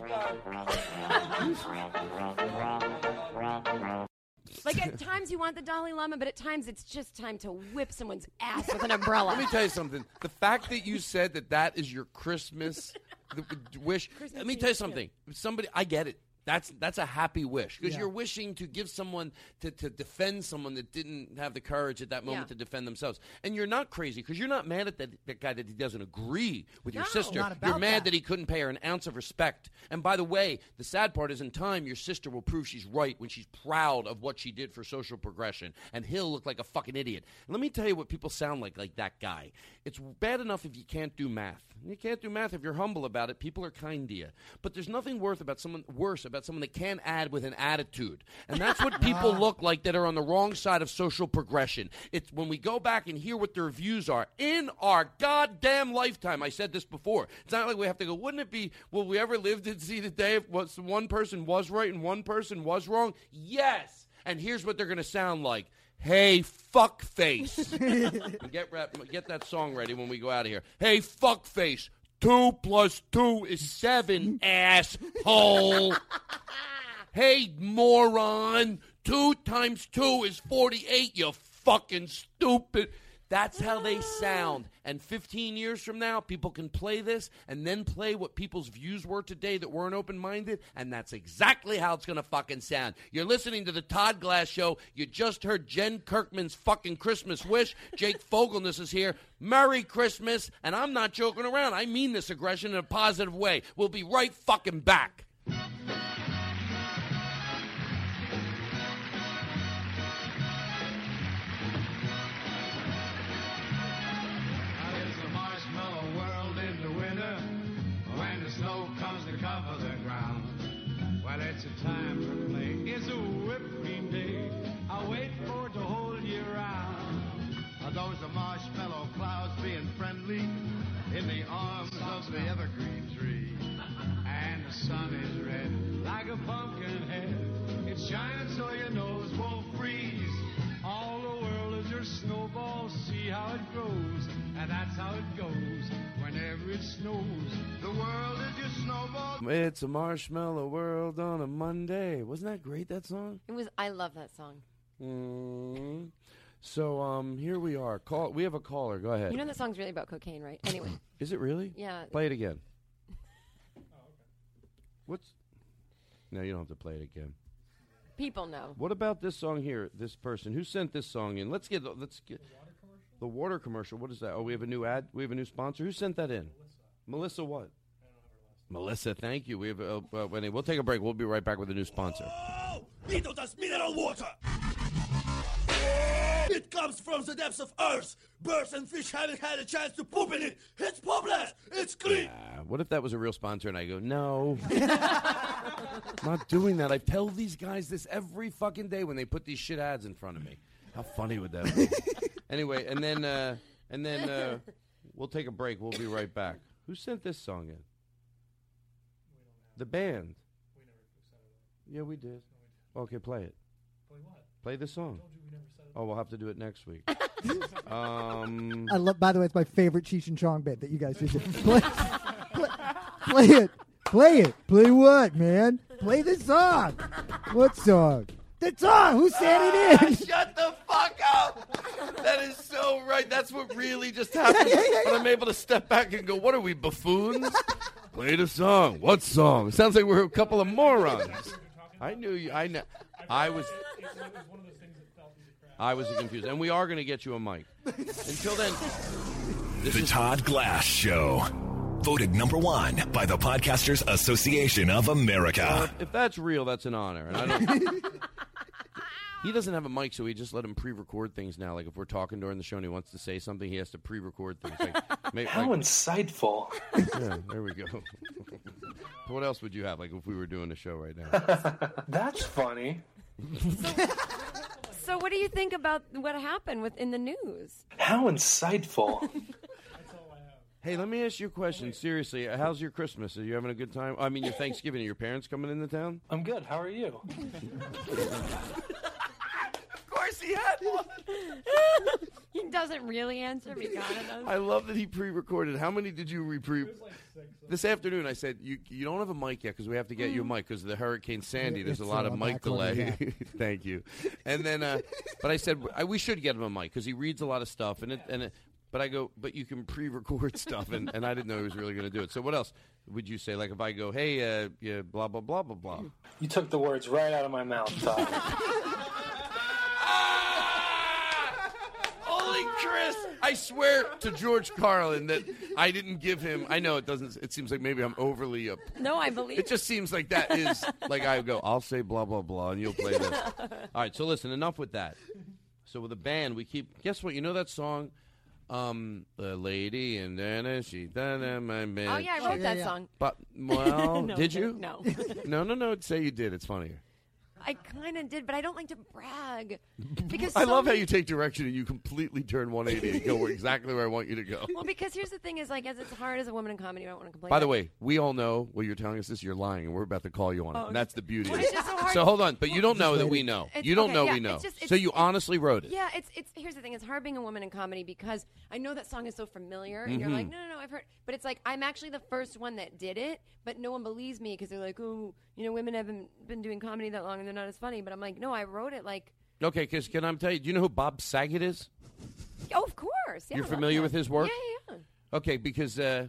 B: (laughs)
G: god.
F: Like at times you want the Dalai Lama, but at times it's just time to whip someone's ass
B: (laughs)
F: with an umbrella.
B: Let me tell you something. The fact that you said that that is your Christmas th- wish.
F: Christmas
B: let me
F: Eve,
B: tell you
F: yeah.
B: something. Somebody, I get it. That's that's a happy wish because
F: Yeah.
B: you're wishing to give someone to, to defend someone that didn't have the courage at that moment
F: Yeah.
B: to defend thememselves, and you're not crazy because you're not mad at that, that guy that he doesn't agree with your
F: No.
B: sister.
F: Not
B: you're
F: about
B: mad
F: that.
B: that he couldn't pay her an ounce of respect. And by the way, the sad part is in time, your sister will prove she's right when she's proud of what she did for social progression, and he'll look like a fucking idiot. And let me tell you what people sound like, like that guy. It's bad enough if you can't do math. You can't do math if you're humble about it. People are kind to you, but there's nothing worth about someone worse about someone that can add with an attitude, and that's
F: (laughs)
B: what
F: Ah.
B: people look like that are on the wrong side of social progression. It's when we go back and hear what their views are in our goddamn lifetime. I said this before. It's not like we have to go, wouldn't it be, will we ever live to see the day if what's- one person was right and one person was wrong? Yes. And here's what they're going to sound like. Hey, fuck face. get, rep- get that song ready when we go out of here. Hey, fuck face. Two plus two is seven, asshole. Hey, moron! Two times two is 48, you fucking stupid. That's how they sound. And 15 years from now, people can play this and then play what people's views were today that weren't open minded. And that's exactly how it's going to fucking sound. You're listening to The Todd Glass Show. You just heard Jen Kirkman's fucking Christmas wish. Jake Fogelness is here. Merry Christmas. And I'm not joking around. I mean this aggression in a positive way. We'll be right fucking back.
L: It's a marshmallow world in the winter when the snow comes to cover the ground. Well, it's a time for play. It's a whipping day. I wait for it to hold you round. Are those the marshmallow clouds being friendly in the arms of the evergreen tree? And the sun is red like a pumpkin head. It shines so your nose won't freeze. All the world is your snowball. See how it grows, and that's how it goes. Whenever it snows, the world is your snowball.
B: It's a marshmallow world on a Monday. Wasn't that great, that song?
F: It was. I love that song.
B: Mm. So um, here we are. Call. We have a caller. Go ahead.
F: You know that song's really about cocaine, right?
B: (laughs)
F: Anyway,
B: Is it really?
F: Yeah.
B: Play
F: (laughs)
B: it again. What's? No, you don't have to play it again.
F: people know.
B: What about this song here? This person who sent this song in. Let's get. Let's get. The water commercial. What is that? Oh, we have a new ad. We have a new sponsor. Who sent that in? Melissa. Melissa what? Melissa, thank you. We have. Uh, uh, Wendy, we'll take a break. We'll be right back with a new sponsor.
M: Needle does mineral water. It comes from the depths of Earth. Birds and fish haven't had a chance to poop in it. It's popless. It's green.
B: Uh, what if that was a real sponsor and I go, no, not doing that. I tell these guys this every fucking day when they put these shit ads in front of me. How funny would that be? anyway, and then uh, and then uh, we'll take a break. We'll be right back. Who sent this song in? The band. Yeah, we did. Okay, play it.
M: Play what?
B: Play this song. Oh, we'll have to do it next week. um,
J: I love. By the way, it's my favorite Cheech and Chong bit that you guys did. (laughs) play, play, play it, play it, play what, man? Play the song. What song? The song. Who said it
M: Ah,
J: is?
B: Shut the fuck up! That is so right. That's what really just happened. But I'm able to step back and go, what are we, (laughs) buffoons? Play the song. What song? It sounds like we're a couple of morons. I knew you. I know. I was. I was confused. And we are going to get you a mic. Until then.
N: the Todd Glass Show. Voted number one by the Podcasters Association of America.
B: uh, If that's real, that's an honor. And I don't. (laughs) he doesn't have a mic, so we just let him pre-record things now. Like if we're talking during the show and he wants to say something, he has to pre-record things.
O: (laughs)
B: Like, ma-
O: How
B: like-
O: insightful.
B: (laughs) Yeah, there we go. (laughs) what else would you have? Like if we were doing a show right now.
O: (laughs) That's funny.
F: So, what do you think about what happened with in the news?
O: How
B: (laughs)
O: insightful.
B: Hey, let me ask you a question. Seriously, how's your Christmas? Are you having a good time? I mean, your Thanksgiving. Are your parents coming into town?
O: I'm good. How are you?
B: Of course he had one.
F: (laughs) he doesn't really answer me. God, it does.
B: I love that he pre-recorded. How many did you re pre? This afternoon, I said you you don't have a mic yet because we have to get you a mic because of the Hurricane Sandy. There's a
O: Mm. it's
B: lot
O: a
B: of
O: lot
B: mic
O: back order,
B: delay. (laughs) Thank you. And then, uh, but I said I, we should get him a mic because he reads a lot of stuff and it and it. But I go, but you can pre-record (laughs) stuff, and, and I didn't know he was really going to do it. So what else would you say? Like if I go, hey, uh, yeah, blah blah blah blah blah.
O: You took the words right out of my mouth, Todd.
B: Only Chris. I swear to George Carlin that I didn't give him. I know it doesn't. It seems like maybe I'm overly up.
F: No, I believe
B: It
F: (laughs)
B: just seems like that is like I go. I'll say blah blah blah, and you'll play this. (laughs) All right. So listen. Enough with that. So with the band, we keep. Guess what? You know that song. Um, the lady and then she done in my bed.
F: Oh yeah, I wrote that song. (laughs)
B: But well,
F: No,
B: did you?
F: No,
B: (laughs) no, no, no. Say you did. It's funnier.
F: I kind of did, but I don't like to brag because
B: (laughs) I
F: so
B: love how
F: many-
B: you take direction and you completely turn 180 and go exactly where I want you to go.
F: (laughs) Well, because here's the thing: is like as it's hard as a woman in comedy, I don't want to complain.
B: By the way, we all know what you're telling us this. You're lying, and we're about to call you on it.
F: Oh,
B: and that's the beauty.
F: Why
B: of it.
F: is it so hard?
B: hold on, but you don't know that we know.
F: It's-
B: You don't
F: okay,
B: know
F: yeah,
B: we know.
F: it's just- it's-
B: so you honestly wrote it.
F: Yeah, it's it's here's the thing: it's hard being a woman in comedy because I know that song is so familiar, and you're like,
B: Mhm.
F: no, no, no, I've heard. But it's like I'm actually the first one that did it, but no one believes me because they're like, oh, you know, women haven't been doing comedy that long and they're not as funny. But I'm like, no, I wrote it like,
B: Okay, because can I tell you? Do you know who Bob Saget is?
F: oh, of course. Yeah,
B: You're
F: I love
B: familiar
F: that.
B: with his work?
F: Yeah, yeah,
B: Okay, because uh,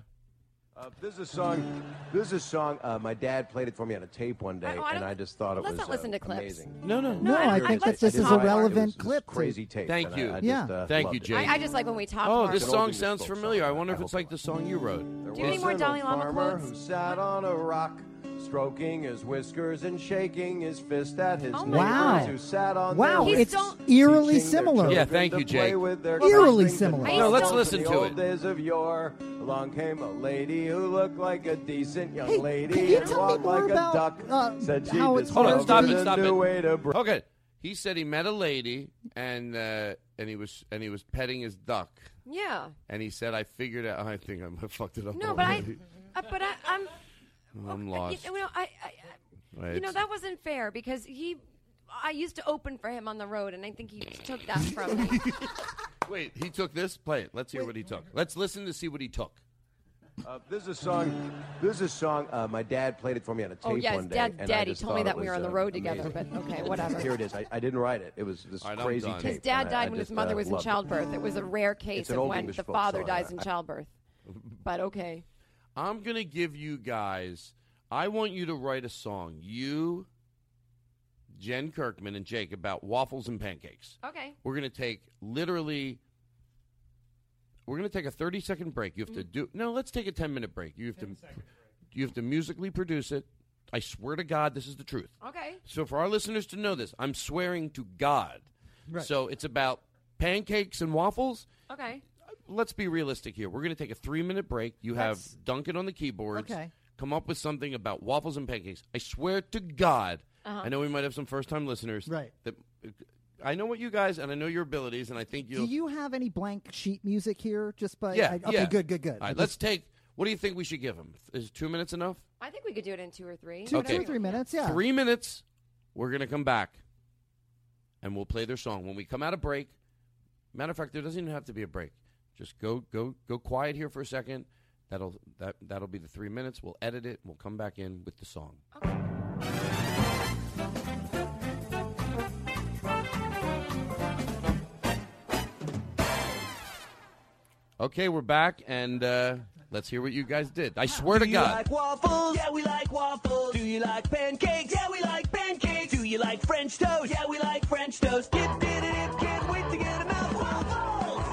P: Uh, this is a song. This is a song. Uh, my dad played it for me on a tape one day,
F: oh, I
P: and
F: don't-
P: I just thought it
F: let's
P: was
F: not listen
P: uh,
F: to clips.
P: amazing.
B: No, no,
J: No, I think that this is a relevant clip. to-
P: Crazy tape.
B: Thank
P: and I-
B: you.
P: I just,
B: Yeah.
P: uh,
B: Thank
P: loved
B: you,
P: it.
B: Jake.
F: I, I just like when we talk.
B: oh,
F: more.
B: this song sounds familiar. I wonder if it's like the song you wrote.
P: There
F: Do you need
P: was
F: more
P: an
F: Dalai
P: old
F: Lama
P: farmer
F: quotes?
P: Who sat on a rock, stroking his whiskers and shaking his fist at his
J: Oh
P: neighbors
J: my God.
P: who sat on
J: Wow,
P: their
J: it's
P: roofs,
J: eerily
P: teaching their
J: similar.
P: children
J: Yeah, thank
P: to
J: you,
P: play
J: Jake.
P: with their
J: Eerily
P: crafting
J: similar.
P: and
J: No, let's
P: knowledge
J: listen
P: in the
J: to
P: old
J: it.
P: Days of yore, along came a lady who looked like a decent young
J: Hey,
P: lady
J: can you
P: and
J: tell me
P: walked
J: more
P: like
J: about,
P: a duck.
J: uh,
P: said she
J: how it's
B: Hold on, stop
P: discovered
B: it,
P: a
B: stop
P: new
B: it.
P: way to br-
B: okay, he said he met a lady and uh, and he was and he was petting his duck,
F: Yeah.
B: and he said, "I figured out. I think I fucked it up.
F: No, but I, (laughs)
B: already.
F: uh,
B: (laughs)
F: but I, I'm.
B: I'm lost.
F: You know, I, I, I you know,
B: It's-
F: that wasn't fair because he, I used to open for him on the road, and I think he took that
P: (laughs)
F: from me.
B: Wait, he took this? Play it. Let's hear what he took. Let's listen to see what he took.
P: Uh, this is a song. This is a song. Uh, my dad played it for me on a tape
F: oh yes,
P: one day.
F: Dad,
P: and I
F: Daddy
P: just
F: told me
P: thought
F: that
P: it
F: we were
P: was,
F: on the
P: uh,
F: road together,
P: amazing.
F: but okay, whatever.
P: (laughs) Here it is. I, I didn't write it. It was this
B: I'm
P: crazy
B: done.
P: tape.
F: His dad
P: and I-
F: died
P: I
F: when his
P: just,
F: mother
P: uh,
F: was in
P: loved it.
F: childbirth. It. was a rare
P: It's
F: case
P: an
F: of
P: old
F: when
P: English
F: the
P: folk
F: father
P: song.
F: dies in
P: I-
F: childbirth. But okay,
B: I'm going to give you guys, I want you to write a song, you, Jen Kirkman, and Jake, about waffles and pancakes.
F: okay.
B: We're going to take literally, we're going to take a 30 second break. You have to do, no, let's take a 10 minute break. You have to, you have to musically produce it. I swear to God, this is the truth.
F: Okay.
B: So for our listeners to know this, I'm swearing to God.
F: Right.
B: So it's about pancakes and waffles.
F: Okay.
B: Let's be realistic here. We're going to take a three minute break. You have Duncan on the keyboards.
F: Okay.
B: Come up with something about waffles and pancakes. I swear to God,
F: Uh-huh.
B: I know we might have some first time listeners. Right. That uh, I know what you guys and I know your abilities, and I think
J: Do
B: you'll.
J: you have any blank sheet music here? Just by
B: yeah.
J: I- okay,
B: yeah.
J: good, good, good.
B: All right,
J: I just-
B: let's take. What do you think we should give him? Is two minutes enough?
F: I think we could do it in two or three.
J: Two- two or three minutes, yeah.
B: Three minutes. We're going to come back. and we'll play their song. When we come out of break, matter of fact, there doesn't even have to be a break. Just go go go quiet here for a second. That'll that that'll be the three minutes. We'll edit it. and We'll come back in with the song. Okay, we're back, and uh, let's hear what you guys did. I swear to
D: Do
B: God.
D: you like waffles? Yeah, we like waffles. Do you like pancakes? Yeah, we like pancakes. Do you like French toast? Yeah, we like French toast. Dip, dip, dip, dip, can't wait to get 'em out. Waffles!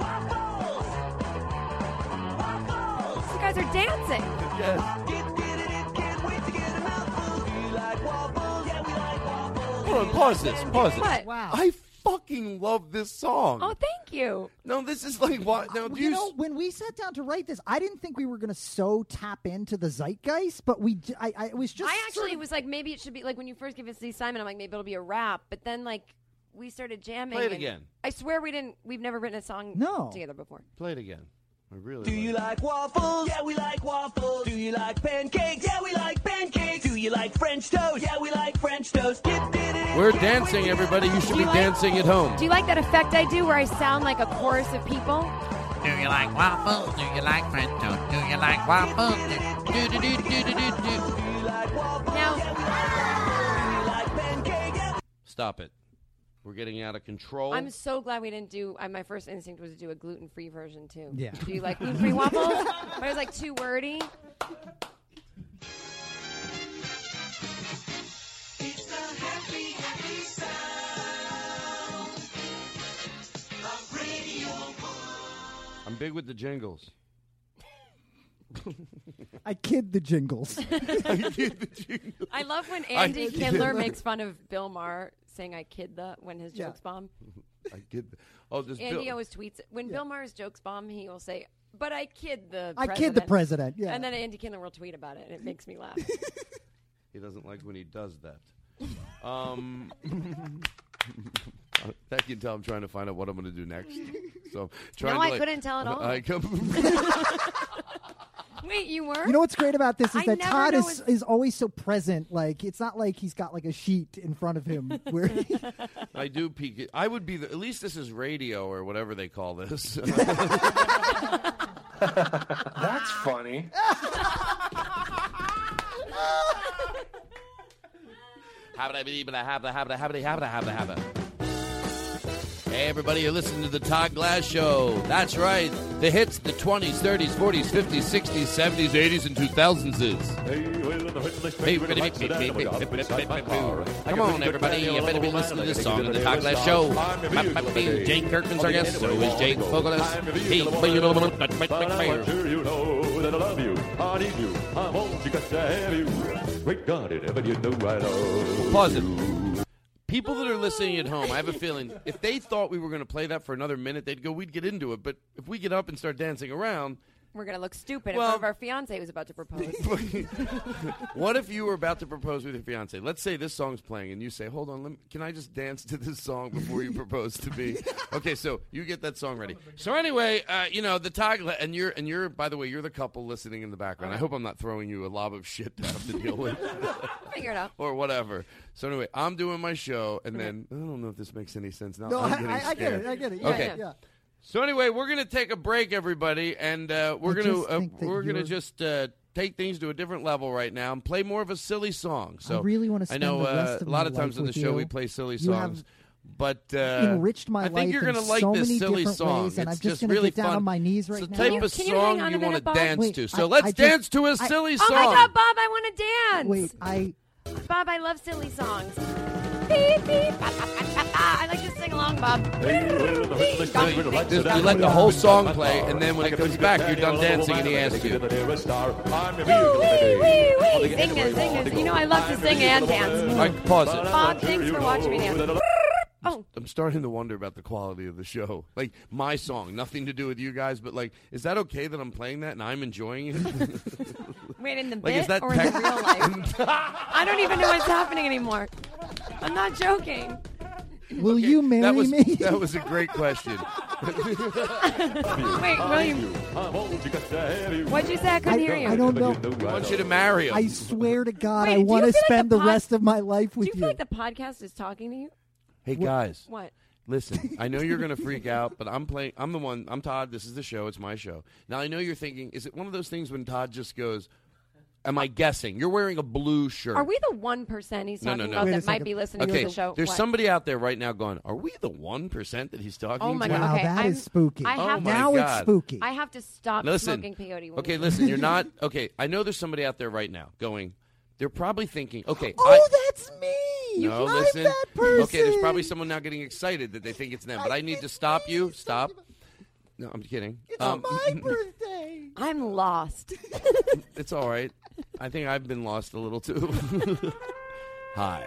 D: Waffles! Waffles!
K: You guys are dancing.
B: Yes.
D: Dip, dip, dip, dip, can't wait to get 'em out. Do you like waffles? Yeah, we like waffles.
B: Hold on, pause this, pause this.
D: What?
J: Wow.
B: I fucking love this song.
J: Oh,
F: thank you.
B: No, this is like what? Now, do
J: you
B: you
J: know, when we sat down to write this, I didn't think we were going to so tap into the zeitgeist, but we. d- I, I- it was just.
F: I
J: sort
F: actually was like, maybe it should be like when you first gave us the assignment. I'm like, maybe it'll be a rap, but then like we started jamming.
B: Play it
F: and
B: again.
F: I swear we didn't. We've never written a song together before.
B: play it again? I really.
D: Do you like waffles? Yeah, we like waffles. Do you like pancakes? Yeah, we like pancakes. Do you like French toast? Yeah, we like French toast. Dip, dip, dip,
B: We're dancing, everybody. You should be dancing at home.
F: Do you like that effect I do where I sound like a chorus of people?
Q: Do you like waffles? Do you like French toast? Do you like waffles? Do do do do do do do.
B: Stop it. We're getting out of control.
F: I'm so glad we didn't do. I, my first instinct was to do a gluten free version too.
B: Yeah.
F: Do you like gluten free waffles? but it was like too wordy.
B: I'm big with the jingles.
J: (laughs) I kid
B: (laughs)
J: the jingles.
F: I love when
J: (laughs) I-
F: Andy Kindler makes fun of Bill Maher saying "I kid the" when his
B: Yeah.
F: jokes bomb.
B: (laughs) I get. Oh, this
F: Andy
B: Bill.
F: always tweets it. when Bill Maher's jokes bomb. He will say, "But I kid the."
J: I kid the president, yeah.
F: And then Andy Kindler will tweet about it, and it makes me
J: (laughs)
F: laugh.
B: He doesn't like when he does that. Um, (laughs) uh, I can tell I'm trying to find out what I'm going to
F: (laughs)
B: do next. So trying
F: no,
B: to
F: I
B: like-
F: couldn't tell at all.
B: I come-
F: (laughs)
B: (laughs)
F: Wait, you were?
J: You know what's great about this is
F: I
J: that
F: never
J: Todd
F: know
J: is is always so present. Like it's not like he's got like a sheet in front
B: (laughs)
J: of him where he-
B: I do peek. It. I would be the, at least this is radio or whatever they call this.
O: (laughs) That's funny.
B: Hey, everybody, you're listening to The Todd Glass Show. That's right. The hits, the 20s, 30s, 40s, 50s, 60s, 70s, 80s, and 2000s. Come on, everybody. You better be listening to this song on The Todd Glass Show. Jane Kirkman's our guest. So is Jake Fogelus. He-
R: you know that I love you. I need you. I want you 'cause I have you. Great God in heaven, you know I love
B: Pause it. People that are listening at home, I have a feeling if they thought we were going to play that for another minute, they'd go, we'd get into it. But if we get up and start dancing around,
F: We're gonna look stupid
B: Well-
F: in front of our fiance who's about to
B: (laughs)
F: propose. (laughs)
B: What if you were about to propose with your fiance? Let's say this song's playing, and you say, "Hold on, let me, can I just dance to this song before you propose to me?" Okay, so you get that song ready. So anyway, uh, you know the Tagla, and you're and you're. By the way, you're the couple listening in the background. I hope I'm not throwing you a lob of shit to have to deal with,
F: Figure it out.
B: (laughs) or whatever. So anyway, I'm doing my show, and then I don't know if this makes any sense. Now
J: No,
B: I'm
J: I-
B: getting
J: I- I get it,
B: scared.
J: I get it. Yeah,
B: okay.
J: yeah, yeah.
B: So anyway, we're gonna take a break, everybody, and uh, we're gonna
J: I just
B: uh,
J: think that
B: we're gonna
J: you're-
B: just uh, take things to a different level right now and play more of a silly song. So
J: really wanna
B: I
J: spend
B: know
J: the rest
B: uh,
J: of
B: a lot
J: my
B: of times
J: life
B: on the
J: with
B: show
J: you.
B: we play silly
J: You have
B: songs, but uh,
J: enriched my
B: I think
J: life
B: you're gonna
J: in
B: like
J: so
B: this
J: many
B: silly
J: different
B: song.
J: ways, and
B: It's
J: I'm just,
B: just
J: gonna
B: really
J: get down
B: fun.
J: on my knees right
B: It's the
J: now.
B: type of song you, want to dance
J: Wait,
B: to. So
J: I-
B: let's
J: I just-
B: dance to a
J: I-
B: silly
F: oh
B: song.
F: my god, Bob! I want to dance.
J: Wait, I
F: Bob, I love silly songs. Beep, beep, ba, ba, ba, ba, ba. I like to sing along, Bob.
B: Just- you let the whole song play, and then when it comes back, you're done dancing, and he asks you.
F: Wee, wee, wee. Sing it, sing it. You know I love to sing and dance.
B: All right, pause it.
F: Bob, thanks for watching me dance. Oh.
B: I'm starting to wonder about the quality of the show. Like my song, nothing to do with you guys, but like, is that okay that I'm playing that and I'm enjoying it?
F: Wait, in the
B: Like,
F: bit
B: is that
F: or in the
B: tech-
F: real life? I don't even know what's happening anymore. I'm not joking.
J: will you marry
B: that was
J: me?
B: that was a great question.
F: (laughs) Wait, William. What'd you say? I couldn't
J: I,
F: hear you.
J: I don't know.
B: We want you to marry him.
J: I swear to God,
F: Wait,
J: I
F: do
J: want
F: you
J: to
F: feel like
J: spend
F: the
J: the,
F: pod-
J: rest of my life
F: Do
J: with
F: you feel like the podcast is talking to you?
B: Hey guys,
F: What?
B: Listen, I know
F: (laughs)
B: you're going to freak out, but I'm playing. I'm the one. I'm Todd. This is the show. It's my show. Now I know you're thinking, is it one of those things when Todd just goes, "Am I guessing?" You're wearing a blue shirt.
F: Are we the one percent he's
B: no,
F: talking
B: no, no.
F: about that might be listening
B: okay,
F: to the show?
B: There's
F: What?
B: somebody out there right now going, "Are we the one percent that he's talking
F: Oh my
B: to?"
F: god! Okay,
J: that
F: I'm,
J: is spooky.
F: I
B: Oh
F: have
B: my
F: to,
B: Now it's God. spooky.
F: I have to stop
B: listen,
F: smoking peyote. when
B: Okay,
F: we-
B: listen.
F: (laughs)
B: You're not okay. I know there's somebody out there right now going. They're probably thinking, okay,
J: Oh,
B: I,
J: that's me.
B: No,
J: I'm
B: listen.
J: that
B: Okay, there's
J: person.
B: probably someone now getting excited that they think it's them, but I need to stop you. Stop. No, I'm kidding. Um, It's (laughs)
J: my birthday.
F: I'm lost.
B: It's all right. I think I've been lost a little too. (laughs) Hi.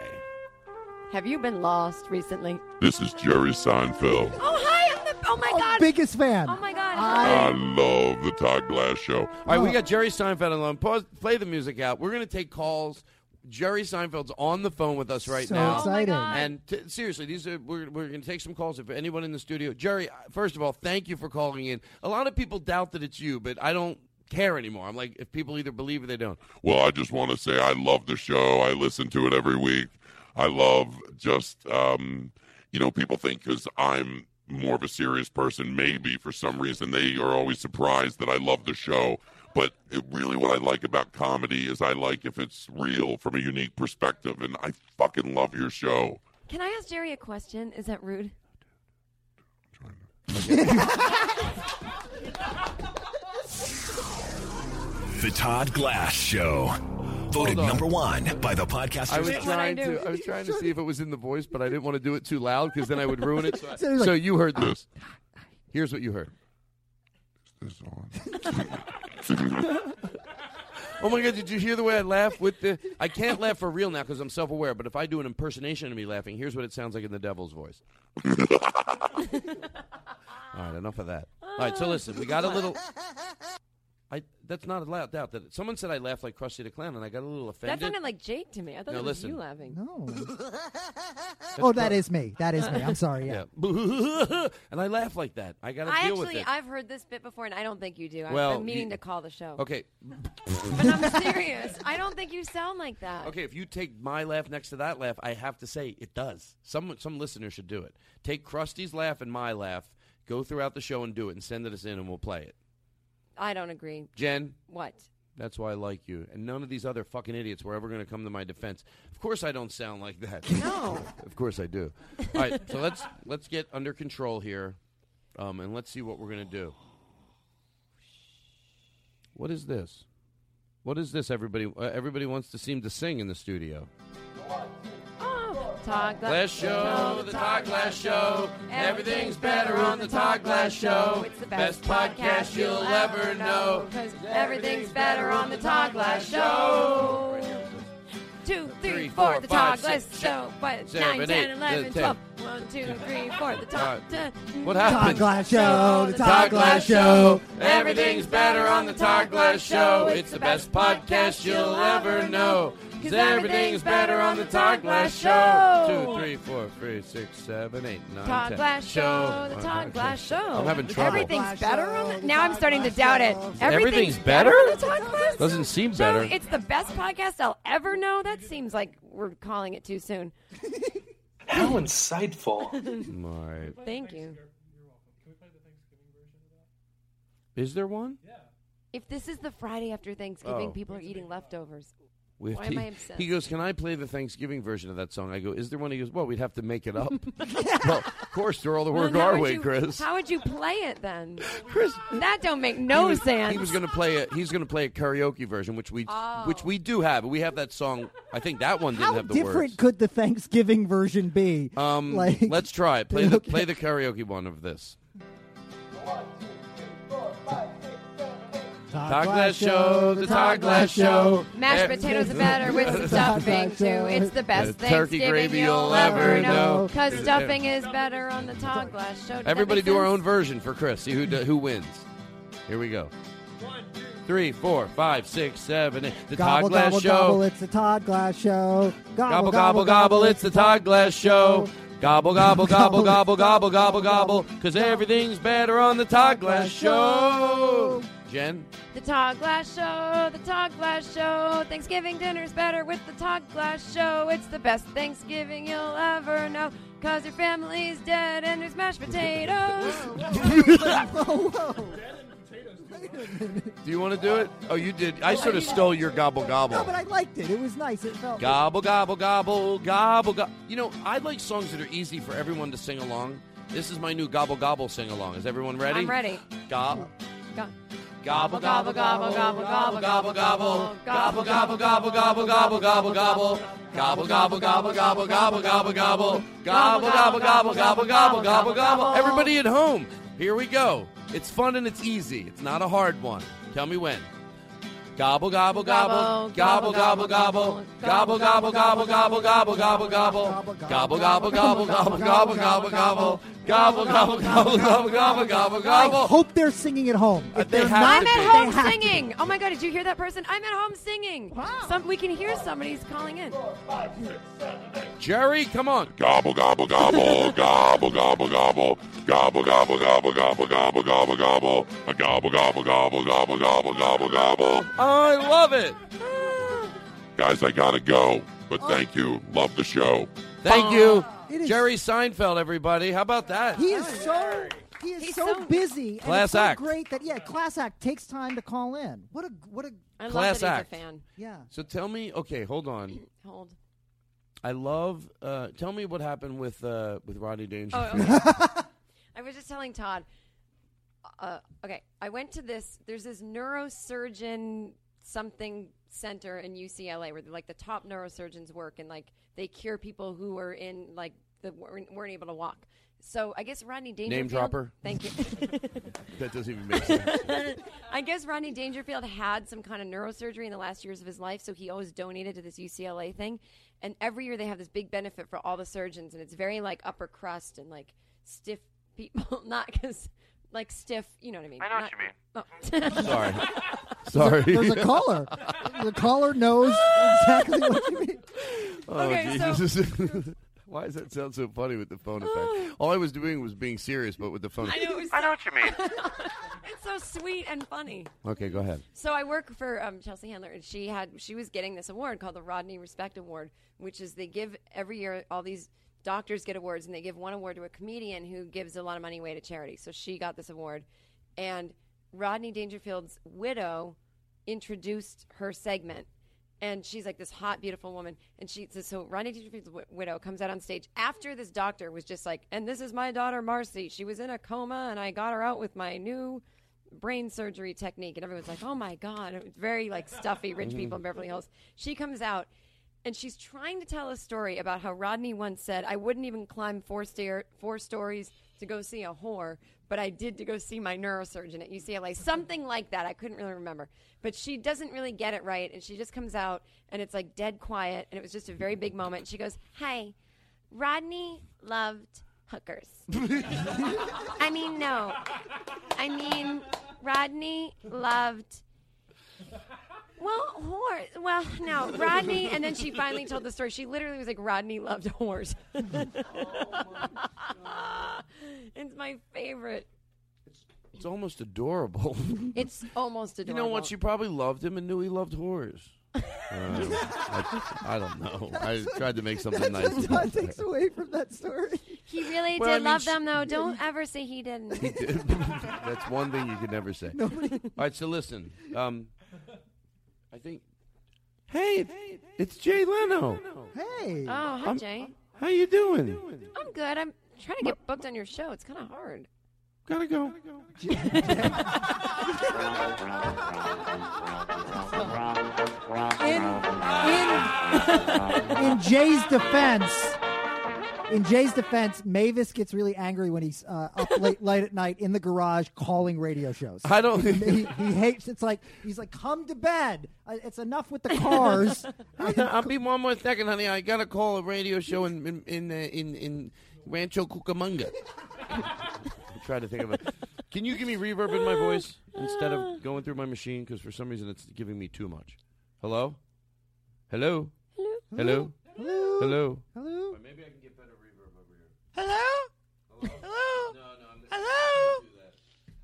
F: Have you been lost recently?
S: This is Jerry Seinfeld.
F: Oh hi! I'm the. Oh my god!
J: Biggest fan.
F: Oh my god!
S: I love the Todd Glass Show.
B: All right, we got Jerry Seinfeld on the line. Pause, play the music out. We're going to take calls. Jerry Seinfeld's on the phone with us right
J: So
B: now.
J: exciting. Oh, my God.
B: And t- seriously, these are we're, we're going to take some calls. If anyone in the studio, Jerry, first of all, thank you for calling in. A lot of people doubt that it's you, but I don't care anymore. I'm like, if people either believe or they don't.
S: Well, I just want to say I love the show. I listen to it every week. I love just, um, you know, people think because I'm more of a serious person, maybe for some reason they are always surprised that I love the show. But it, really, what I like about comedy is I like if it's real from a unique perspective, and I fucking love your show.
F: Can I ask Jerry a question? Is that
B: (laughs)
F: rude?
N: The Todd Glass Show. Voted
B: on.
N: number one by the podcasters.
B: I was trying to. I was trying to see if it was in the voice, but I didn't want to do it too loud because then I would ruin it. (laughs) So, I-
S: So it was
B: so
S: like-
B: you heard this. (coughs) Here's what you heard. (laughs) Oh my God! Did you hear the way I laugh with the? I can't laugh for real now because I'm self-aware. But if I do an impersonation of me laughing, here's what it sounds like in the devil's voice. All right, enough of that. All right, so listen, we got a little. I that's not a loud doubt that someone said I laughed like Krusty the Clown, and I got a little offended.
F: That sounded like Jake to me. I thought
B: No,
F: it was you laughing.
B: listen. (laughs)
J: No. oh, that is me. That is me. I'm sorry. Yeah.
B: (laughs) yeah. (laughs) and I laugh like that. I got to deal
F: I
B: with
F: actually
B: it.
F: I've heard this bit before, and I don't think you do. I've
B: Well,
F: been meaning
B: you-
F: to call the show.
B: Okay.
F: but I'm serious. I don't think you sound like that.
B: (laughs) Okay, if you take my laugh next to that laugh, I have to say it does. Some some listener should do it. Take Krusty's laugh and my laugh, go throughout the show and do it, and send it us in, and we'll play it.
F: I don't agree.
B: Jen,
F: What?
B: that's why I like you, and none of these other fucking idiots were ever going to come to my defense. Of course, I don't sound like that. (laughs)
F: No.
B: of course, I do. All right, so
P: (laughs)
B: let's let's get under control here, um, and let's see what we're going to do. What is this? What is this? Everybody, uh, everybody wants to seem to sing in the studio.
F: Oh, talk. the-
B: Glass Show, the Todd Glass Show. Everything's better on the Todd Glass Show. It's the best podcast you'll ever know.
F: Cause everything's better on the Todd Glass Show. Two, three, four, the Todd
B: five,
F: Glass
B: six,
F: Show. But
B: seven,
F: nine,
B: eight,
F: ten, eleven,
B: ten.
F: twelve. One, two, three, four, the Todd.
B: Alright.
F: ten.
B: What
J: Todd
B: happened?
J: Glass Show. The Todd Glass Show.
B: Show. Everything's better on the Todd Glass Show. It's the best podcast you'll ever know. 'Cause everything's better on the Todd Glass Show. Two, three, four, three, six, seven, eight, nine,
F: Todd
B: ten.
F: Glass Show, the
B: Uh,
F: Todd Glass Show.
B: I'm having trouble.
F: Everything's better on the. Now I'm starting to doubt it.
B: Everything's better?
F: on the Todd Glass
B: Doesn't seem
F: Show.
B: better.
F: It's the best podcast I'll ever know. That seems like we're calling it too soon.
O: (laughs) How
F: (laughs)
O: insightful.
B: (laughs) All right.
F: Thank you.
B: Is there one?
F: If this is the Friday after Thanksgiving,
B: Oh.
F: people are eating leftovers.
B: We have
F: Why
B: to-
F: am I obsessed?
B: He goes, "Can I play the Thanksgiving version of that song?" I go, "Is there one?" He goes, "Well, we'd have to make (laughs) it up." well, of course, throw all the
F: Well,
B: work
F: then how
B: our
F: would
B: way,
F: you-
B: Chris.
F: How would you play it then? Chris, that don't make no
B: he was,
F: sense.
B: He was going to play it. He's going to play a karaoke version, which we
F: Oh.
B: which we do have. We have that song. I think that one didn't
J: How
B: have the
J: different
B: words.
J: could the Thanksgiving version be?
B: Um,
J: Like-
B: let's try it. Play the play the karaoke one of this. Todd Glass Show, the Todd Glass Show.
F: Mashed potatoes are better with
B: (laughs)
F: some stuffing too. It's the best
B: The turkey
F: Thanksgiving
B: gravy
F: you'll
B: you'll
F: ever
B: ever
F: know.
B: know.
F: Cause stuffing is better on the Todd Glass Show. Does that
B: Everybody
F: make
B: do our
F: sense?
B: own version for Chris. See who do, who wins. Here we go. Three, four, five, six, seven, eight. The
J: Gobble,
B: Todd Glass
J: gobble,
B: Show.
J: gobble, it's the Todd Glass Show.
B: Gobble, gobble, gobble, it's the Todd Glass Show. Gobble, gobble, gobble, gobble, gobble, gobble, gobble, because everything's better on the Todd Glass Show. Jen?
F: The Todd Glass Show, the Todd Glass Show. Thanksgiving dinner's better with the Todd Glass Show. It's the best Thanksgiving you'll ever know. Cause your family's dead and there's mashed
B: (laughs)
F: potatoes.
J: Oh.
B: Do you want to do it? Oh, you did. I sort of stole your gobble,
J: No,
B: gobble.
J: but I liked it. It was nice. It felt
B: Gobble, gobble, gobble, gobble, gobble. You know, I like songs that are easy for everyone to sing along. This is my new gobble, gobble sing along. Is everyone ready?
F: I'm ready.
B: Gob-
F: Go-
B: gobble, gobble, gobble, gobble, gobble, gobble, gobble.
F: Gobble,
B: gobble, gobble, gobble, gobble, gobble, gobble. Gobble, gobble, gobble, gobble, gobble, gobble, gobble. Gobble, gobble, gobble, gobble, gobble, gobble, gobble. Everybody at home, here we go. It's fun and it's easy. It's not a hard one. Tell me when. Gobble, gobble, gobble, gobble, gobble, gobble, gobble, gobble, gobble, gobble, gobble, gobble, gobble, gobble, gobble, gobble, gobble, gobble, gobble, gobble, gobble, gobble, gobble, gobble, gobble, gobble,
J: I
B: gobble.
J: hope they're singing at home. If
B: they
J: they're
B: have
J: not,
B: to
F: I'm
B: be.
F: at home singing. Oh my god, did you hear that person? I'm at home singing. Some we can hear somebody's calling in.
B: Jerry, come on.
S: Gobble, gobble,
B: (laughs)
S: gobble, gobble, gobble, gobble, gobble, gobble, gobble, gobble, gobble, gobble, gobble, a gobble, gobble, gobble, gobble, gobble, gobble, gobble.
B: I love it.
S: Guys, I gotta go, but
K: Oh.
S: thank you. Love the show.
B: Thank you. Jerry Seinfeld, everybody. How about that?
J: He is so he is so, busy. and
B: Class
J: it's so
B: act.
J: Great that yeah, class act takes time to call in. What a what a
F: I love
B: Class
F: that
B: act.
F: he's a fan.
J: Yeah.
B: So tell me, okay, hold on.
F: (clears throat) Hold.
B: I love. Uh, tell me what happened with uh, with Rodney Dangerfield.
F: Oh,
B: (laughs)
F: okay. I was just telling Todd. Uh, okay, I went to this. There's this neurosurgeon something center in UCLA where like the top neurosurgeons work and like they cure people who are in like the weren't, weren't able to walk. So I guess Rodney Dangerfield.
B: Name dropper.
F: Thank you.
B: (laughs) that doesn't even make sense.
F: (laughs) I guess Rodney Dangerfield had some kind of neurosurgery in the last years of his life, so he always donated to this UCLA thing. And every year they have this big benefit for all the surgeons, and it's very like upper crust and like stiff people, (laughs) not because like stiff, you know what I mean? Oh. I know what you mean. (laughs)
B: (laughs) Sorry.
J: (laughs) There's
B: Sorry.
J: a- There's a caller. The caller
F: Oh,
B: (laughs)
J: knows exactly what you mean.
B: Oh,
J: Okay, so- (laughs)
B: Jesus. (laughs) Why does that sound so funny with the phone
F: (sighs)
B: effect? All I was doing was being serious, but with the phone.
F: I know, it was
B: I know what you mean.
F: (laughs) it's so sweet and funny.
B: Okay, go ahead.
F: So I work for um, Chelsea Handler, and she had she was getting this award called the Rodney Respect Award, which is they give every year all these doctors get awards, and they give one award to a comedian who gives a lot of money away to charity. So she got this award, and Rodney Dangerfield's widow introduced her segment. And she's like this hot, beautiful woman. And she says, So Rodney Dangerfield's wi- widow comes out on stage after this doctor was just like, And this is my daughter, Marcy. She was in a coma, and I got her out with my new brain surgery technique and everyone's like oh my god it was very like stuffy rich people in beverly hills she comes out and she's trying to tell a story about how rodney once said i wouldn't even climb four, stair- four stories to go see a whore but i did to go see my neurosurgeon at ucla something like that i couldn't really remember but she doesn't really get it right and she just comes out and it's like dead quiet and it was just a very big moment and she goes hi rodney loved hookers I mean, no. I mean, Rodney loved. Well, horse. Well, no, Rodney. And then she finally told the story. She literally was like, Rodney loved horse. (laughs) it's my favorite.
B: It's almost adorable. (laughs)
F: It's almost
B: You
F: adorable.
B: know what? She probably loved him and knew he loved
J: (laughs)
B: whores. I don't know. I, I don't know. I tried to make something
J: That's
B: nice.
J: what Todd takes away from that story.
F: He really
B: Well,
F: did
B: I mean,
F: love
B: she-
F: them, though. Don't ever say he didn't.
B: (laughs) He did. (laughs) That's one thing you could never say. All right, so listen. Um, I think. Hey, it's Jay Leno.
J: Hey.
F: Oh, hi,
B: I'm-
F: Jay.
B: How you doing?
F: I'm good. I'm trying to get booked on your show. It's kind of hard.
B: Gotta go.
J: in (laughs) Jay's defense, in Jay's defense, Mavis gets really angry when he's uh, up late, (laughs) late at night in the garage calling radio shows.
B: I don't-
J: He, he, he hates. It's like he's like, "Come to bed. Uh, It's enough with the (laughs) cars."
B: (laughs) I'll be one more second, honey. I gotta call a radio show in in in uh, in, in Rancho Cucamonga. (laughs) I'm trying to think of it. Can you give me reverb in my voice instead of going through my machine? Because for some reason it's giving me too much. Hello, hello, hello, hello,
J: Hello?
B: hello.
J: Hello?
B: Maybe I can get better reverb over here.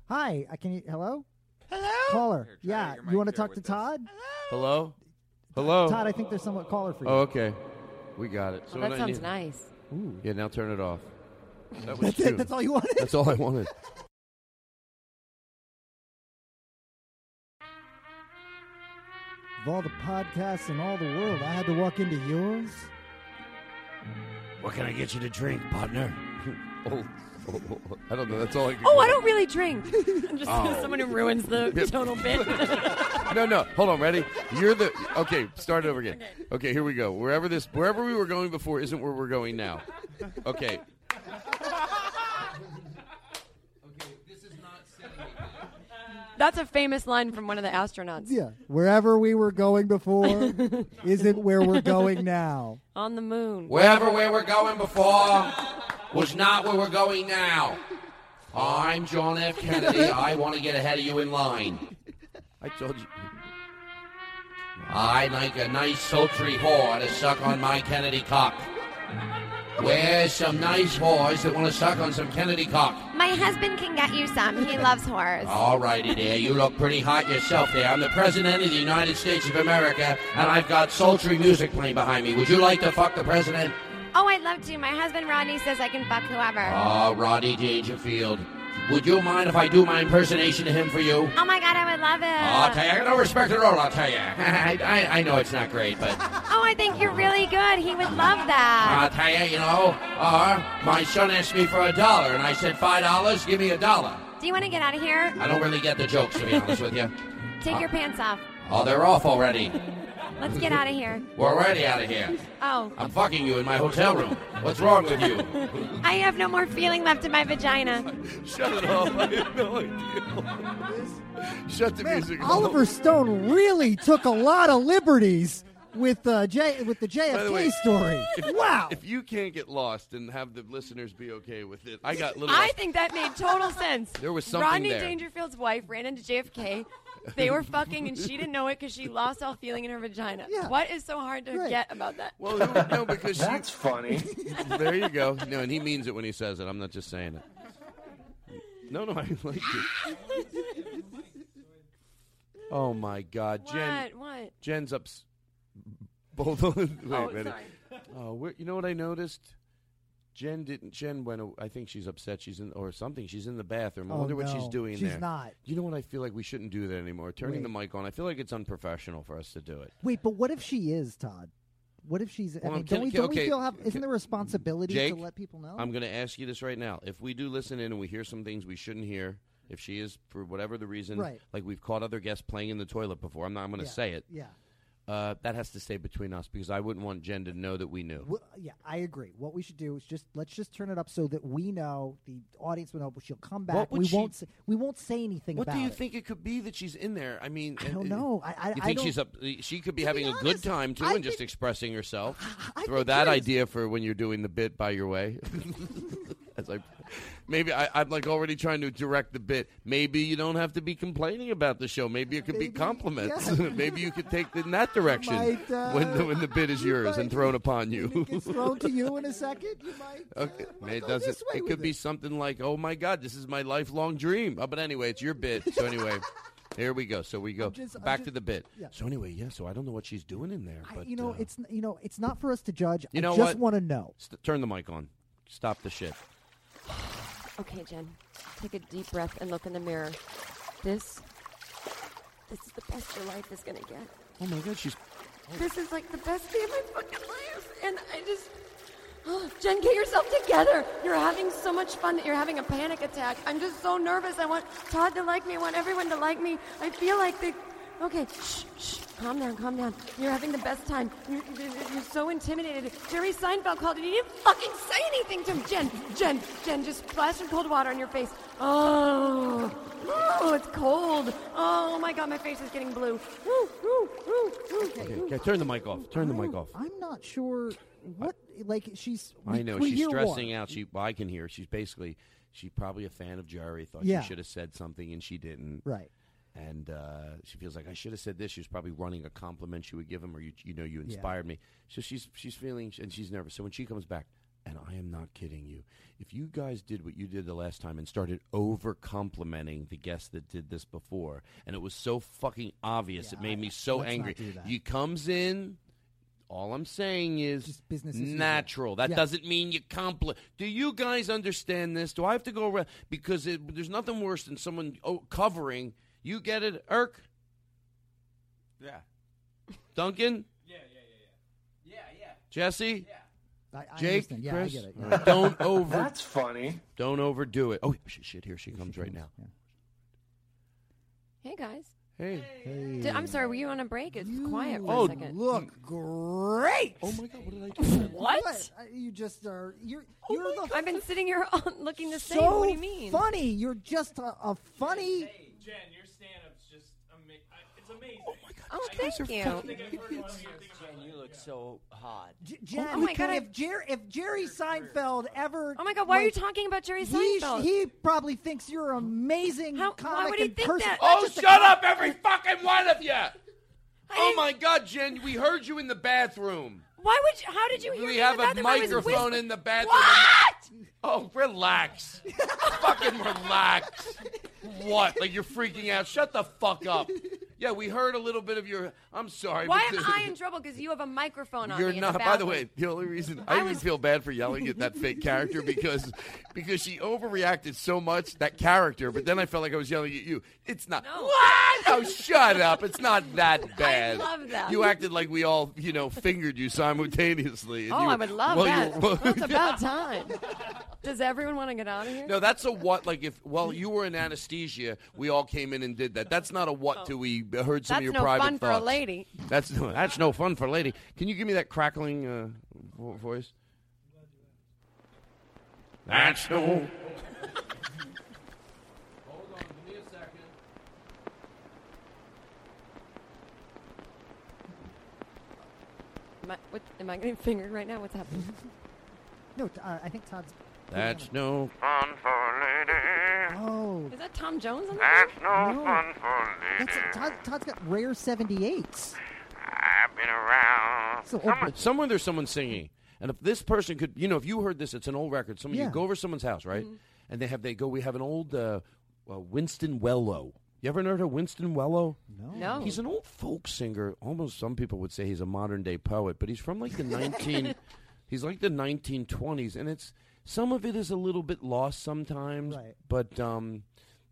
J: Hi, I can. You, hello.
T: Hello.
J: Caller. yeah, you want to talk to Todd?
B: Hello? Hello?
J: Todd, I think there's someone caller for you.
B: Oh, okay. We got it. So
F: Oh, that
B: what I
F: sounds
B: need-
F: nice.
J: Ooh.
B: Yeah, now turn it off. That
J: That's it?
B: cute.
J: That's all you wanted?
B: That's all I wanted.
J: Of all the podcasts in all the world, Oh, I had to walk into yours.
B: (laughs) What can I get you to drink, partner? (laughs) oh, oh, oh, I don't know. That's all I can
F: (laughs) Oh, I don't really drink. I'm just
B: Oh.
F: (laughs) someone who ruins the
B: Yeah.
F: tonal bit.
B: (laughs) No, no. Hold on. Ready? You're the. Okay, start over again. Okay, here we go. Wherever this, wherever we were going before, isn't where we're going now. Okay.
F: That's a famous line from one of the astronauts.
J: Yeah. Wherever we were going (laughs) before isn't where we're going (laughs) now.
F: On the moon.
B: Wherever we were going before was not where we're going now. I'm John F. (laughs) Kennedy. I want to get ahead of you in line. I told you. I like a nice sultry whore to suck on my Kennedy cock. Where's some nice whores that want to suck on some Kennedy cock?
K: My husband can get you some.
B: (laughs)
K: He loves horrors.
B: All righty there, you look pretty hot yourself there. I'm the President of the United States of America, and I've got sultry music playing behind me. Would you like to fuck the President?
K: Oh, I'd love to. My husband Rodney says I can fuck whoever.
B: Ah, Roddy Dangerfield. Would you mind if I do my impersonation of him for you?
K: Oh my god, I would love it.
B: I'll tell you, I got no respect at all, I'll tell you. (laughs) I, I, I know it's not great, but
K: Oh, I think you're really good. He would love that.
B: I'll tell you, you know, uh, my son asked me for a dollar, and I said, five dollars, give me a dollar.
K: Do you want to get out of here?
B: I don't really get the jokes, to be honest with you.
K: Take your pants off.
B: (laughs) Oh, they're off already.
K: Let's
B: (laughs)
K: get out of here.
B: We're already out of here.
K: Oh,
B: I'm fucking you in my hotel room. What's wrong with
J: (laughs)
B: you?
K: I have no more feeling left in my vagina.
B: Shut it off. I have no idea. Shut the music
J: Oliver Stone really took a lot of liberties with uh, J with the JFK story. wow.
B: If you can't get lost and have the listeners be okay with it, I got little.
F: I think that made total sense.
B: There was something
F: Rodney
B: there.
F: Dangerfield's wife ran into JFK. They were fucking, and she didn't know it because she lost all feeling in her vagina. What is so hard to get about that?
B: Well, no, because
O: that's funny.
B: (laughs) there you go. No, and he means it when he says it. I'm not just saying it. No, no, I like it.
D: (laughs)
B: Oh my God, Jen.
F: What? What?
B: Jen's up. Both on. Wait
F: Oh,
B: a minute. Oh, where, you know what I noticed? Jen didn't. Jen went. a- I think she's upset. She's in or something. She's in the bathroom. I
J: Oh,
B: wonder what she's
J: no.
B: doing
J: She's
B: there.
J: not.
B: You know what? I feel like we shouldn't do that anymore. Turning
J: Wait.
B: the mic on. I feel like it's unprofessional for us to do it.
J: Wait, but what if she is Todd? What if she's?
B: Well,
J: I mean,
B: can-
J: don't we,
B: can-
J: don't
B: okay,
J: we feel have?
B: can-
J: Isn't there a responsibility
B: Jake,
J: to let people know?
B: I'm going to ask you this right now. If we do listen in and we hear some things we shouldn't hear, if she is for whatever the reason,
J: Right.
B: like we've caught other guests playing in the toilet before, I'm not. I'm going to
J: Yeah,
B: say it.
J: yeah.
B: Uh, that has to stay between us because I wouldn't want Jen to know that we knew.
J: Well, yeah, I agree. What we should do is just let's just turn it up so that we know the audience will know. But she'll come back.
B: What would
J: we
B: she-
J: won't. Say, we won't say anything
B: What
J: about
B: do you
J: it.
B: think it could be that she's in there? I mean, I
J: don't know. I- I-
B: you
J: I
B: think
J: don't-
B: she's up? She could be having a good time too, and just expressing herself. Throw
J: think
B: that
J: there is-
B: idea for when you're doing the bit by your way. (laughs) As I, maybe I, I'm like already trying to direct the bit. Maybe you don't have to be complaining about the show. Maybe it could be compliments.
J: yeah.
B: (laughs) maybe you could take it in that direction
J: Might, uh,
B: when the, when the bit is yours and thrown upon you. (laughs)
J: It's thrown to you in a second. You might.
B: Okay, it
J: go
B: doesn't.
J: this way
B: It
J: with
B: could be
J: it.
B: something like, "Oh my God, this is my lifelong dream." Uh, but anyway, it's your bit. So
J: (laughs)
B: anyway, here we go. So we go
J: just- I'm
B: back to
J: just-
B: the bit.
J: yeah.
B: So anyway, yeah. So I don't know what she's doing in there, but
J: you know,
B: uh,
J: it's n- you know, it's not for us to judge.
B: you know
J: I just
B: what?
J: want to know.
B: St- turn the mic on. Stop the shit.
F: Okay, Jen, take a deep breath and look in the mirror. This, this is the best your life is gonna get.
B: Oh my God, she's.
F: This is like the best day of my fucking life, and I just. Oh, Jen, get yourself together. You're having so much fun that you're having a panic attack. I'm just so nervous. I want Todd to like me. I want everyone to like me. I feel like they. Okay, shh, shh. Calm down, calm down. You're having the best time. You're, you're- you're so intimidated. Jerry Seinfeld called and he didn't fucking say anything to him. Jen, Jen, Jen, just splash some cold water on your face. Oh, oh, it's cold. Oh my god, my face is getting blue. Woo, woo, woo, woo.
B: Okay, okay, turn the mic off. Turn the mic off.
J: I'm not sure what like she's.
B: I
J: we-
B: know
J: we
B: she's
J: hear what?
B: stressing out. She, well, I can hear. She's basically, she's probably a fan of Jerry. Thought
J: Yeah.
B: she should have said something and she didn't.
J: Right.
B: And uh, she feels like I should have said this. She was probably running a compliment she would give him, or you, you know, you
J: Yeah.
B: inspired me. So she's she's feeling and she's nervous. So when she comes back, and I am not kidding you. If you guys did what you did the last time and started over complimenting the guest that did this before, and it was so fucking obvious, it made me so
J: let's not
B: angry.
J: do that.
B: You comes in. All I'm saying is
J: business as usual.
B: natural. That
J: Yeah.
B: doesn't mean you compli Do you guys understand this? Do I have to go around? Because it, there's nothing worse than someone oh, covering. You get it, Irk?
C: Yeah.
B: Duncan?
C: Yeah, yeah,
B: yeah, yeah. Yeah, yeah. Jesse?
J: I, I
B: Jake?
J: understand. Yeah, I
B: Chris?
J: get it.
B: All
J: Yeah.
B: right. Don't over.
J: That's
O: funny.
B: Don't overdo it. Oh, shit, shit here she comes right now.
F: Hey guys.
B: Hey.
F: D- I'm sorry. Were you on a break? It's quiet for
B: Oh,
F: a second.
J: Look great.
B: Oh my god, what did I do?
F: What? Oh
J: Uh, You just are. You're. you're the
F: I've been sitting here (laughs) looking the same.
J: so
F: what do you mean?
J: funny. You're just a, a funny.
T: Jen, your stand-up's just ama- I, it's amazing. Oh my god!
F: Oh,
T: I,
F: thank
T: I don't think
F: you.
T: I've heard one of your
U: Jen, you
C: (laughs)
U: look so hot.
J: J- Jen,
F: Oh my God, I-
J: if Jerry, if Jerry Seinfeld ever,
F: Oh my God, why are you
J: like,
F: talking about Jerry
J: he,
F: Seinfeld?
J: he probably thinks you're an amazing comic
F: would he
J: and
F: think
J: person.
F: that?
J: Not
B: Oh,
J: just a
B: shut
J: comic.
B: up, every fucking one of you! Oh my god, Jen, we heard you in the bathroom.
F: (laughs) Why would you? How did you hear
B: We
F: me
B: have
F: in the
B: a
F: bathroom? I was
B: microphone
F: whis-
B: in the bathroom.
F: What?
B: Oh, relax. (laughs) fucking relax. What? Like you're freaking out. Shut the fuck up. Yeah, we heard a little bit of your. I'm sorry.
F: Why
B: but
F: am
B: (laughs)
F: I in trouble? Because you have a microphone on
B: You're
F: me. in
B: not.
F: the
B: by the
F: bathroom.
B: way, the only reason I, even feel bad for yelling at that
F: (laughs)
B: fake character because because she overreacted so much that character. But then I felt like I was yelling at you. It's not. (laughs) What? (laughs) Oh, shut up! It's not
F: (laughs)
B: that bad.
F: love that.
B: You acted like we all you know fingered you simultaneously. and
F: Oh,
B: you
F: I
B: were-
F: would love
B: well, you
F: that.
B: (laughs) were-
F: Well, it's about time. Does everyone want to get out of here?
B: No, that's a what. Like if well, you were in anesthesia, we all came in and did that. That's not a what
F: Oh.
B: till we heard some
F: That's
B: of your
F: no
B: private
F: fun for a
B: thoughts.
F: lady.
B: That's no, that's no fun for a lady. Can you give me that crackling uh, vo- voice? That's no.
G: Hold
B: (laughs)
G: on, give me a second.
F: Am I, what, am I getting fingered right now? What's
B: (laughs)
F: happening?
J: No, t- uh, I think Todd's.
B: That's no.
G: Fun for lady.
J: Oh,
F: Is that Tom Jones on the
G: That's no,
J: No.
G: fun for lady.
J: that's it. Todd, Todd's got rare 78s.
G: I've been around.
B: Somewhere there's someone singing, and if this person could, you know, if you heard this, it's an old record. Someone
J: Yeah.
B: you go over to someone's house, right? And they have they go. We have an old uh, uh, Winston Wellow. You ever heard of Winston Wellow?
F: No.
B: He's an old folk singer. Almost some people would say he's a modern day poet, but he's from like
F: (laughs)
B: the 19 he's like the 1920s and it's some of it is a little bit lost sometimes,
J: Right.
B: but um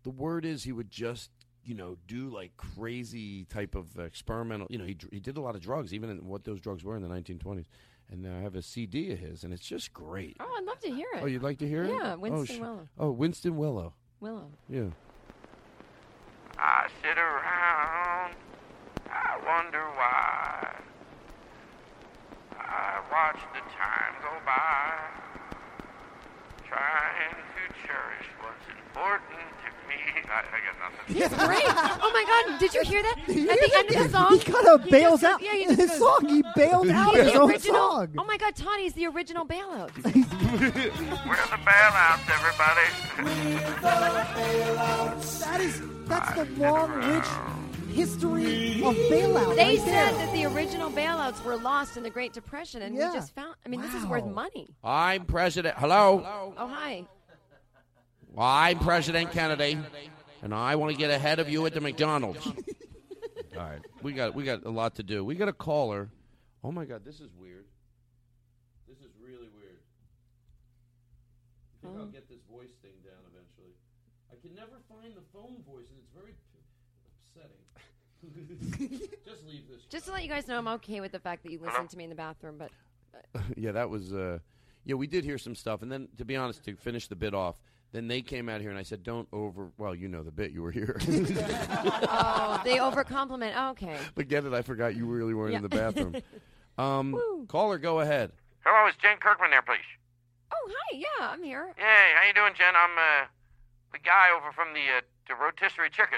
B: the word is he would just you know, do like crazy type of experimental. You know, he dr- he did a lot of drugs, even in what those drugs were in the 1920s. And I have a CD of his, and it's just great.
F: Oh, I'd love to hear it.
B: Oh, you'd like to hear it?
F: Yeah,
B: Oh,
F: Winston
B: sh-
F: Wellow.
B: Oh, Winston Wellow.
F: Willow.
B: Yeah.
G: I sit around. I wonder why. I watch the time go by. Trying to cherish what's important to me. I, I got nothing.
F: He's great. Oh my God! Did you hear that? At the end of the
J: (laughs) he
F: song,
J: kind of
F: he just
J: bails
F: goes-
J: out
F: Yeah, he
J: in
F: just
J: his
F: goes,
J: song. He bailed out
F: "He's
J: his
F: the
J: own
F: original-
J: song.
F: Oh my God, Tawny's the original bailout.
G: We're the bailouts, everybody.
J: That is that's the long rich history of bailout.
F: They
J: right
F: said
J: there.
F: that the original bailouts were lost in the Great Depression, and
J: Yeah.
F: we just found. I mean, this is worth
J: Wow.
F: money.
B: I'm president. Hello.
F: Oh hi.
B: I'm President Kennedy, and I want to get ahead of you at the McDonald's. All right, we got we got a lot to do. We got a caller. Oh my God, this is weird. This is really weird. I think I'll get this voice thing down eventually. I can never find the phone voice, and it's very p- upsetting. Just leave this.
F: Just to let you guys know, I'm okay with the fact that you listened to me in the bathroom, but
B: (laughs) yeah, that was. Uh, yeah, we did hear some stuff, and then to be honest, to finish the bit off, then they came out here, and I said, "Don't over." Well, you know the bit. You
F: (laughs)
B: were here.
F: oh,
B: (laughs)
G: (laughs)
F: they overcompliment. Oh, okay.
B: but get it? I forgot you really weren't
F: Yeah.
B: in the bathroom.
F: (laughs)
B: Um, caller, go ahead.
G: Hello, is Jen Kirkman there, please?
F: Oh hi, yeah, I'm here.
G: Hey, how you doing, Jen? I'm uh, the guy over from the uh, the rotisserie chicken.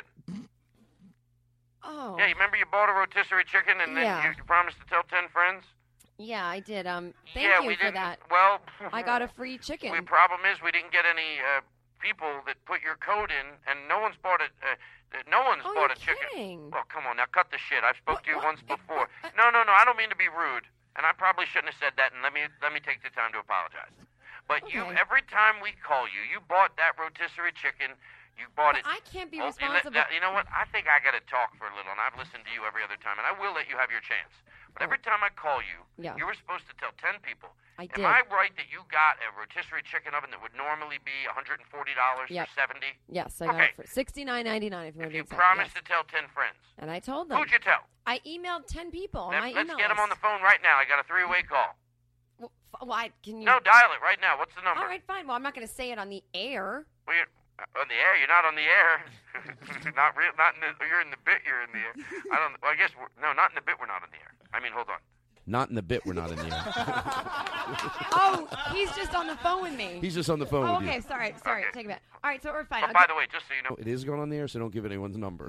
F: Oh
G: Yeah, you remember you bought a rotisserie chicken and then
F: Yeah.
G: you, you promised to tell ten friends.
F: yeah, I did. Um, thank
G: yeah,
F: you
G: we
F: for
B: (laughs)
G: didn't.
F: that.
G: Well, (laughs)
F: I got a free chicken.
G: The problem is we didn't get any uh, people that put your code in, and no one's bought a uh, uh, no one's
F: Oh,
G: bought
F: you're
G: a chicken.
F: kidding.
G: Well, come on now, cut the shit. I've spoke to you once
F: uh,
G: before. No, no, no. I don't mean to be rude, and I probably shouldn't have said that. And let me let me take the time to apologize.
B: But you, every time we call you, you bought that rotisserie chicken. You bought
F: But
B: it.
F: I can't be
B: Oh, you let-
F: responsible.
B: you know what? I think I got to talk for a little, and I've listened to you every other time, and I will let you have your chance. But every time I call you,
F: Oh. Yeah.
B: you were supposed to tell ten people.
F: I
B: Am
F: did.
B: I right that you got a rotisserie chicken oven that would normally be one hundred and forty dollars
F: Yep.
B: for seventy?
F: Yes, I got
B: okay.
F: it for sixty nine ninety nine. If you want to
B: You
F: exact,
B: promised
F: yes.
B: to tell ten friends.
F: and I told them.
B: Who'd you tell?
F: I emailed ten people on
B: Let-
F: my
B: let's
F: email.
B: get them on the phone right now. I got a three-way call.
F: Well, f- why can you?
B: No, dial it right now. What's the number?
F: All right, fine. Well, I'm not going to say it on the air.
B: Well, you're uh, on the air. You're not on the air. (laughs) not real. Not in the, you're in the bit. You're in the air. I don't. Well, I guess we're, no. Not in the bit. We're not on the air. I mean, hold on.
D: Not in the bit. We're not in the air.
F: oh, he's just on the phone with me.
D: He's just on the phone
F: Oh,
D: with you.
F: okay. Sorry, sorry.
B: Okay.
F: Take it back. All right, so we're fine.
B: But
F: I'll
B: by
F: gi-
B: the way, just (laughs) so you know,
D: It is going on the air, so don't give it anyone's number.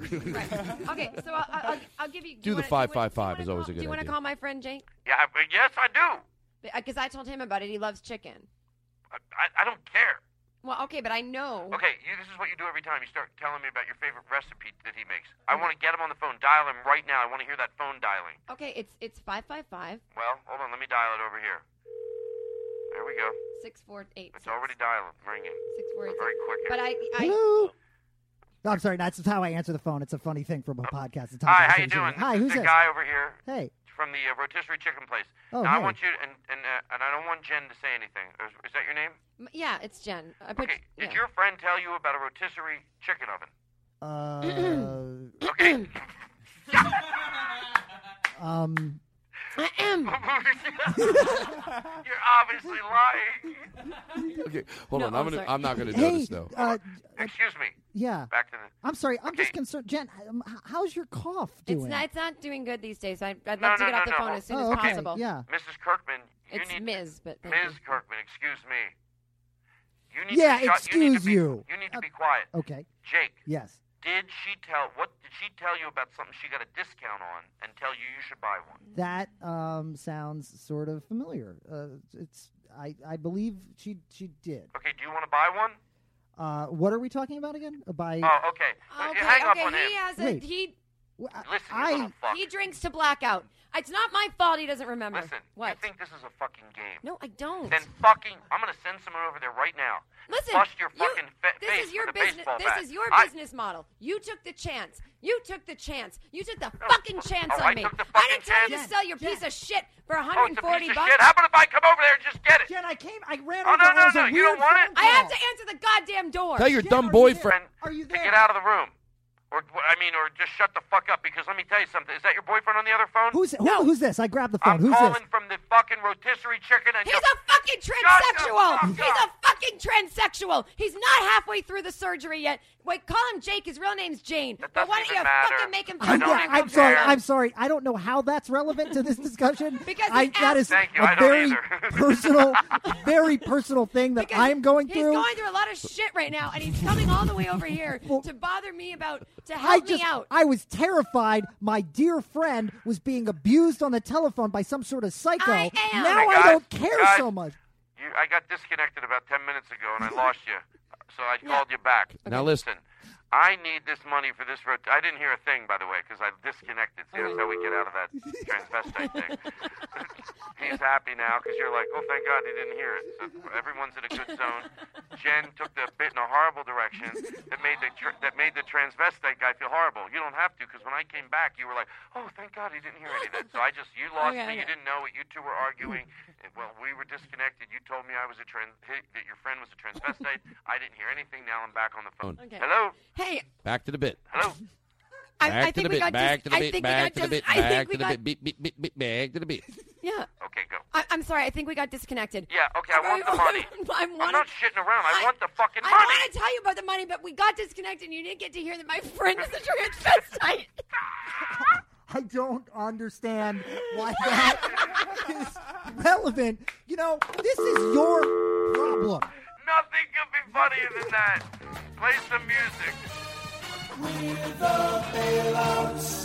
F: okay, so I'll, I'll, I'll- I'll give you.
D: (laughs) Do the five five five is always a
F: Do
D: good
F: you want to
D: idea.
F: call my friend Jake?
B: yeah. I, yes, I do.
F: Because I told him about it. He loves chicken.
B: I, I don't care.
F: Well, okay, but I know.
B: Okay, you, this is what you do every time. You start telling me about your favorite recipe that he makes. I
J: Mm-hmm.
B: want to get him on the phone. Dial him right now. I want to hear that phone dialing.
F: Okay, it's it's five five five
B: Well, hold on. Let me dial it over here. There we go.
F: six four eight.
B: It's already dialing, ringing.
F: Six four eight.
B: Very quick.
F: But I, I
J: Hello. No, I'm sorry. That's how I answer the phone. It's a funny thing from a podcast. It's
B: Hi, how you
J: conversation.
B: doing?
J: Hi,
B: this
J: who's
B: is the
J: this?
B: guy over here
J: Hey.
B: from the uh, rotisserie chicken place.
J: Oh,
B: now, I
J: hey.
B: want you and and uh, and I don't want Jen to say anything. Is, is that your name?
F: m- yeah, it's Jen. I put,
B: Okay.
F: yeah.
B: Did your friend tell you about a rotisserie chicken oven?
J: Uh,
B: (clears throat) Okay.
J: (clears throat) um.
B: (laughs) You're obviously lying.
D: okay, hold
B: No,
D: on.
B: I'm
D: I'm, gonna,
B: sorry.
D: I'm not
J: (laughs)
D: going to
J: Hey,
D: notice though.
J: uh,
B: Excuse me.
J: yeah.
B: Back to the.
J: I'm sorry. I'm just concerned, Jen. um, h- How's your cough doing?
F: It's not, it's not doing good these days. I, I'd love
B: No,
F: to
B: no,
F: get off the
B: no, no.
F: phone as soon
J: Oh,
F: as
J: okay,
F: possible.
J: yeah.
B: Mrs. Kirkman, you
F: It's
B: need
F: Ms. But thank
B: Ms. Kirkman, excuse me. You need
J: yeah.
B: to shut, you. Need
J: excuse
B: to be,
J: you.
B: you need to be quiet.
J: Okay.
B: Jake,
J: Yes.
B: did she tell what did she tell you about something she got a discount on and tell you you should buy one?
J: That um, sounds sort of familiar. Uh, it's. I, I believe she she did.
B: Okay, do you want to buy one?
J: Uh, what are we talking about again? Uh, By
B: Oh, okay. Uh,
F: Okay,
B: Hang up
F: okay,
B: on him.
F: he has a
J: Wait. uh,
F: he.
B: Listen, you little fuck.
F: He drinks to blackout. It's not my fault. He doesn't remember.
B: Listen,
F: what?
B: you think this is a fucking game?
F: No, I don't.
B: Then fucking, I'm gonna send someone over there right now.
F: Listen,
B: bust your
F: you-
B: fucking fa-
F: this
B: face
F: is your
B: with a
F: business.
B: baseball
F: This
B: bat.
F: is your
B: I-
F: business model. You took the chance. You took the chance. You took the fucking chance
B: oh,
F: on
B: I
F: me.
B: took the
F: I
B: fucking
F: didn't tell you to
B: chance?
F: sell your piece of shit for
B: Oh, it's
F: 140
B: a piece of
F: bucks.
B: shit. How about if I come over there and just get it?
J: Jen, I came. I ran
B: Oh,
J: over.
B: no,
J: there.
B: no,
J: It was
B: no,
J: a
B: you don't
J: weird
B: want it?
F: I
J: phone
F: have
J: call.
F: to answer the goddamn door.
D: Tell your dumb boyfriend.
J: Are you
B: To get out of the room, or wh- I mean, or just shut the fuck up. Because let me tell you something. Is that your boyfriend on the other phone?
J: Who's who, who's this? I grabbed the phone.
B: I'm
J: who's
B: calling
J: this?
B: from the fucking rotisserie chicken. And
F: He's
B: you-
F: a fucking
B: Shut
F: transsexual.
B: the
F: He's a fucking transsexual. He's not halfway through the surgery yet. Wait, call him Jake. His real name's Jane. But why don't
B: doesn't even
F: you
B: matter.
F: fucking make him
B: I
F: feel
B: don't
J: Yeah,
B: even
F: better?
J: I'm sorry.
B: care.
J: I'm sorry. I don't know how that's relevant to this
B: (laughs)
J: discussion.
F: Because
J: I,
F: he's
J: that is
B: Thank you,
J: a
B: I don't
J: very
B: either. (laughs)
J: personal, very personal thing that
F: Because
J: I'm going
F: he's
J: through.
F: going through a lot of shit right now, and he's coming all the way over
B: (laughs)
F: here to bother me about to
J: I
F: help
J: just,
F: me out.
J: I was terrified. My dear friend was being abused on the telephone by some sort of psycho.
F: I am.
J: Now
B: Hey,
J: I don't
B: guys,
J: care
B: guys.
J: so much.
B: You, I got disconnected about 10 minutes ago and I lost you. So I called you back.
D: Now listen.
B: I need this money for this road. I didn't hear a thing, by the way, because I disconnected. See, that's how we get out of that transvestite thing. (laughs) He's happy now because you're like, oh, thank God he didn't hear it. So everyone's in a good zone. Jen took the bit in a horrible direction that made the tr that made the transvestite guy feel horrible. You don't have to because when I came back, you were like, oh, thank God he didn't hear any of that. So I just you lost
F: Okay,
B: me. You
F: okay.
B: didn't know it. You two were arguing. And, Well, we were disconnected. You told me I was a trans hi- that your friend was a transvestite. I didn't hear anything. Now I'm back on the phone.
F: Okay.
B: Hello.
F: Hey,
D: Back to the bit.
B: Hello.
F: I,
D: Back
F: I
D: to
F: think
D: the
F: we
D: bit.
F: got
D: Back
F: dis-
D: to the
F: I
D: bit.
F: think we
D: Back
F: got
D: to the
F: dis-
D: bit.
F: I think
D: Back
F: we
D: to the
F: got-
D: bit. Beep beep beep beep. Back to the bit.
F: Yeah.
B: Okay, go.
F: I, I'm sorry. I think we got disconnected.
B: Yeah. Okay, I want the money.
F: (laughs) I'm,
B: I'm not shitting around. I,
F: I-
B: want the fucking
F: I
B: money.
F: want to tell you about the money, but we got disconnected, and you didn't get to hear that my (laughs) friend is a transvestite. (laughs)
J: I don't understand why that is relevant. You know, this is your problem.
B: Nothing could be funnier than that. Play some music.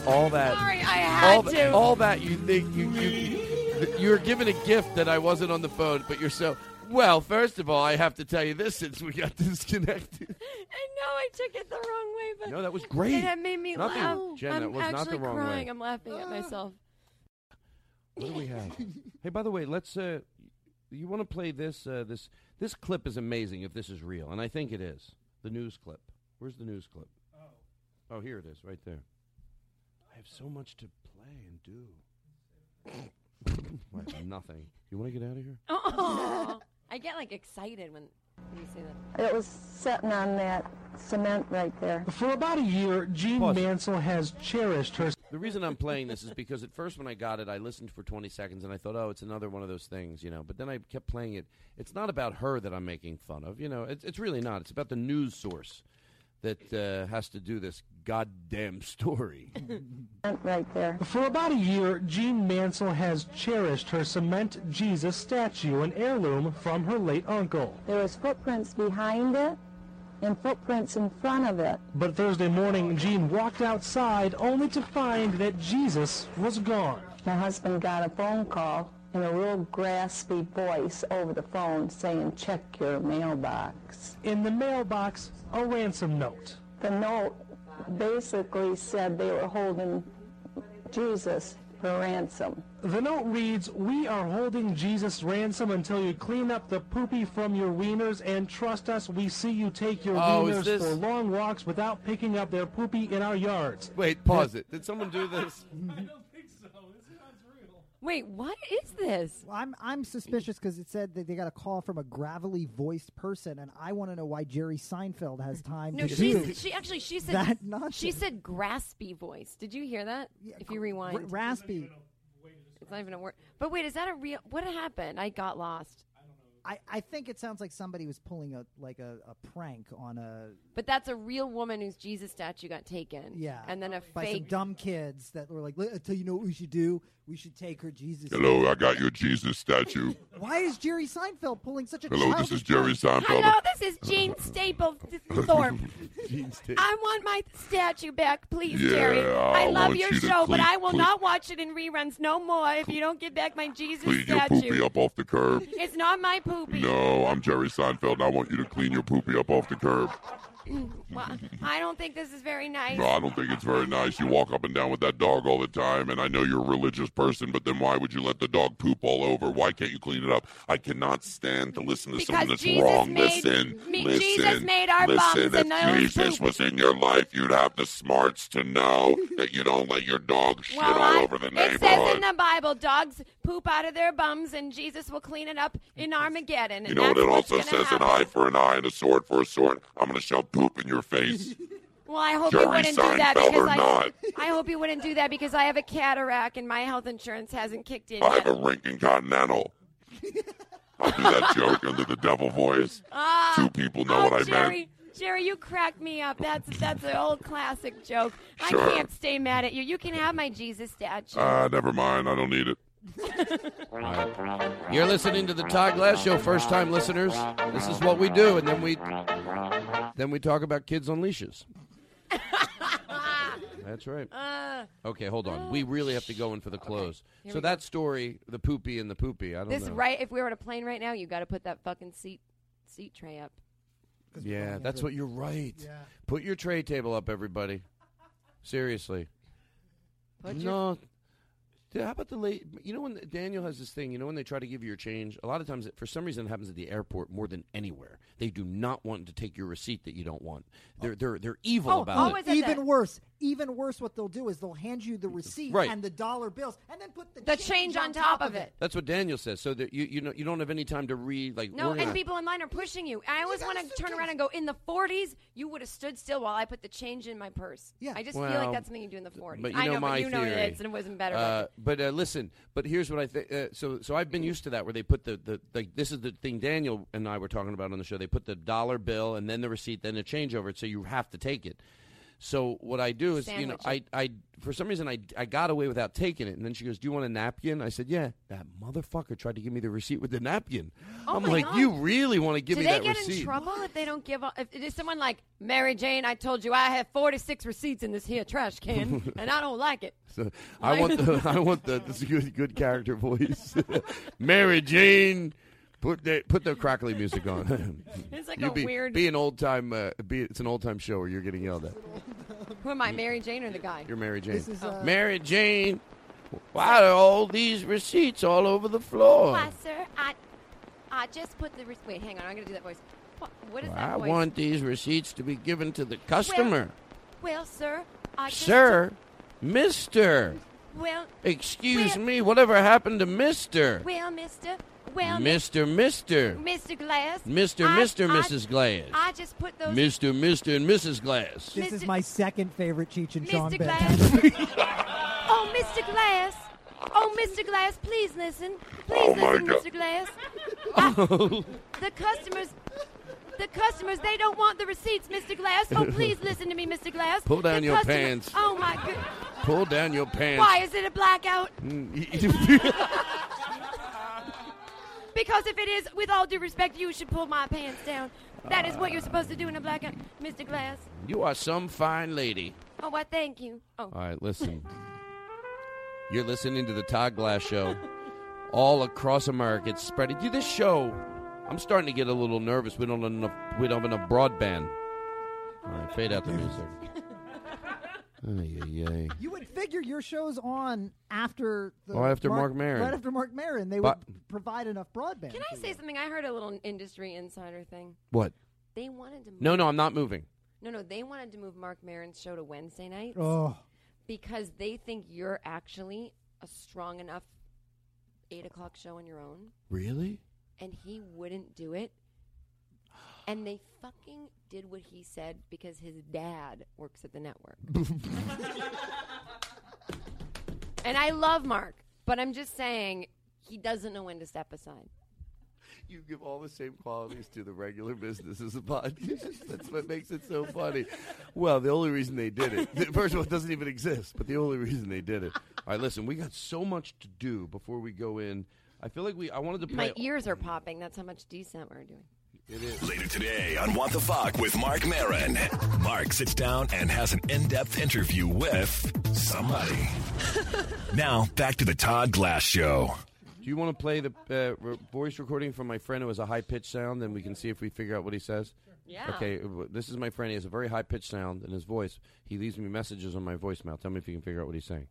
D: All that.
F: Sorry, I had
D: all,
F: to.
D: that, all that you think you, you you're given a gift that I wasn't on the phone, but you're so well. First of all, I have to tell you this since we got (laughs) disconnected.
F: I know I took it the wrong way, but
D: No, that was great.
F: And it made me
D: Nothing-
F: laugh.
D: Jen,
F: I'm
D: that was not
F: actually
D: the wrong way.
F: crying. I'm laughing at myself. (laughs)
D: What do we have? hey, by the way, let's. Uh,
B: you want to play this? Uh, this this clip is amazing. If this is real, and I think it is, the news clip. Where's the news clip? Oh, here it is, right there. I have so much to play and do. I have (laughs) nothing. You want to get out of here?
F: Oh, I get like excited when when you say that.
A: It was sitting on that cement right there.
V: For about a year, Jean Mansell has cherished her.
B: The reason I'm playing this is because at first when I got it, I listened for 20 seconds and I thought, oh, it's another one of those things, you know. But then I kept playing it. It's not about her that I'm making fun of, you know. It's, it's really not. It's about the news source that uh, has to do this goddamn story. (laughs)
V: Right there. For about a year, Jean Mansell has cherished her cement Jesus statue, an heirloom from her late uncle.
A: There was footprints behind it and footprints in front of it.
V: But Thursday morning, Jean walked outside only to find that Jesus was gone.
A: My husband got a phone call in a real graspy voice over the phone saying, check your mailbox.
V: In the mailbox, a ransom note.
A: The note basically said they were holding Jesus for ransom.
V: The note reads, We are holding Jesus ransom until you clean up the poopy from your wieners, and trust us, we see you take your
B: Oh, is
V: wieners
B: this-
V: for long walks without picking up their poopy in our yards.
B: Wait, pause it. Did someone do this?
F: Wait, what is this?
J: Well, I'm I'm suspicious because it said that they got a call from a gravelly voiced person, and I want to know why Jerry Seinfeld has time.
F: No,
J: to
F: she
J: do
F: she actually she said
J: that nonsense.
F: she said graspy voice. Did you hear that? if you rewind,
J: r- raspy.
F: It's not even a word. But wait, is that a real? What happened? I got lost.
J: I, I think it sounds like somebody was pulling a like a, a prank on a
F: But that's a real woman whose Jesus statue got taken.
J: yeah,
F: and then a
J: by some
F: fake.
J: dumb kids that were like, "Let- I tell you know what we should do. We should take her Jesus.
S: Hello, I got your Jesus statue.
J: Why is Jerry Seinfeld pulling such a?
S: Hello, this
J: childish-
S: is Jerry Seinfeld.
K: Hello, this is Jean Staple (laughs) Thorpe. I want my statue back, please,
S: Yeah,
K: Jerry. I
S: I
K: love
S: want
K: your
S: you to
K: show, but
S: clean-
K: I will
S: clean-
K: not watch it in reruns no more if you don't get back my Jesus
S: Clean your
K: statue.
S: poopy up off the curb.
K: It's not my
S: (laughs)
K: poopy.
S: No, I'm Jerry Seinfeld, and I want you to clean your poopy up off the curb.
K: Well, I don't think this is very nice.
S: No, I don't think it's very nice. You walk up and down with that dog all the time, and I know you're a religious person, but then why would you let the dog poop all over? Why can't you clean it up? I cannot stand to listen to someone that's
K: Jesus
S: wrong.
K: made-
S: listen,
K: me-
S: listen,
K: Jesus made our
S: listen.
K: bums and
S: if
K: those
S: Jesus
K: poop.
S: was in your life, you'd have the smarts
K: (laughs)
S: to know that you don't let your dog shit
K: Well,
S: all
K: I-
S: over the
K: it says in
S: neighborhood.
K: the Bible, dogs poop out of their bums, and Jesus will clean it up in Armageddon.
S: You know what
K: That's
S: it
K: what's
S: also
K: gonna
S: says? An
K: happen.
S: eye for an eye and a sword for a sword. I'm going to shove poop in
K: (laughs)
S: your face.
K: Well, I hope
S: Jerry
K: you wouldn't do that
S: Seinfeld
K: because
S: or
K: I,
S: not.
K: (laughs) I hope you wouldn't do that because I have a cataract and my health insurance hasn't kicked in
S: I have
K: yet.
S: a Rinkin Continental. I'll do that joke under the devil voice.
K: Ah,
S: Two people know
K: oh,
S: what I
K: Jerry,
S: meant.
K: Jerry, you cracked me up. That's that's an old classic joke.
S: Sure.
K: I can't stay mad at you. You can have my Jesus statue.
S: Ah, never mind. I don't need it.
B: You're listening to the Todd Glass Show, first time listeners. This is what we do, and then we then we talk about kids on leashes. That's right.
K: (laughs) Uh,
B: Okay, hold
F: (gasps)
B: on. We really have to go in for the close.
F: Here
B: So
F: we go.
B: that story, the poopy and the poopy, I don't
F: This
B: know.
F: right? If we were on a plane right now, you got to put that fucking seat seat tray up.
B: Yeah, that's what you're right.
F: Yeah.
B: Put your tray table up, everybody. Seriously.
F: Put your-
B: no. Dude, how about the late? You know when Daniel has this thing. You know when they try to give you your change. A lot of times, it, for some reason, it happens at the airport more than anywhere. They do not want to take your receipt that you don't want. They're they're they're evil
J: Oh,
B: about
J: oh,
B: it.
J: even worse. Even worse, what they'll do is they'll hand you the receipt
B: Right.
J: and the dollar bills, and then put the,
K: the change on top of it.
B: That's what Daniel says. So that you you know you don't have any time to read like
K: No,
B: organize.
K: and people in line are pushing you. I always want to turn around and go, in the 40s, you would have stood still while I put the change in my purse. Yeah. I just feel
B: Well,
K: like that's something you do in the 40s.
B: But you
K: I
B: know,
K: know,
B: my
K: but you know
B: theory.
K: it is, and it wasn't better.
B: Uh, but uh, listen, but here's what I think. Uh, so, so I've been used to that, where they put the, the like this is the thing Daniel and I were talking about on the show. They put the dollar bill and then the receipt, then a change over it, so you have to take it. So what I do is, you know, I,
W: Sandwich
B: I for some reason I, I got away without taking it, and then she goes, "Do you want a napkin?" I said, "Yeah." That motherfucker tried to give me the receipt with the napkin.
K: Oh
B: I'm
K: my
B: like,
K: God.
B: "You really want to give
K: do
B: me
K: they
B: that
K: get
B: receipt?"
K: in trouble if they don't give up? If it is someone like Mary Jane, I told you I have 46 receipts in this here trash can,
B: (laughs)
K: and I don't like it.
F: (laughs)
B: So I want the (laughs) I want the this good, good character voice. (laughs) Mary Jane, put the put the crackly
F: (laughs)
B: music on. (laughs)
K: It's like
B: You
K: a
B: be,
K: weird.
B: Be an old time. Uh, be it's an old time show where you're getting yelled at.
K: (laughs) who am I, Mary Jane or the guy?
B: You're Mary Jane.
K: This is, uh,
B: Mary Jane, why are all these receipts all over the floor?
K: Why, Oh, sir, I
F: I just put the re- wait. Hang on, I'm gonna do that voice. What, what is that
B: I
F: voice?
B: want these receipts to be given to the customer.
F: Well, sir, I just
B: Sir, Mister.
F: took- well,
B: Excuse me, whatever happened to Mister?
F: well, Mister, well, Miss-
B: Mister, Mister.
F: Mr. Glass,
B: Mister,
F: I-
B: Mister,
F: I-
B: Mrs. Glass.
F: I just put those.
B: Mister, Mister, and Mrs. Glass.
J: This is my second favorite Cheech and Chong
F: Mr.
J: bit.
F: Oh, Mr. Glass. Oh, Mr. Glass, please listen. Please
J: Oh, my
F: listen,
J: God.
F: Mr. Glass.
B: Oh.
F: I- the customers, the customers, they don't want the receipts, Mr. Glass. Oh,
B: (laughs)
F: please listen to me, Mr. Glass.
B: Pull down
F: The
B: your
F: customer-
B: pants.
F: Oh my good.
B: Pull down your pants.
F: Why is it a blackout? (laughs)
B: Mm,
F: Because if it is, with all due respect, you should pull my pants down. That is what you're supposed to do in a blackout, Mr. Glass.
B: you are some fine lady.
F: Oh, I thank you. Oh,
B: All right, listen. You're listening to the Todd
F: (laughs)
B: Glass Show. All across America, it's spreading. Do this show. I'm starting to get a little nervous. We don't have enough. We don't have enough broadband. All right, fade out
F: (laughs)
B: the music. Ay, ay, ay.
J: You would figure your show's on after the
B: Oh, after Mark Maron.
J: right after Mark Maron, they
B: But-
J: would provide enough broadband.
F: can I say something? I heard a little industry insider thing.
B: What?
F: They wanted to. Move
B: No, no, I'm not moving.
F: No, no, they wanted to move Mark Maron's show to Wednesday nights
B: Oh.
F: because they think you're actually a strong enough eight o'clock show on your own,
B: Really?
F: and he wouldn't do it. And they fucking did what he said because his dad works at the
B: (laughs)
F: network. and I love Mark, but I'm just saying he doesn't know when to step aside.
B: You give all the same qualities to the regular businesses of podcast. (laughs) That's what makes it so funny. Well, the only reason they did it, (laughs) first of all, it doesn't even exist, but the only reason they did it. All right, listen, we got so much to do before we go in. I feel like we, I wanted to play.
F: My ears are popping. That's how much decent we're doing.
B: It is.
N: Later today on What the Fuck with Mark Marin. Mark sits down and has an in depth interview with
F: (laughs)
N: somebody. now, back to the Todd Glass Show.
B: Do you want to play the uh, re- voice recording from my friend who has a high pitched sound, and we can see if we figure out what he says?
X: Yeah.
B: Okay, uh, w- this is my friend. He has a very high pitched sound in his voice. He leaves me messages on my voicemail. Tell me if you can figure out what he's saying.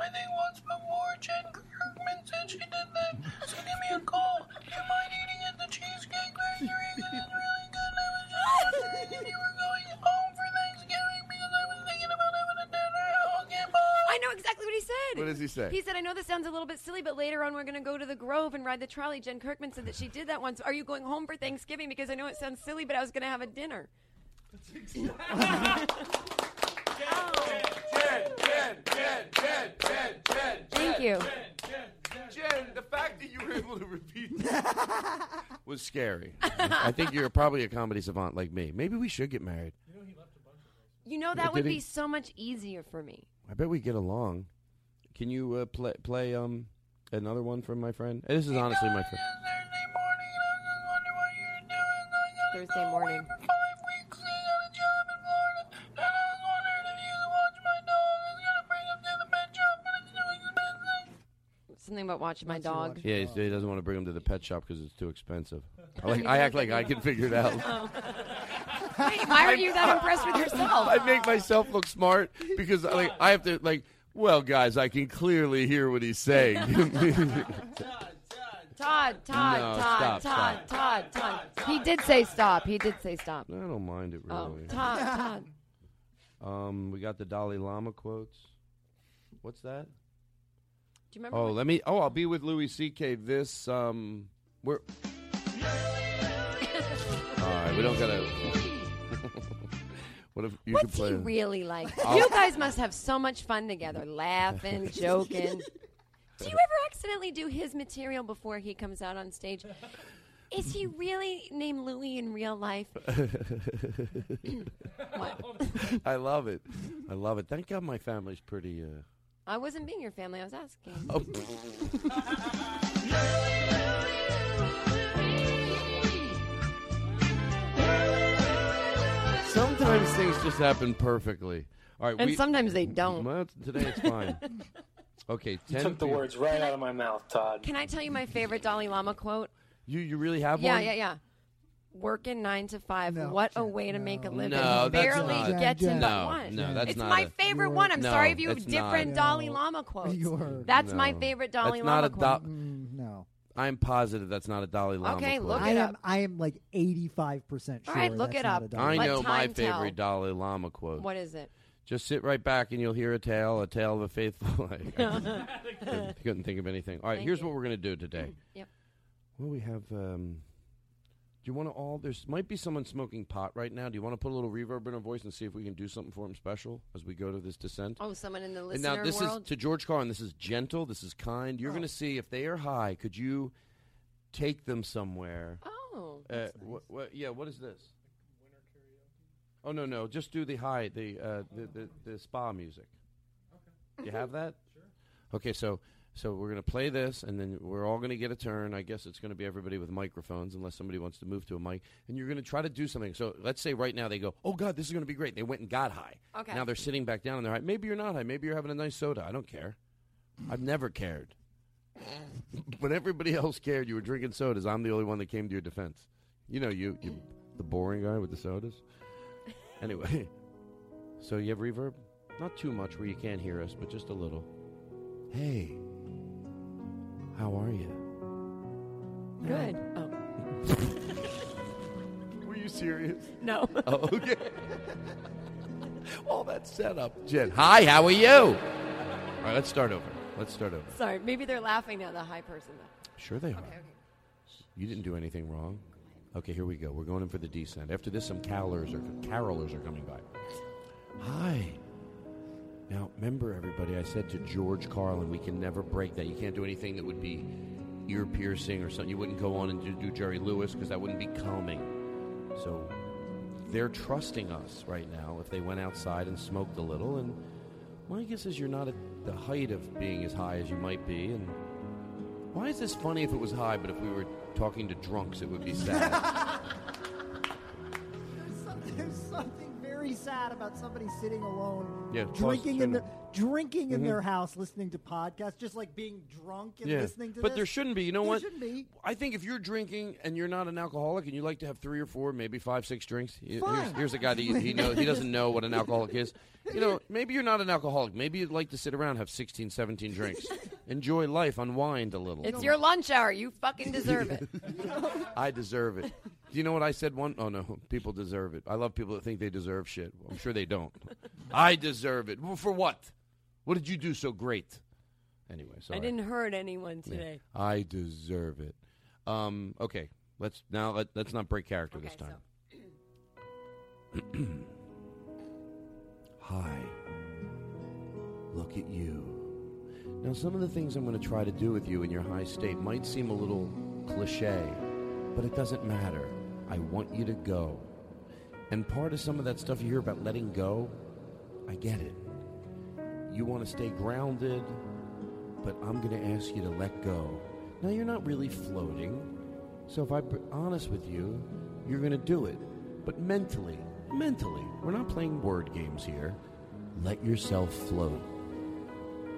X: I think once before Jen Kirkman said she did that, so give me a call. Do you mind eating at the Cheesecake Factory? Because it's really good. I was just wondering if you were going home for Thanksgiving because I was thinking about having a dinner. Okay, bye.
F: I know exactly what he said.
B: What does he say?
F: He said, I know this sounds a little bit silly, but later on we're going to go to the Grove and ride the trolley. Jen Kirkman said that she did that once. Are you going home for Thanksgiving? Because I know it sounds silly, but I was going to have a dinner. Thank you.
B: Jen, the fact that you were able to repeat Was scary. I think you're probably a comedy savant like me. Maybe we should get married.
F: You know,
B: Yeah,
F: that would
B: did he-
F: be so much easier for me.
B: I bet we get along. Can you uh, play play um another one from my friend? This is honestly my friend.
F: Thursday morning. Something about watching my dog.
B: Yeah, he's- he doesn't want to bring him to the pet shop because it's too expensive. I, like, I act like I can figure it out.
F: (laughs) Oh. Wait, why are you that impressed with yourself?
B: I make myself look smart because like I have to like. Well, guys, I can clearly hear what he's saying. (laughs)
F: Todd, Todd,
B: No,
F: Todd,
B: stop,
F: Todd, Todd, Todd, He did say stop. He did say stop.
B: I don't mind it
F: Oh,
B: really.
F: Todd, Todd.
B: Um, we got the Dalai Lama quotes. What's that?
F: Do you remember?
B: Oh,
F: when-
B: let me. Oh, I'll be with Louis C.K. This um, we're. All right, we don't gotta. (laughs) what if you could
F: What's
B: play?
F: he really like?
B: I'll-
F: You guys must have so much fun together, laughing,
B: (laughs)
F: joking. Do you ever accidentally do his material before he comes out on stage? Is he really named Louis in real life?
B: (laughs) I love it. I love it. Thank God my family's pretty. Uh,
F: I wasn't being your family. I was asking.
B: Oh. Sometimes things just happen perfectly. All right,
F: And
B: we-
F: sometimes they don't.
B: Well, today
F: (laughs)
B: it's fine. okay,
O: You
B: ten
O: took the
B: peop-
O: words right out of my mouth, Todd.
F: Can I tell you my favorite Dalai Lama quote?
B: You you really have
F: yeah,
B: one?
F: yeah, yeah. working nine to five. what a way to make a living.
B: No, that's
F: Barely
B: not-
F: get to
B: Jen,
F: but
B: no,
F: one.
B: no, that's
F: it's
B: not
F: my
B: a-
F: favorite one. I'm
B: No,
F: sorry if you
B: it's
F: have different
B: not.
F: Dalai
B: (laughs)
F: Lama quotes. That's my favorite Dalai
B: that's
F: Lama
B: not a Mm,
F: quote.
B: Do-
J: no.
B: I'm positive that's not a Dalai Lama.
F: Okay,
B: quote.
F: look
J: I
F: it
J: am, I am like 85%
F: All
J: sure.
F: right, look
J: that's
F: it
J: not
F: up.
J: a
B: I
J: dollar.
B: know my
F: time tell.
B: favorite Dalai Lama quote.
F: What is it?
B: Just sit right back and you'll hear a tale, a tale of a faithful. (laughs) I
F: (laughs)
B: couldn't, couldn't think of anything. All right,
F: Thank
B: here's
F: you. Mm,
B: what we're going to do today.
F: Yep.
B: Well, we have. Um, do you want to all? There's might be someone smoking pot right now. Do you want to put a little reverb in her voice and see if we can do something for him special as we go to this descent?
F: Oh, someone in the
B: And now
F: listener
B: this
F: world? Oh.
B: is to George Carlin. This is gentle. This is kind. You're going to see if they are high. Could you take them somewhere?
F: Oh.
B: Uh, wha- wha- yeah. What is this? Oh no no! Just do the high the uh, the, the the spa music. You have that? Sure. Okay, so so we're gonna play this, and then we're all gonna get a turn. I guess it's gonna be everybody with microphones, unless somebody wants to move to a mic. And you're gonna try to do something. So let's say right now they go, "Oh God, this is gonna be great." They went and got high.
F: Okay.
B: Now they're sitting back down and they're high. Maybe you're not high. Maybe you're having a nice soda. I don't care. I've never cared. when everybody (laughs) else cared, you were drinking sodas. I'm the only one that came to your defense. You know, you, you the boring guy with the sodas. Anyway, so you have reverb? Not too much where you can't hear us, but just a little. Hey, how are you?
F: Good. Oh.
B: Were you serious?
F: No.
B: Oh, okay. (laughs) All that setup. Jen, hi, how
N: (laughs)
B: are you? All right, let's start over. Let's start over.
F: Sorry, maybe they're laughing now, the high person. Though.
B: Sure they are. You didn't do anything wrong. Okay, here we go. We're going in for the descent. After this, some carolers are, carolers are coming by. Hi.
F: (laughs)
B: Now, remember, everybody, I said to George Carlin, we can never break that. You can't do anything that would be ear piercing or something. You wouldn't go on and do, do Jerry Lewis because that wouldn't be calming. So they're trusting us right now if they went outside and smoked a little. And my guess is you're not at the height of being as high as you might be. And why is this funny if it was high, but if we were talking to drunks, it would be sad?
J: There's something, there's something very sad about somebody sitting alone,
B: Yeah, pause,
J: drinking in
B: turn
J: their drinking in
B: Mhm.
J: their house, listening to podcasts, just like being drunk and listening to.
B: but
J: this.
B: there shouldn't be. You know
J: There
B: what?
J: shouldn't be.
B: I think if you're drinking and you're not an alcoholic and you like to have three or four, maybe five, six drinks. he- Here's,
J: Fine.
B: here's a guy that you, he know he doesn't know what an alcoholic is. You
J: (laughs)
B: know, maybe you're not an alcoholic. Maybe you'd like to sit around, have 16, 17
J: (laughs)
B: drinks, enjoy life, unwind a little.
F: It's your lunch hour. You
B: (laughs)
F: fucking deserve it.
B: I deserve it. Do you know what I said one? Oh no, people deserve it. I love people that think they deserve shit. I'm sure they don't. I deserve it. Well, for what? What did you do so great? Anyway, sorry.
F: I didn't hurt anyone
B: Yeah.
F: today.
B: I deserve it. Um, okay, let's now let, let's not break character this time. (clears throat) Hi. Look at you. Now, some of the things I'm going to try to do with you in your high state might seem a little cliche, but it doesn't matter. I want you to go. And part of some of that stuff you hear about letting go, I get it. You want to stay grounded, but I'm going to ask you to let go. Now, you're not really floating, so if I'm honest with you, you're going to do it. But mentally, mentally, we're not playing word games here. Let yourself float.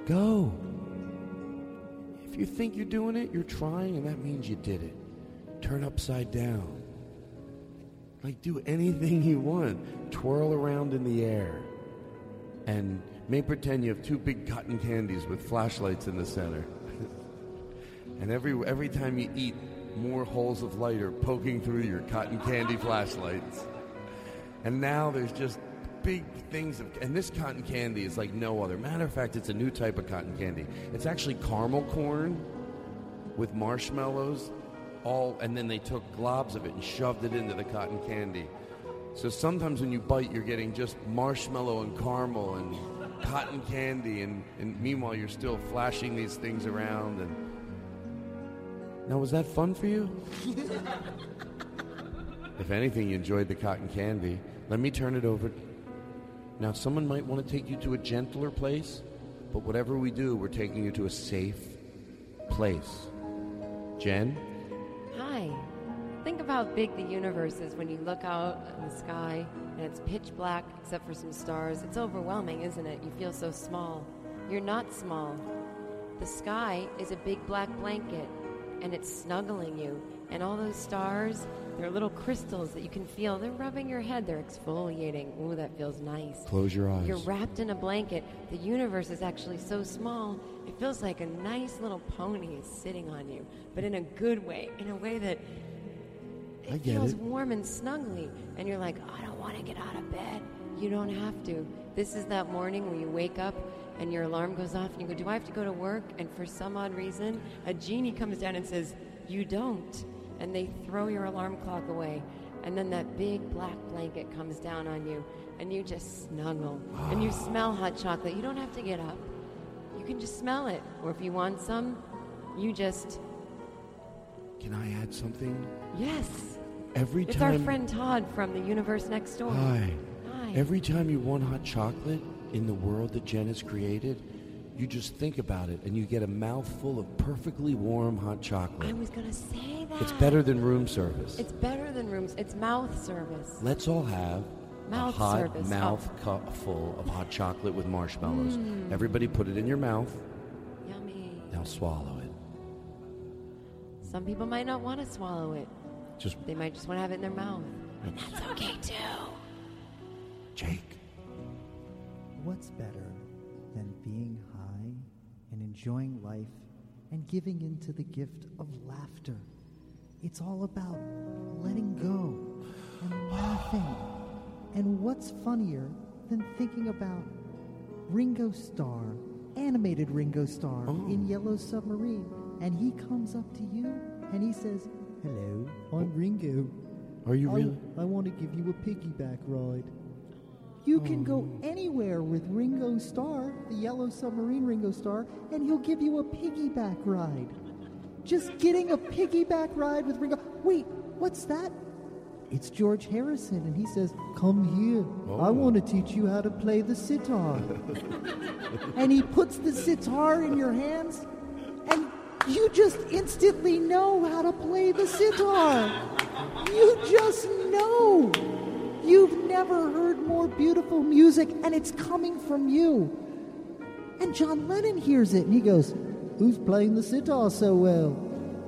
B: Go. If you think you're doing it, you're trying, and that means you did it. Turn upside down. Like, do anything you want. Twirl around in the air. And may pretend you have two big cotton candies with flashlights in the center. (laughs) and every, every time you eat, more holes of light are poking through your cotton candy flashlights. And now there's just big things of, and this cotton candy is like no other. Matter of fact, it's a new type of cotton candy. It's actually caramel corn with marshmallows, all, and then they took globs of it and shoved it into the cotton candy. So sometimes when you bite, you're getting just marshmallow and caramel and cotton candy, and, and meanwhile you're still flashing these things around. And now was that fun for you? If anything, you enjoyed the cotton candy. Let me turn it over. Now, someone might want to take you to a gentler place, but whatever we do, we're taking you to a safe place. Jen?
F: Hi. Think of how big the universe is when you look out in the sky and it's pitch black except for some stars. It's overwhelming, isn't it? You feel so small. You're not small. The sky is a big black blanket. and it's snuggling you. And all those stars, they're little crystals that you can feel. They're rubbing your head, they're exfoliating. Ooh, that feels nice.
B: Close your eyes.
F: You're wrapped in a blanket. The universe is actually so small, it feels like a nice little pony is sitting on you, but in a good way, in a way that
B: I
F: it
B: get
F: feels
B: it.
F: warm and snuggly. And you're like, I don't want to get out of bed. You don't have to. This is that morning where you wake up and your alarm goes off and you go, Do I have to go to work? And for some odd reason, a genie comes down and says, You don't. And they throw your alarm clock away. And then that big black blanket comes down on you and you just snuggle. And you smell hot chocolate. You don't have to get up. You can just smell it. Or if you want some, you just,
B: Can I add something?
F: yes.
B: Every
F: it's
B: time.
F: our friend Todd from the universe next door.
B: Hi.
F: Hi.
B: Every time you want hot chocolate in the world that Jen has created, you just think about it and you get a mouthful of perfectly warm hot
F: I
B: chocolate.
F: was gonna say that.
B: It's better than room service.
F: It's better than rooms. It's mouth service.
B: Let's all have
F: Mouth
B: a hot
F: service. Oh.
B: mouth cup full of hot chocolate with marshmallows.
F: Mm.
B: Everybody put it in your mouth.
F: Yummy.
B: Now swallow it.
F: Some people might not want to swallow it.
B: Just
F: They might just want to have it in their mouth. And that's okay too.
B: Jake.
J: What's better than being high and enjoying life and giving into the gift of laughter? It's all about letting go and laughing. and what's funnier than thinking about Ringo Starr, animated Ringo Starr
B: Oh.
J: in Yellow Submarine, and he comes up to you and he says, Hello, I'm Ringo.
B: Oh. Are you
J: I-
B: really?
J: I want to give you a piggyback ride. You can go
B: Oh.
J: anywhere with Ringo Starr, the yellow submarine Ringo Starr, and he'll give you a piggyback ride. Just getting a piggyback ride with Ringo. Wait, what's that? It's George Harrison, and he says, Come here. I want to teach you how to play the sitar. and he puts the sitar in your hands, and you just instantly know how to play the sitar. You just know. You've never heard more beautiful music, and it's coming from you. And John Lennon hears it, and he goes, Who's playing the sitar so well?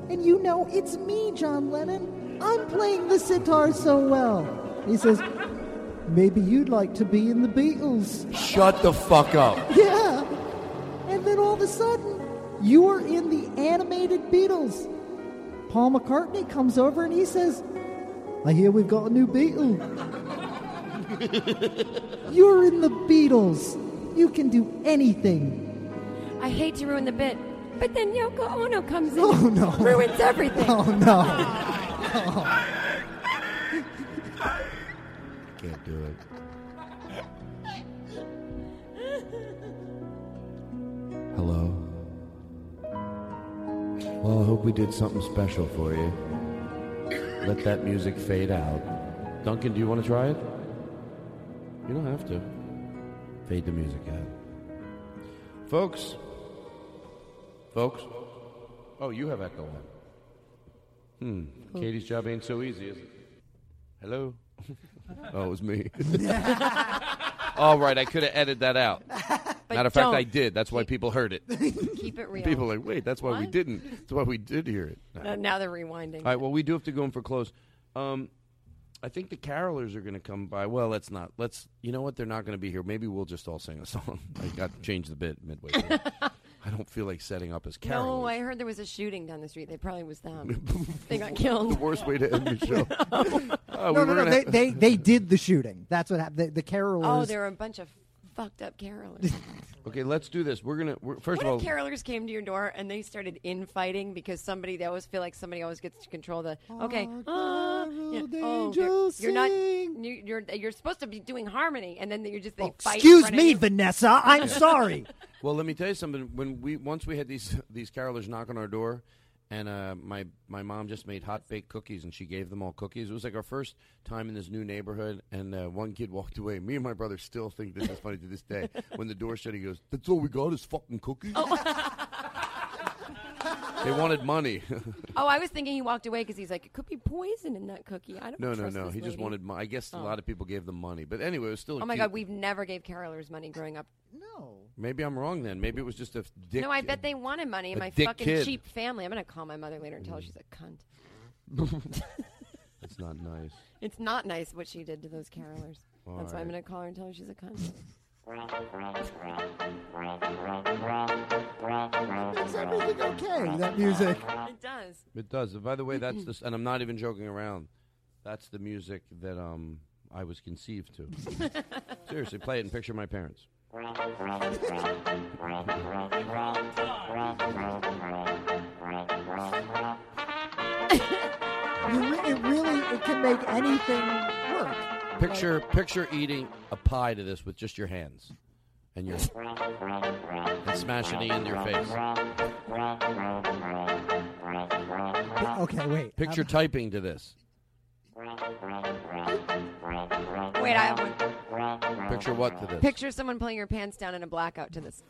J: And you know, it's me, John Lennon. I'm playing the sitar so well. He says, Maybe you'd like to be in the Beatles.
B: Shut the fuck up.
J: (laughs) Yeah. And then all of a sudden, you are in the animated Beatles. Paul McCartney comes over and he says, I hear we've got a new Beatle. (laughs) You're in the Beatles. You can do anything. (laughs)
F: I hate to ruin the bit, but then Yoko Ono comes
B: (laughs)
F: in.
J: Oh, no.
F: Ruins everything.
J: Oh,
B: Uh,
J: no.
B: Oh, Can't do it. Hello. Well, I hope we did something special for you. Let that music fade out. Duncan, do you want to try it? You don't have to. Fade the music out. Folks. Folks. Oh, you have echo on. Hmm.
X: Cool.
B: Katie's job ain't so easy, is it? Hello? oh, it was me. All right, I could have edited that out. Matter of fact,
F: don't.
B: I did. That's why people heard it.
F: (laughs) Keep it real.
B: People are like, wait, that's why we
F: What?
B: didn't. That's why we did hear it.
F: Uh, (laughs) now they're rewinding.
B: All right, well, we do have to go in for close. Um, I think the carolers are going to come by. Well, let's not. Let's. You know what? They're not going to be here. Maybe we'll just all sing a (laughs) song. I got to change the bit midway.
F: (laughs)
B: through. I don't feel like setting up as carolers.
F: No, I heard there was a shooting down the street. They probably was
B: (laughs)
F: them. they got killed.
B: The worst way to end
F: (laughs)
B: the show. Uh, we
J: no,
B: were
J: no, no.
B: gonna-
J: They, they, they did the shooting. That's what happened. The, the carolers.
F: Oh, there were a bunch of fucked up carolers.
B: Okay, let's do this. We're gonna. We're, (laughs) first
F: what
B: of all,
F: if carolers came to your door and they started infighting because somebody they always feel like somebody always gets to control the okay ah, yeah, oh, you're,
J: angels
F: you're not you- you're you're supposed to be doing harmony and then you're just
B: Oh,
F: they fight in
J: Excuse
F: front of
J: me,
F: you.
J: Vanessa. I'm sorry.
B: (laughs) Well, let me tell you something. When we once we had these these carolers knock on our door, and uh, my my mom just made hot baked cookies, and she gave them all cookies. It was like our first time in this new neighborhood, and uh, one kid walked away. Me and my brother still think this is funny to this
F: (laughs)
B: day.
F: Oh.
B: when the door shut, he goes, "That's all we got is fucking cookies." (laughs) They wanted money. (laughs)
F: Oh, (laughs) I was thinking he walked away because he's like, it could be poison in that cookie. I don't
B: no, no,
F: trust
B: no.
F: this
B: He just
F: lady."
B: wanted. Mo- I guess a
F: Oh.
B: lot of people gave them money, but anyway, it was still. a
F: Oh my
B: cute-
F: God, we've never gave carolers money growing up.
J: No.
B: Maybe I'm wrong then. Maybe it was just a f- dick.
F: no, I bet they wanted money in
B: a
F: my
B: dick
F: fucking
B: kid. Mm.
F: cheap family. I'm gonna call my mother later and tell her she's a cunt.
B: That's not nice.
F: It's not nice what she did to those carolers.
B: All
F: That's why I'm
B: right.
F: gonna call her and tell her she's a cunt.
X: Is
J: everything okay? That music.
F: It
J: (laughs)
F: does.
B: It does. By the way, that's the, s- and I'm not even joking around. That's the music that um I was conceived
F: (laughs)
B: to. Seriously, play it and picture my parents.
J: You re- it really it can make anything work.
B: Picture picture eating a pie to this with just your hands and your and smashing it in your face.
J: Okay, wait. Um,
B: Picture typing to this.
F: Wait, I have one.
B: Picture what to this?
F: Picture someone pulling your pants down in a blackout to this.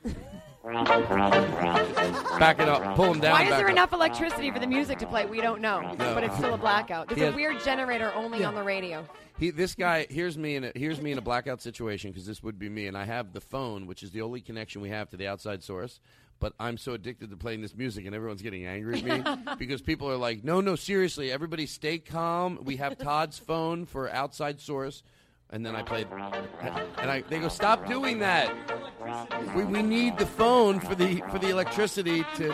B: back it up. Pull them down.
F: Why is
B: back
F: there
B: up.
F: enough electricity for the music to play? We don't know,
B: No.
F: but it's still a blackout. There's
B: He
F: a
B: has-
F: weird generator only on the radio.
B: He, this guy here's me in a, here's me in a blackout situation because this would be me, and I have the phone, which is the only connection we have to the outside source. But I'm so addicted to playing this music, and everyone's getting angry at me because people are like, "No, no, seriously, everybody, stay calm. We have Todd's phone for outside source." And then I played, and I they go, "Stop doing that. We, we need the phone for the for the electricity." To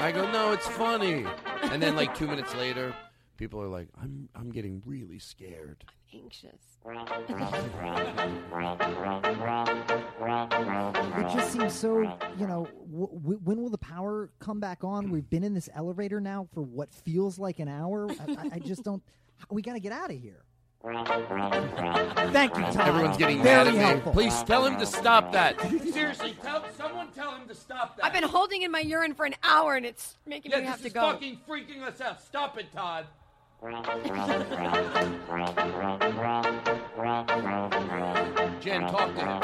B: I go, "No, it's funny." And then like two minutes later, people are like, "I'm I'm getting really scared."
F: Anxious.
J: It just seems so. You know, w- w- when will the power come back on? We've been in this elevator now for what feels like an hour. I, I, I just don't. We got to get out of here. Thank you, Todd.
B: Everyone's getting
J: Very
B: mad at me.
J: helpful.
B: Please tell him to stop
J: (laughs)
B: that.
T: Seriously, tell someone tell him to stop that.
F: I've been holding in my urine for an hour, and it's making
T: yeah,
F: me
T: this
F: have to
T: is
F: go.
T: fucking freaking us out. Stop it,
F: (laughs)
T: Todd.
B: Jen, talk to him.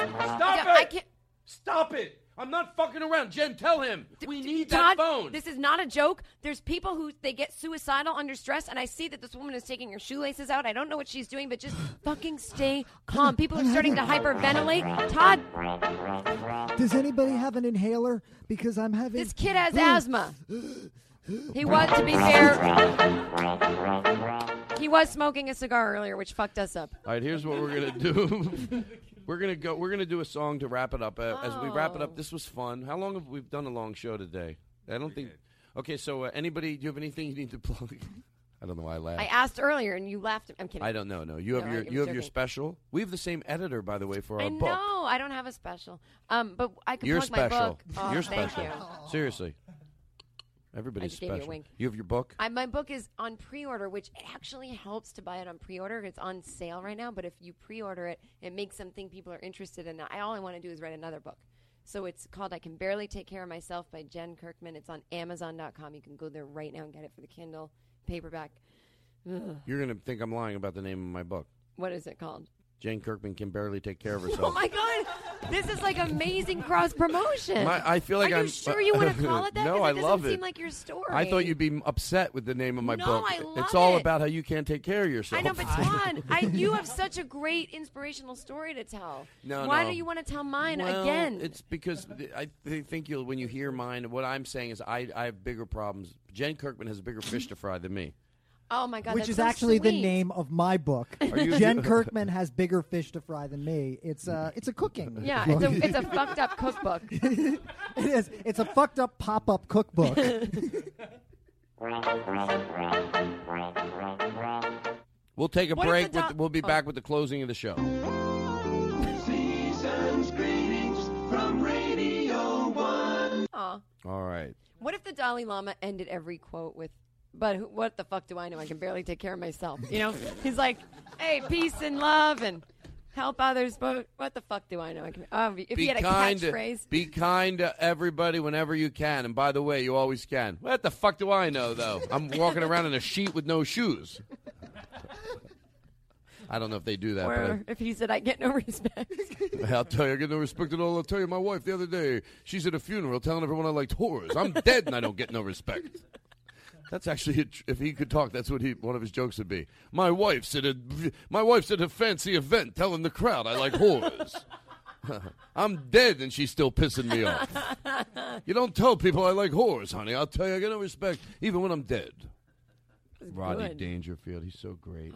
F: Yeah,
T: Stop
F: I
T: it! Stop it! I'm not fucking around. Jen, tell him. we need
F: Todd,
T: that phone.
F: this is not a joke. There's people who they get suicidal under stress, and I see that this woman is taking her shoelaces out. I don't know what she's doing, but just fucking stay calm. People are starting to hyperventilate. Todd,
J: Does anybody have an inhaler? Because I'm having.
F: this kid has asthma. He was, to be fair, he was smoking a cigar earlier, which fucked us up.
B: All right, here's what we're gonna do. (laughs) we're gonna go. We're gonna do a song to wrap it up. Uh, As we wrap
F: Oh.
B: it up, this was fun. How long have we done a long show today? I don't think. Okay, so uh, anybody, do you have anything you need to plug? (laughs) I don't know why I laughed.
F: I asked earlier, and you laughed. I'm kidding.
B: I don't know. No, you have
F: No, I-
B: your
F: I'm
B: you have your
F: joking.
B: special. We have the same editor, by the way, for our
F: I
B: book.
F: know. I don't have a special. Um, but I could
B: You're
F: plug my
B: special.
F: book. Oh,
B: You're
F: thank
B: special.
F: you.
B: Seriously, everybody's
F: just gave you a
B: special.
F: wink.
B: you have your book.
F: I, my book is on pre-order, which it actually helps to buy it on pre-order. It's on sale right now, but if you pre-order it, it makes them think people are interested in. it. I all I want to do is write another book. So it's called "I Can Barely Take Care of Myself" by Jen Kirkman. It's on Amazon.com. You can go there right now and get it for the Kindle paperback. Ugh.
B: You're gonna think I'm lying about the name of my book.
F: What is it called?
B: Jane Kirkman can barely take care of herself.
F: (laughs) Oh my god, this is like amazing cross promotion.
B: My- I feel like
F: are
B: I'm. uh,
F: you sure you want to call
B: (laughs)
F: it that?
B: no,
F: 'Cause
B: I
F: it doesn't
B: love it.
F: Seem like your story.
B: I thought you'd be upset with the name of my
F: No,
B: book.
F: I
B: it's
F: love
B: all
F: it.
B: about how you can't take care of yourself.
F: I know, but Todd, I, you have such a great inspirational story to tell.
B: No,
F: Why
B: no.
F: do you want to tell (laughs) mine
B: Well,
F: again?
B: It's because th- I th- think you'll when you hear mine. What I'm saying is I, I have bigger problems. Jen Kirkman has bigger fish to fry than me.
F: Oh my God,
J: Which
F: that's
J: is
F: so
J: actually the
F: sweet.
J: name of my book.
B: you-
J: Jen Kirkman has bigger fish to fry than me. It's a it's a cooking.
F: (laughs) Yeah,
J: book.
F: it's a,
J: (laughs)
F: it's a fucked up cookbook.
J: it is. It's a fucked up pop
F: (laughs)
J: up cookbook.
B: We'll take a
X: What is
B: break.
X: the
B: with,
X: do-
B: we'll be
X: oh.
B: back with the closing of the show.
X: Season's greetings from Radio 1.
F: Aw.
B: All right.
F: What if the Dalai Lama ended every quote with, "But who, what the fuck do I know? I can barely take care of myself." You know, he's like, "Hey, peace and love and help others." But what the fuck do I know? I can. Oh, if
B: be
F: he had a
B: kind
F: catchphrase,
B: To, be kind to everybody whenever you can. And by the way, you always can. What the fuck do I know though? I'm walking around in a sheet with no shoes. I don't know if they do that, but I-
K: Or (laughs) if he said, I get no
F: (laughs)
K: respect.
B: I'll tell you, I get no respect at all. I'll tell you, my wife the other day, she's at a funeral telling everyone I liked horrors. I'm dead and I don't get no respect. That's actually, a, tr- if he could talk, that's what he one of his jokes would be. My wife's at a, my wife's at a fancy event telling the crowd I
F: (laughs)
B: like horrors. (laughs) I'm dead and she's still pissing me off. You don't tell people I like horrors, honey. I'll tell you, I get no respect even when I'm dead. Roddy
X: good.
B: Dangerfield, Oh, he's so great.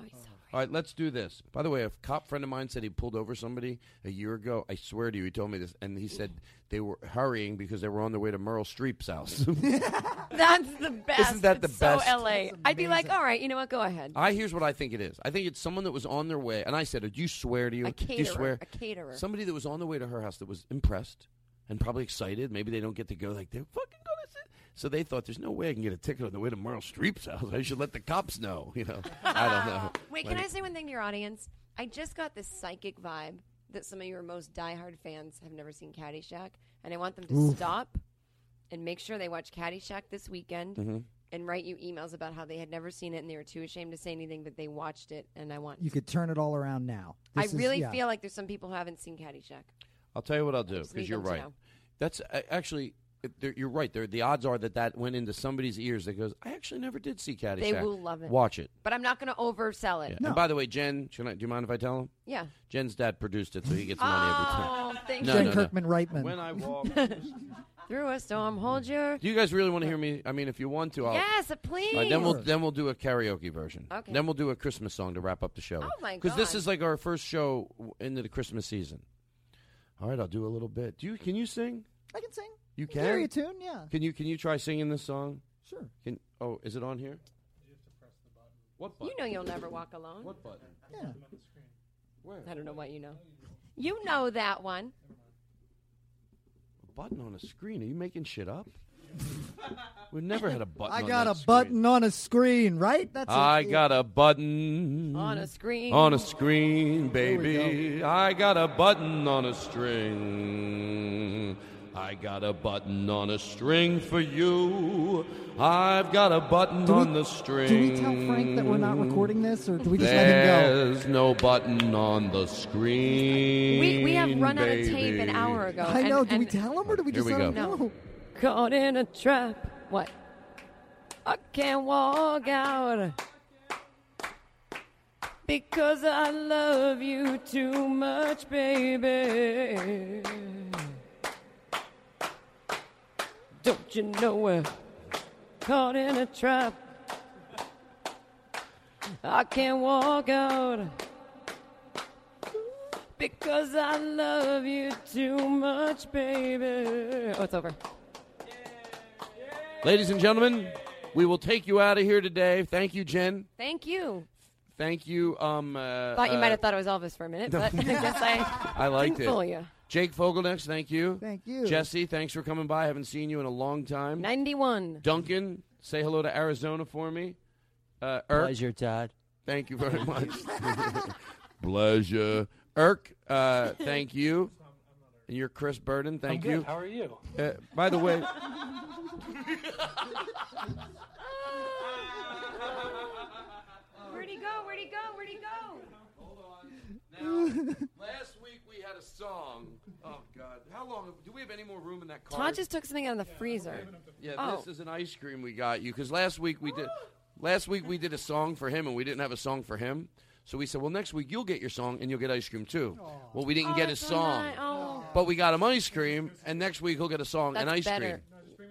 B: All right, let's do this. By the way, a cop friend of mine said he pulled over somebody a year ago. I swear to you, he told me this, and he said they were hurrying because they were on their way to Merle Streep's house. (laughs)
K: That's the best.
B: that the
K: It's
B: best?
K: So LA. I'd be like, all right, you know what? Go ahead.
B: I here's what I think it is. I think it's someone that was on their way, and I said, "Do you swear to you?
K: A
B: Do you
K: caterer,
B: swear
K: a caterer.
B: Somebody that was on the way to her house that was impressed and probably excited. Maybe they don't get to go. Like they're fucking going to sit. So they thought, "There's no way I can get a ticket on the way to Meryl Streep's house. I should let the cops know." You know, I don't know.
F: (laughs) Wait, can
B: Like-
F: I say one thing to your audience? I just got this psychic vibe that some of your most diehard fans have never seen Caddyshack, and I want them to
K: Oof.
F: stop and make sure they watch Caddyshack this weekend
B: Mm-hmm.
J: Mhm.
F: and write you emails about how they had never seen it and they were too ashamed to say anything, but they watched it, and I want.
J: You could turn it all around now.
F: I
J: This is-
F: really
J: yeah.
F: feel like there's some people who haven't seen Caddyshack.
B: I'll tell you what I'll do
F: just need
B: because you're
F: them to
B: right.
F: know.
B: That's a- actually it- there- you're right. There, the odds are that that went into somebody's ears that goes, "I actually never did see Caddyshack."
F: They will love it.
B: Watch it.
F: But I'm not going to oversell it.
B: Yeah. And by the way, Jen, should I, do you mind if I tell him?
F: Yeah.
B: Jen's dad produced it, so he gets the money every time.
F: Oh, thank
B: No,
J: Jen
B: no, no.
J: Kirkman Reitman.
B: When
F: (laughs)
B: I walk
F: Through a storm, hold your.
B: Do you guys really want to hear me? I mean, if you want to, I'll.
F: Yes,
B: All right, then we'll
F: please.
B: then we'll do a karaoke version.
F: Okay.
B: Then we'll do a Christmas song to wrap up the show.
F: Oh, my
B: Because this
F: God.
B: is like our first show w- into the Christmas season. All right, I'll do a little bit. Do you? Can you sing?
J: I can sing.
B: You
J: can
B: can.
J: carry a tune, yeah.
B: Can you? Can you try singing this song?
J: Sure.
B: Can oh, is it on here? What
F: You know you'll never walk alone.
B: What button?
J: Yeah.
F: I don't know what you know. You know that one.
B: A button on a screen? Are you making shit up? (laughs) We've never had a button.
J: I
B: on
J: got
B: that
J: a button on a screen, right? That's it.
B: I got a button
J: On a screen.
B: On a screen, baby. I got a button on a string. I got a button on a string for you. I've got a button on the string.
J: Do we tell Frank that we're not recording this, or do we just let him go?
B: There's no button on the screen.
F: We, we have run out of tape an
B: baby.
F: hour ago.
J: I
F: and-
J: know. Do we
F: and-
J: tell him, or do we
B: Here
J: just
B: we
J: let him
B: go.
J: go?
K: Caught in a trap. What? I can't walk out because I love you too much, baby. Don't you know we're caught in a trap? I can't walk out because I love you too much, baby. Oh, it's over.
B: Ladies and gentlemen, we will take you out of here today. Thank you, Jen.
F: Thank you.
B: Thank you. Um, uh,
F: Thought you
B: uh,
F: might have thought it was Elvis for a minute,
B: no.
F: but I guess I.
B: I liked
F: didn't fool
B: it.
F: ya.
B: Jake Fogelnex, thank you.
F: Thank you.
B: Jesse, thanks for coming by. I haven't seen you in a long time.
F: 91.
B: Duncan, say hello to Arizona for me. Uh, Irk,
U: Pleasure, Todd.
B: Thank you
U: (laughs)
B: very much. Pleasure. Irk, uh, thank you. And you're Chris Burden. Thank
U: good.
B: you.
U: How are you?
B: Uh, by
U: (laughs)
F: (laughs)
B: the way,
F: (laughs) Where'd he go? Where'd he go? Where'd he go?
B: last week we had a song. Oh God, how long? Do we have any more room in that car?
K: Todd just took something out of the freezer.
B: Yeah,
K: Oh.
B: this is an ice cream we got you because last week
K: (gasps)
B: we did last week we did a song for him and we didn't have a song for him. So we said, well, next week you'll get your song and you'll get ice cream too. Well, we didn't
K: Oh,
B: get his
K: that's so
B: song,
K: nice. Oh.
B: but we got him ice cream, and next week he'll get a song and
K: That's
B: ice
K: better.
B: cream.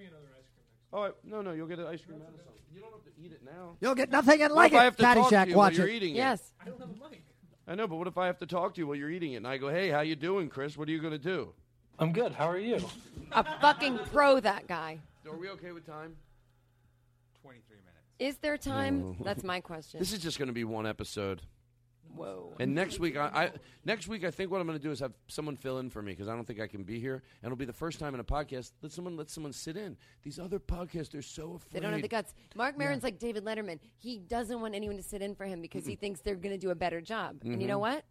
B: All right, no, no, you'll get an ice cream out of something. You don't have to eat it now.
J: You'll get nothing and
B: What
J: like
B: if I
J: it.
B: have to talk to
J: Caddyshack,
B: you while
J: watch
B: you're
J: it.
B: eating it?
K: Yes.
B: I know, but what if I have to talk to you while you're eating it and I go, hey, how you doing, Chris? What are you going to do? I'm good. How are you?
F: A fucking pro, that guy.
B: Are we okay with time? 23 minutes.
F: Is there time? That's my question.
B: This is just going to be one episode.
F: Whoa.
B: And next week, I, I next week I think what I'm going to do is have someone fill in for me because I don't think I can be here, and it'll be the first time in a podcast let someone let someone sit in. These other podcasts are so afraid.
F: They don't have the guts. Mark Maron's like David Letterman. He doesn't want anyone to sit in for him because he thinks they're going to do a
K: Mm-hmm.
F: better job. And you know
B: Mhm.
F: what?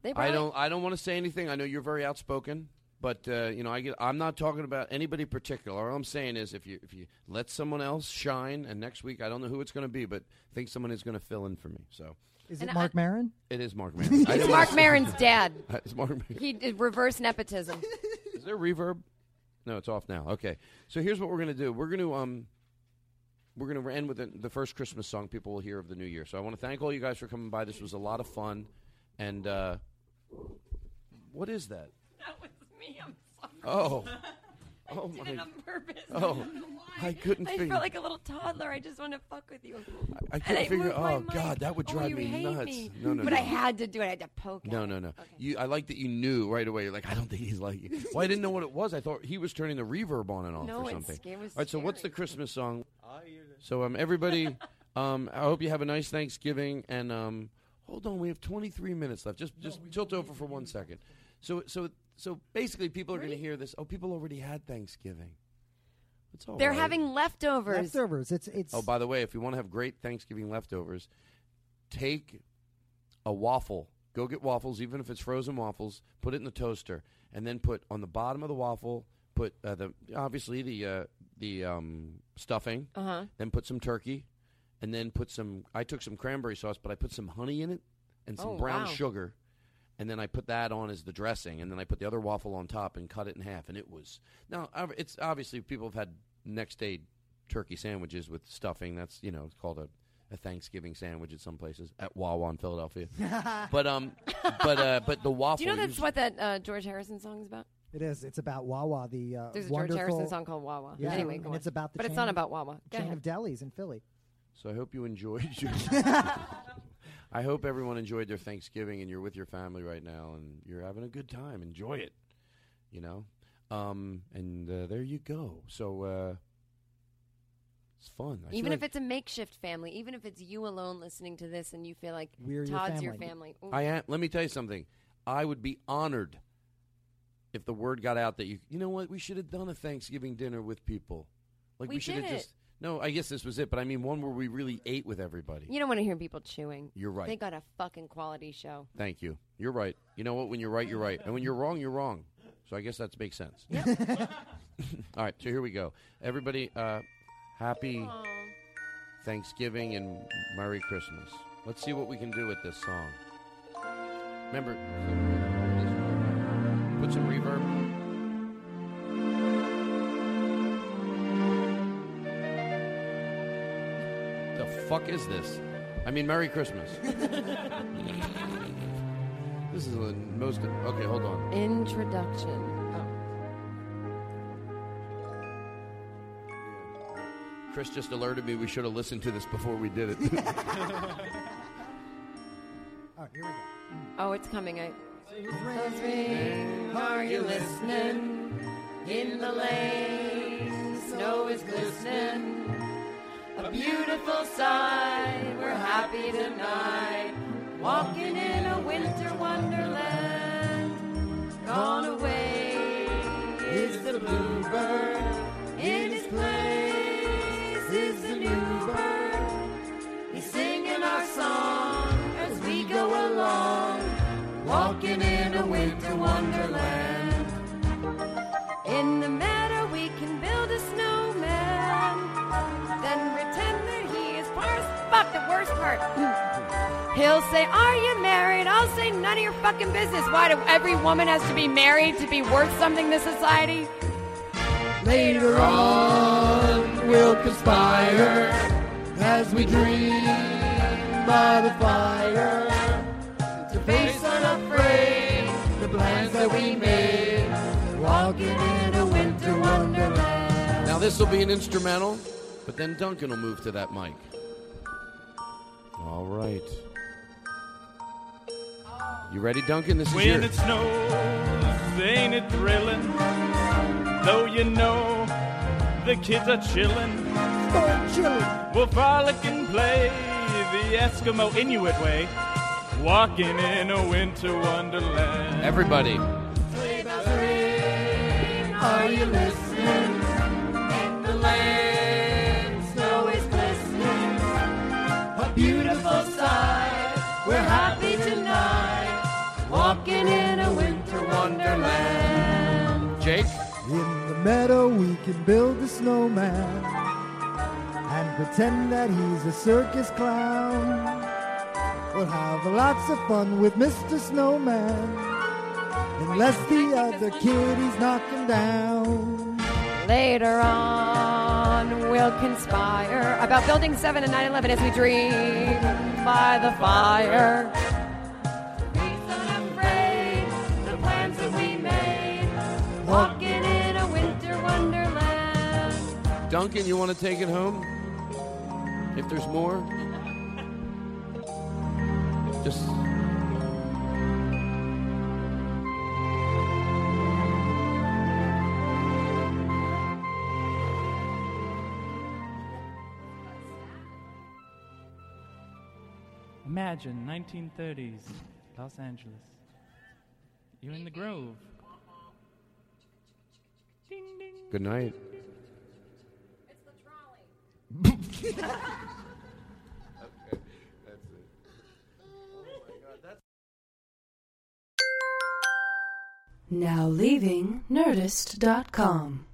F: They
B: I
F: probably-
B: don't. I don't want to say anything. I know you're very outspoken, But uh, you know, I get, I'm not talking about anybody particular. All I'm saying is, if you if you let someone else shine, and next week I don't know who it's going to be, but I think someone is going to fill in for me. So
J: Is it Mark Maron?
B: it is
F: (laughs)
B: Mark Maron. I
F: It's
B: didn't
F: Mark
B: want- (laughs)
F: Maron's dad.
B: it's Mark Maron.
F: He did reverse nepotism.
B: Is there reverb? No, it's off now. Okay. So here's what we're gonna do. We're gonna um, we're gonna end with the, the first Christmas song people will hear of the new year. So I want to thank all you guys for coming by. This was a lot of fun. And uh, what is that?
D: That was me. I'm sorry.
B: (laughs)
F: (laughs)
B: Oh.
F: I
B: Oh
F: did
B: my-
F: it on purpose. (laughs)
B: Oh.
F: I, don't know why.
B: I couldn't
F: I
B: figure-
F: felt like a little toddler. I just wanted to fuck with you.
B: I
F: And
B: couldn't figure.
F: moved my
B: Oh
F: mic.
B: God, that would
F: Oh,
B: drive
F: you
B: me
F: hate
B: nuts.
F: me.
B: No, no,
F: But
B: no.
F: I had to do it. I had to poke.
B: No, no, no. You, I like that you knew right away. You're like, I don't think he's like you. Well, I didn't know what it was. I thought he was turning the reverb on and off
F: No,
B: or
F: it's
B: something.
F: sca- it was
B: All right, so what's the Christmas song? So um, everybody, (laughs) um, I hope you have a nice Thanksgiving. And um, hold on, we have 23 minutes left. Just just tilt over for one second. So so so basically, people are going to hear this. Oh, people already had Thanksgiving. It's all
F: They're
B: right.
F: having leftovers.
J: Leftovers. It's it's.
B: Oh, by the way, if you want to have great Thanksgiving leftovers, take a waffle. Go get waffles, even if it's frozen waffles. Put it in the toaster, and then put on the bottom of the waffle. Put uh, the obviously the uh, the um, stuffing.
F: Uh-huh.
B: Then put some turkey, and then put some. I took some cranberry sauce, but I put some honey in it and some
F: Oh,
B: brown
F: wow.
B: sugar, and then I put that on as the dressing, and then I put the other waffle on top and cut it in half, and it was now ob- it's obviously people have had next day turkey sandwiches with stuffing. That's you know it's called a, a Thanksgiving sandwich at some places at Wawa in
F: (laughs)
B: Philadelphia, but um, but uh, but
F: Do
B: the waffle.
F: you know that's
B: usually-
F: what that uh, George Harrison song is about?
J: It is. It's about Wawa. The uh,
F: There's a George
J: wonderful,
F: Harrison song called Wawa.
J: Yeah,
F: Anyway, go
J: and
F: on.
J: it's about the
F: But
J: chain,
F: it's not about Wawa. Go
J: Chain
F: ahead.
J: of delis in Philly.
B: So I hope you (laughs) enjoyed. Your, I hope everyone enjoyed their Thanksgiving and you're with your family right now and you're having a good time. Enjoy it, you know. Um, and uh, there you go. So uh, it's fun. I feel
F: even
B: like-
F: if it's a makeshift family, even if it's you alone listening to this and you feel like
B: We're your
F: Todd's your
B: family.
F: family. Ooh.
B: I am, let me tell you something. I would be honored if the word got out that you you know what we should have done a Thanksgiving dinner with people. Like we,
F: We
B: should have
F: did it.
B: just no. I guess this was it, but I mean one where we really ate with everybody.
F: You don't want to hear people chewing.
B: You're right.
F: They got a fucking quality show.
B: Thank you. You're right. You know what? When you're right, you're right, and when you're wrong, you're wrong. So I guess that makes sense. (laughs) All right. So here we go. Everybody, uh, happy Thanksgiving and Merry Christmas. Let's see what we can do with this song. Remember, put some reverb. The fuck is this? I mean, Merry Christmas. this is the most. Okay, hold on.
F: Introduction.
B: Chris just alerted me we should have listened to this before we did it.
J: All right, here we go.
F: Oh, it's coming. I.
D: Those rings, are you listening? In the lane, snow is glistening. A beautiful sight, we're happy tonight. Walking in a winter wonderland. Gone away is the bluebird. In his place is the new bird. He's singing our song as we go along. Walking in a winter wonderland.
F: In the meadow, we can build a snowman. Then pretend that he is Paris. Fuck the worst part. He'll say, Are you married? I'll say, None of your fucking business. Why do every woman has to be married to be worth something to society?
D: Later on, we'll conspire as we dream by the fire to face unafraid the plans that we made. Walking in a winter wonderland.
B: now this will be an instrumental, but then Duncan will move to that mic. All right. You ready, Duncan? This is
Y: When
B: your-
Y: it snows, ain't it thrilling? Though you know the kids are chillin'. We'll frolic and play the Eskimo Inuit way. Walking in a winter wonderland.
B: Everybody.
D: Are you listening? In the land, snow is glistening. A beautiful sight. We're happy tonight, walking in a winter wonderland.
B: Jake?
J: In the meadow, we can build a snowman and pretend that he's a circus clown. We'll have lots of fun with Mr. Snowman, unless the other kid he's knocking down.
F: Later on, we'll conspire about Building 7 and 9 11 as we dream by the fire. the plans that we made, walking in a winter wonderland.
B: Duncan, you want to take it home? If there's more? Just.
V: Imagine 1930s Los Angeles. You're in the Grove.
B: Good night.
D: Now leaving Nerdist.com.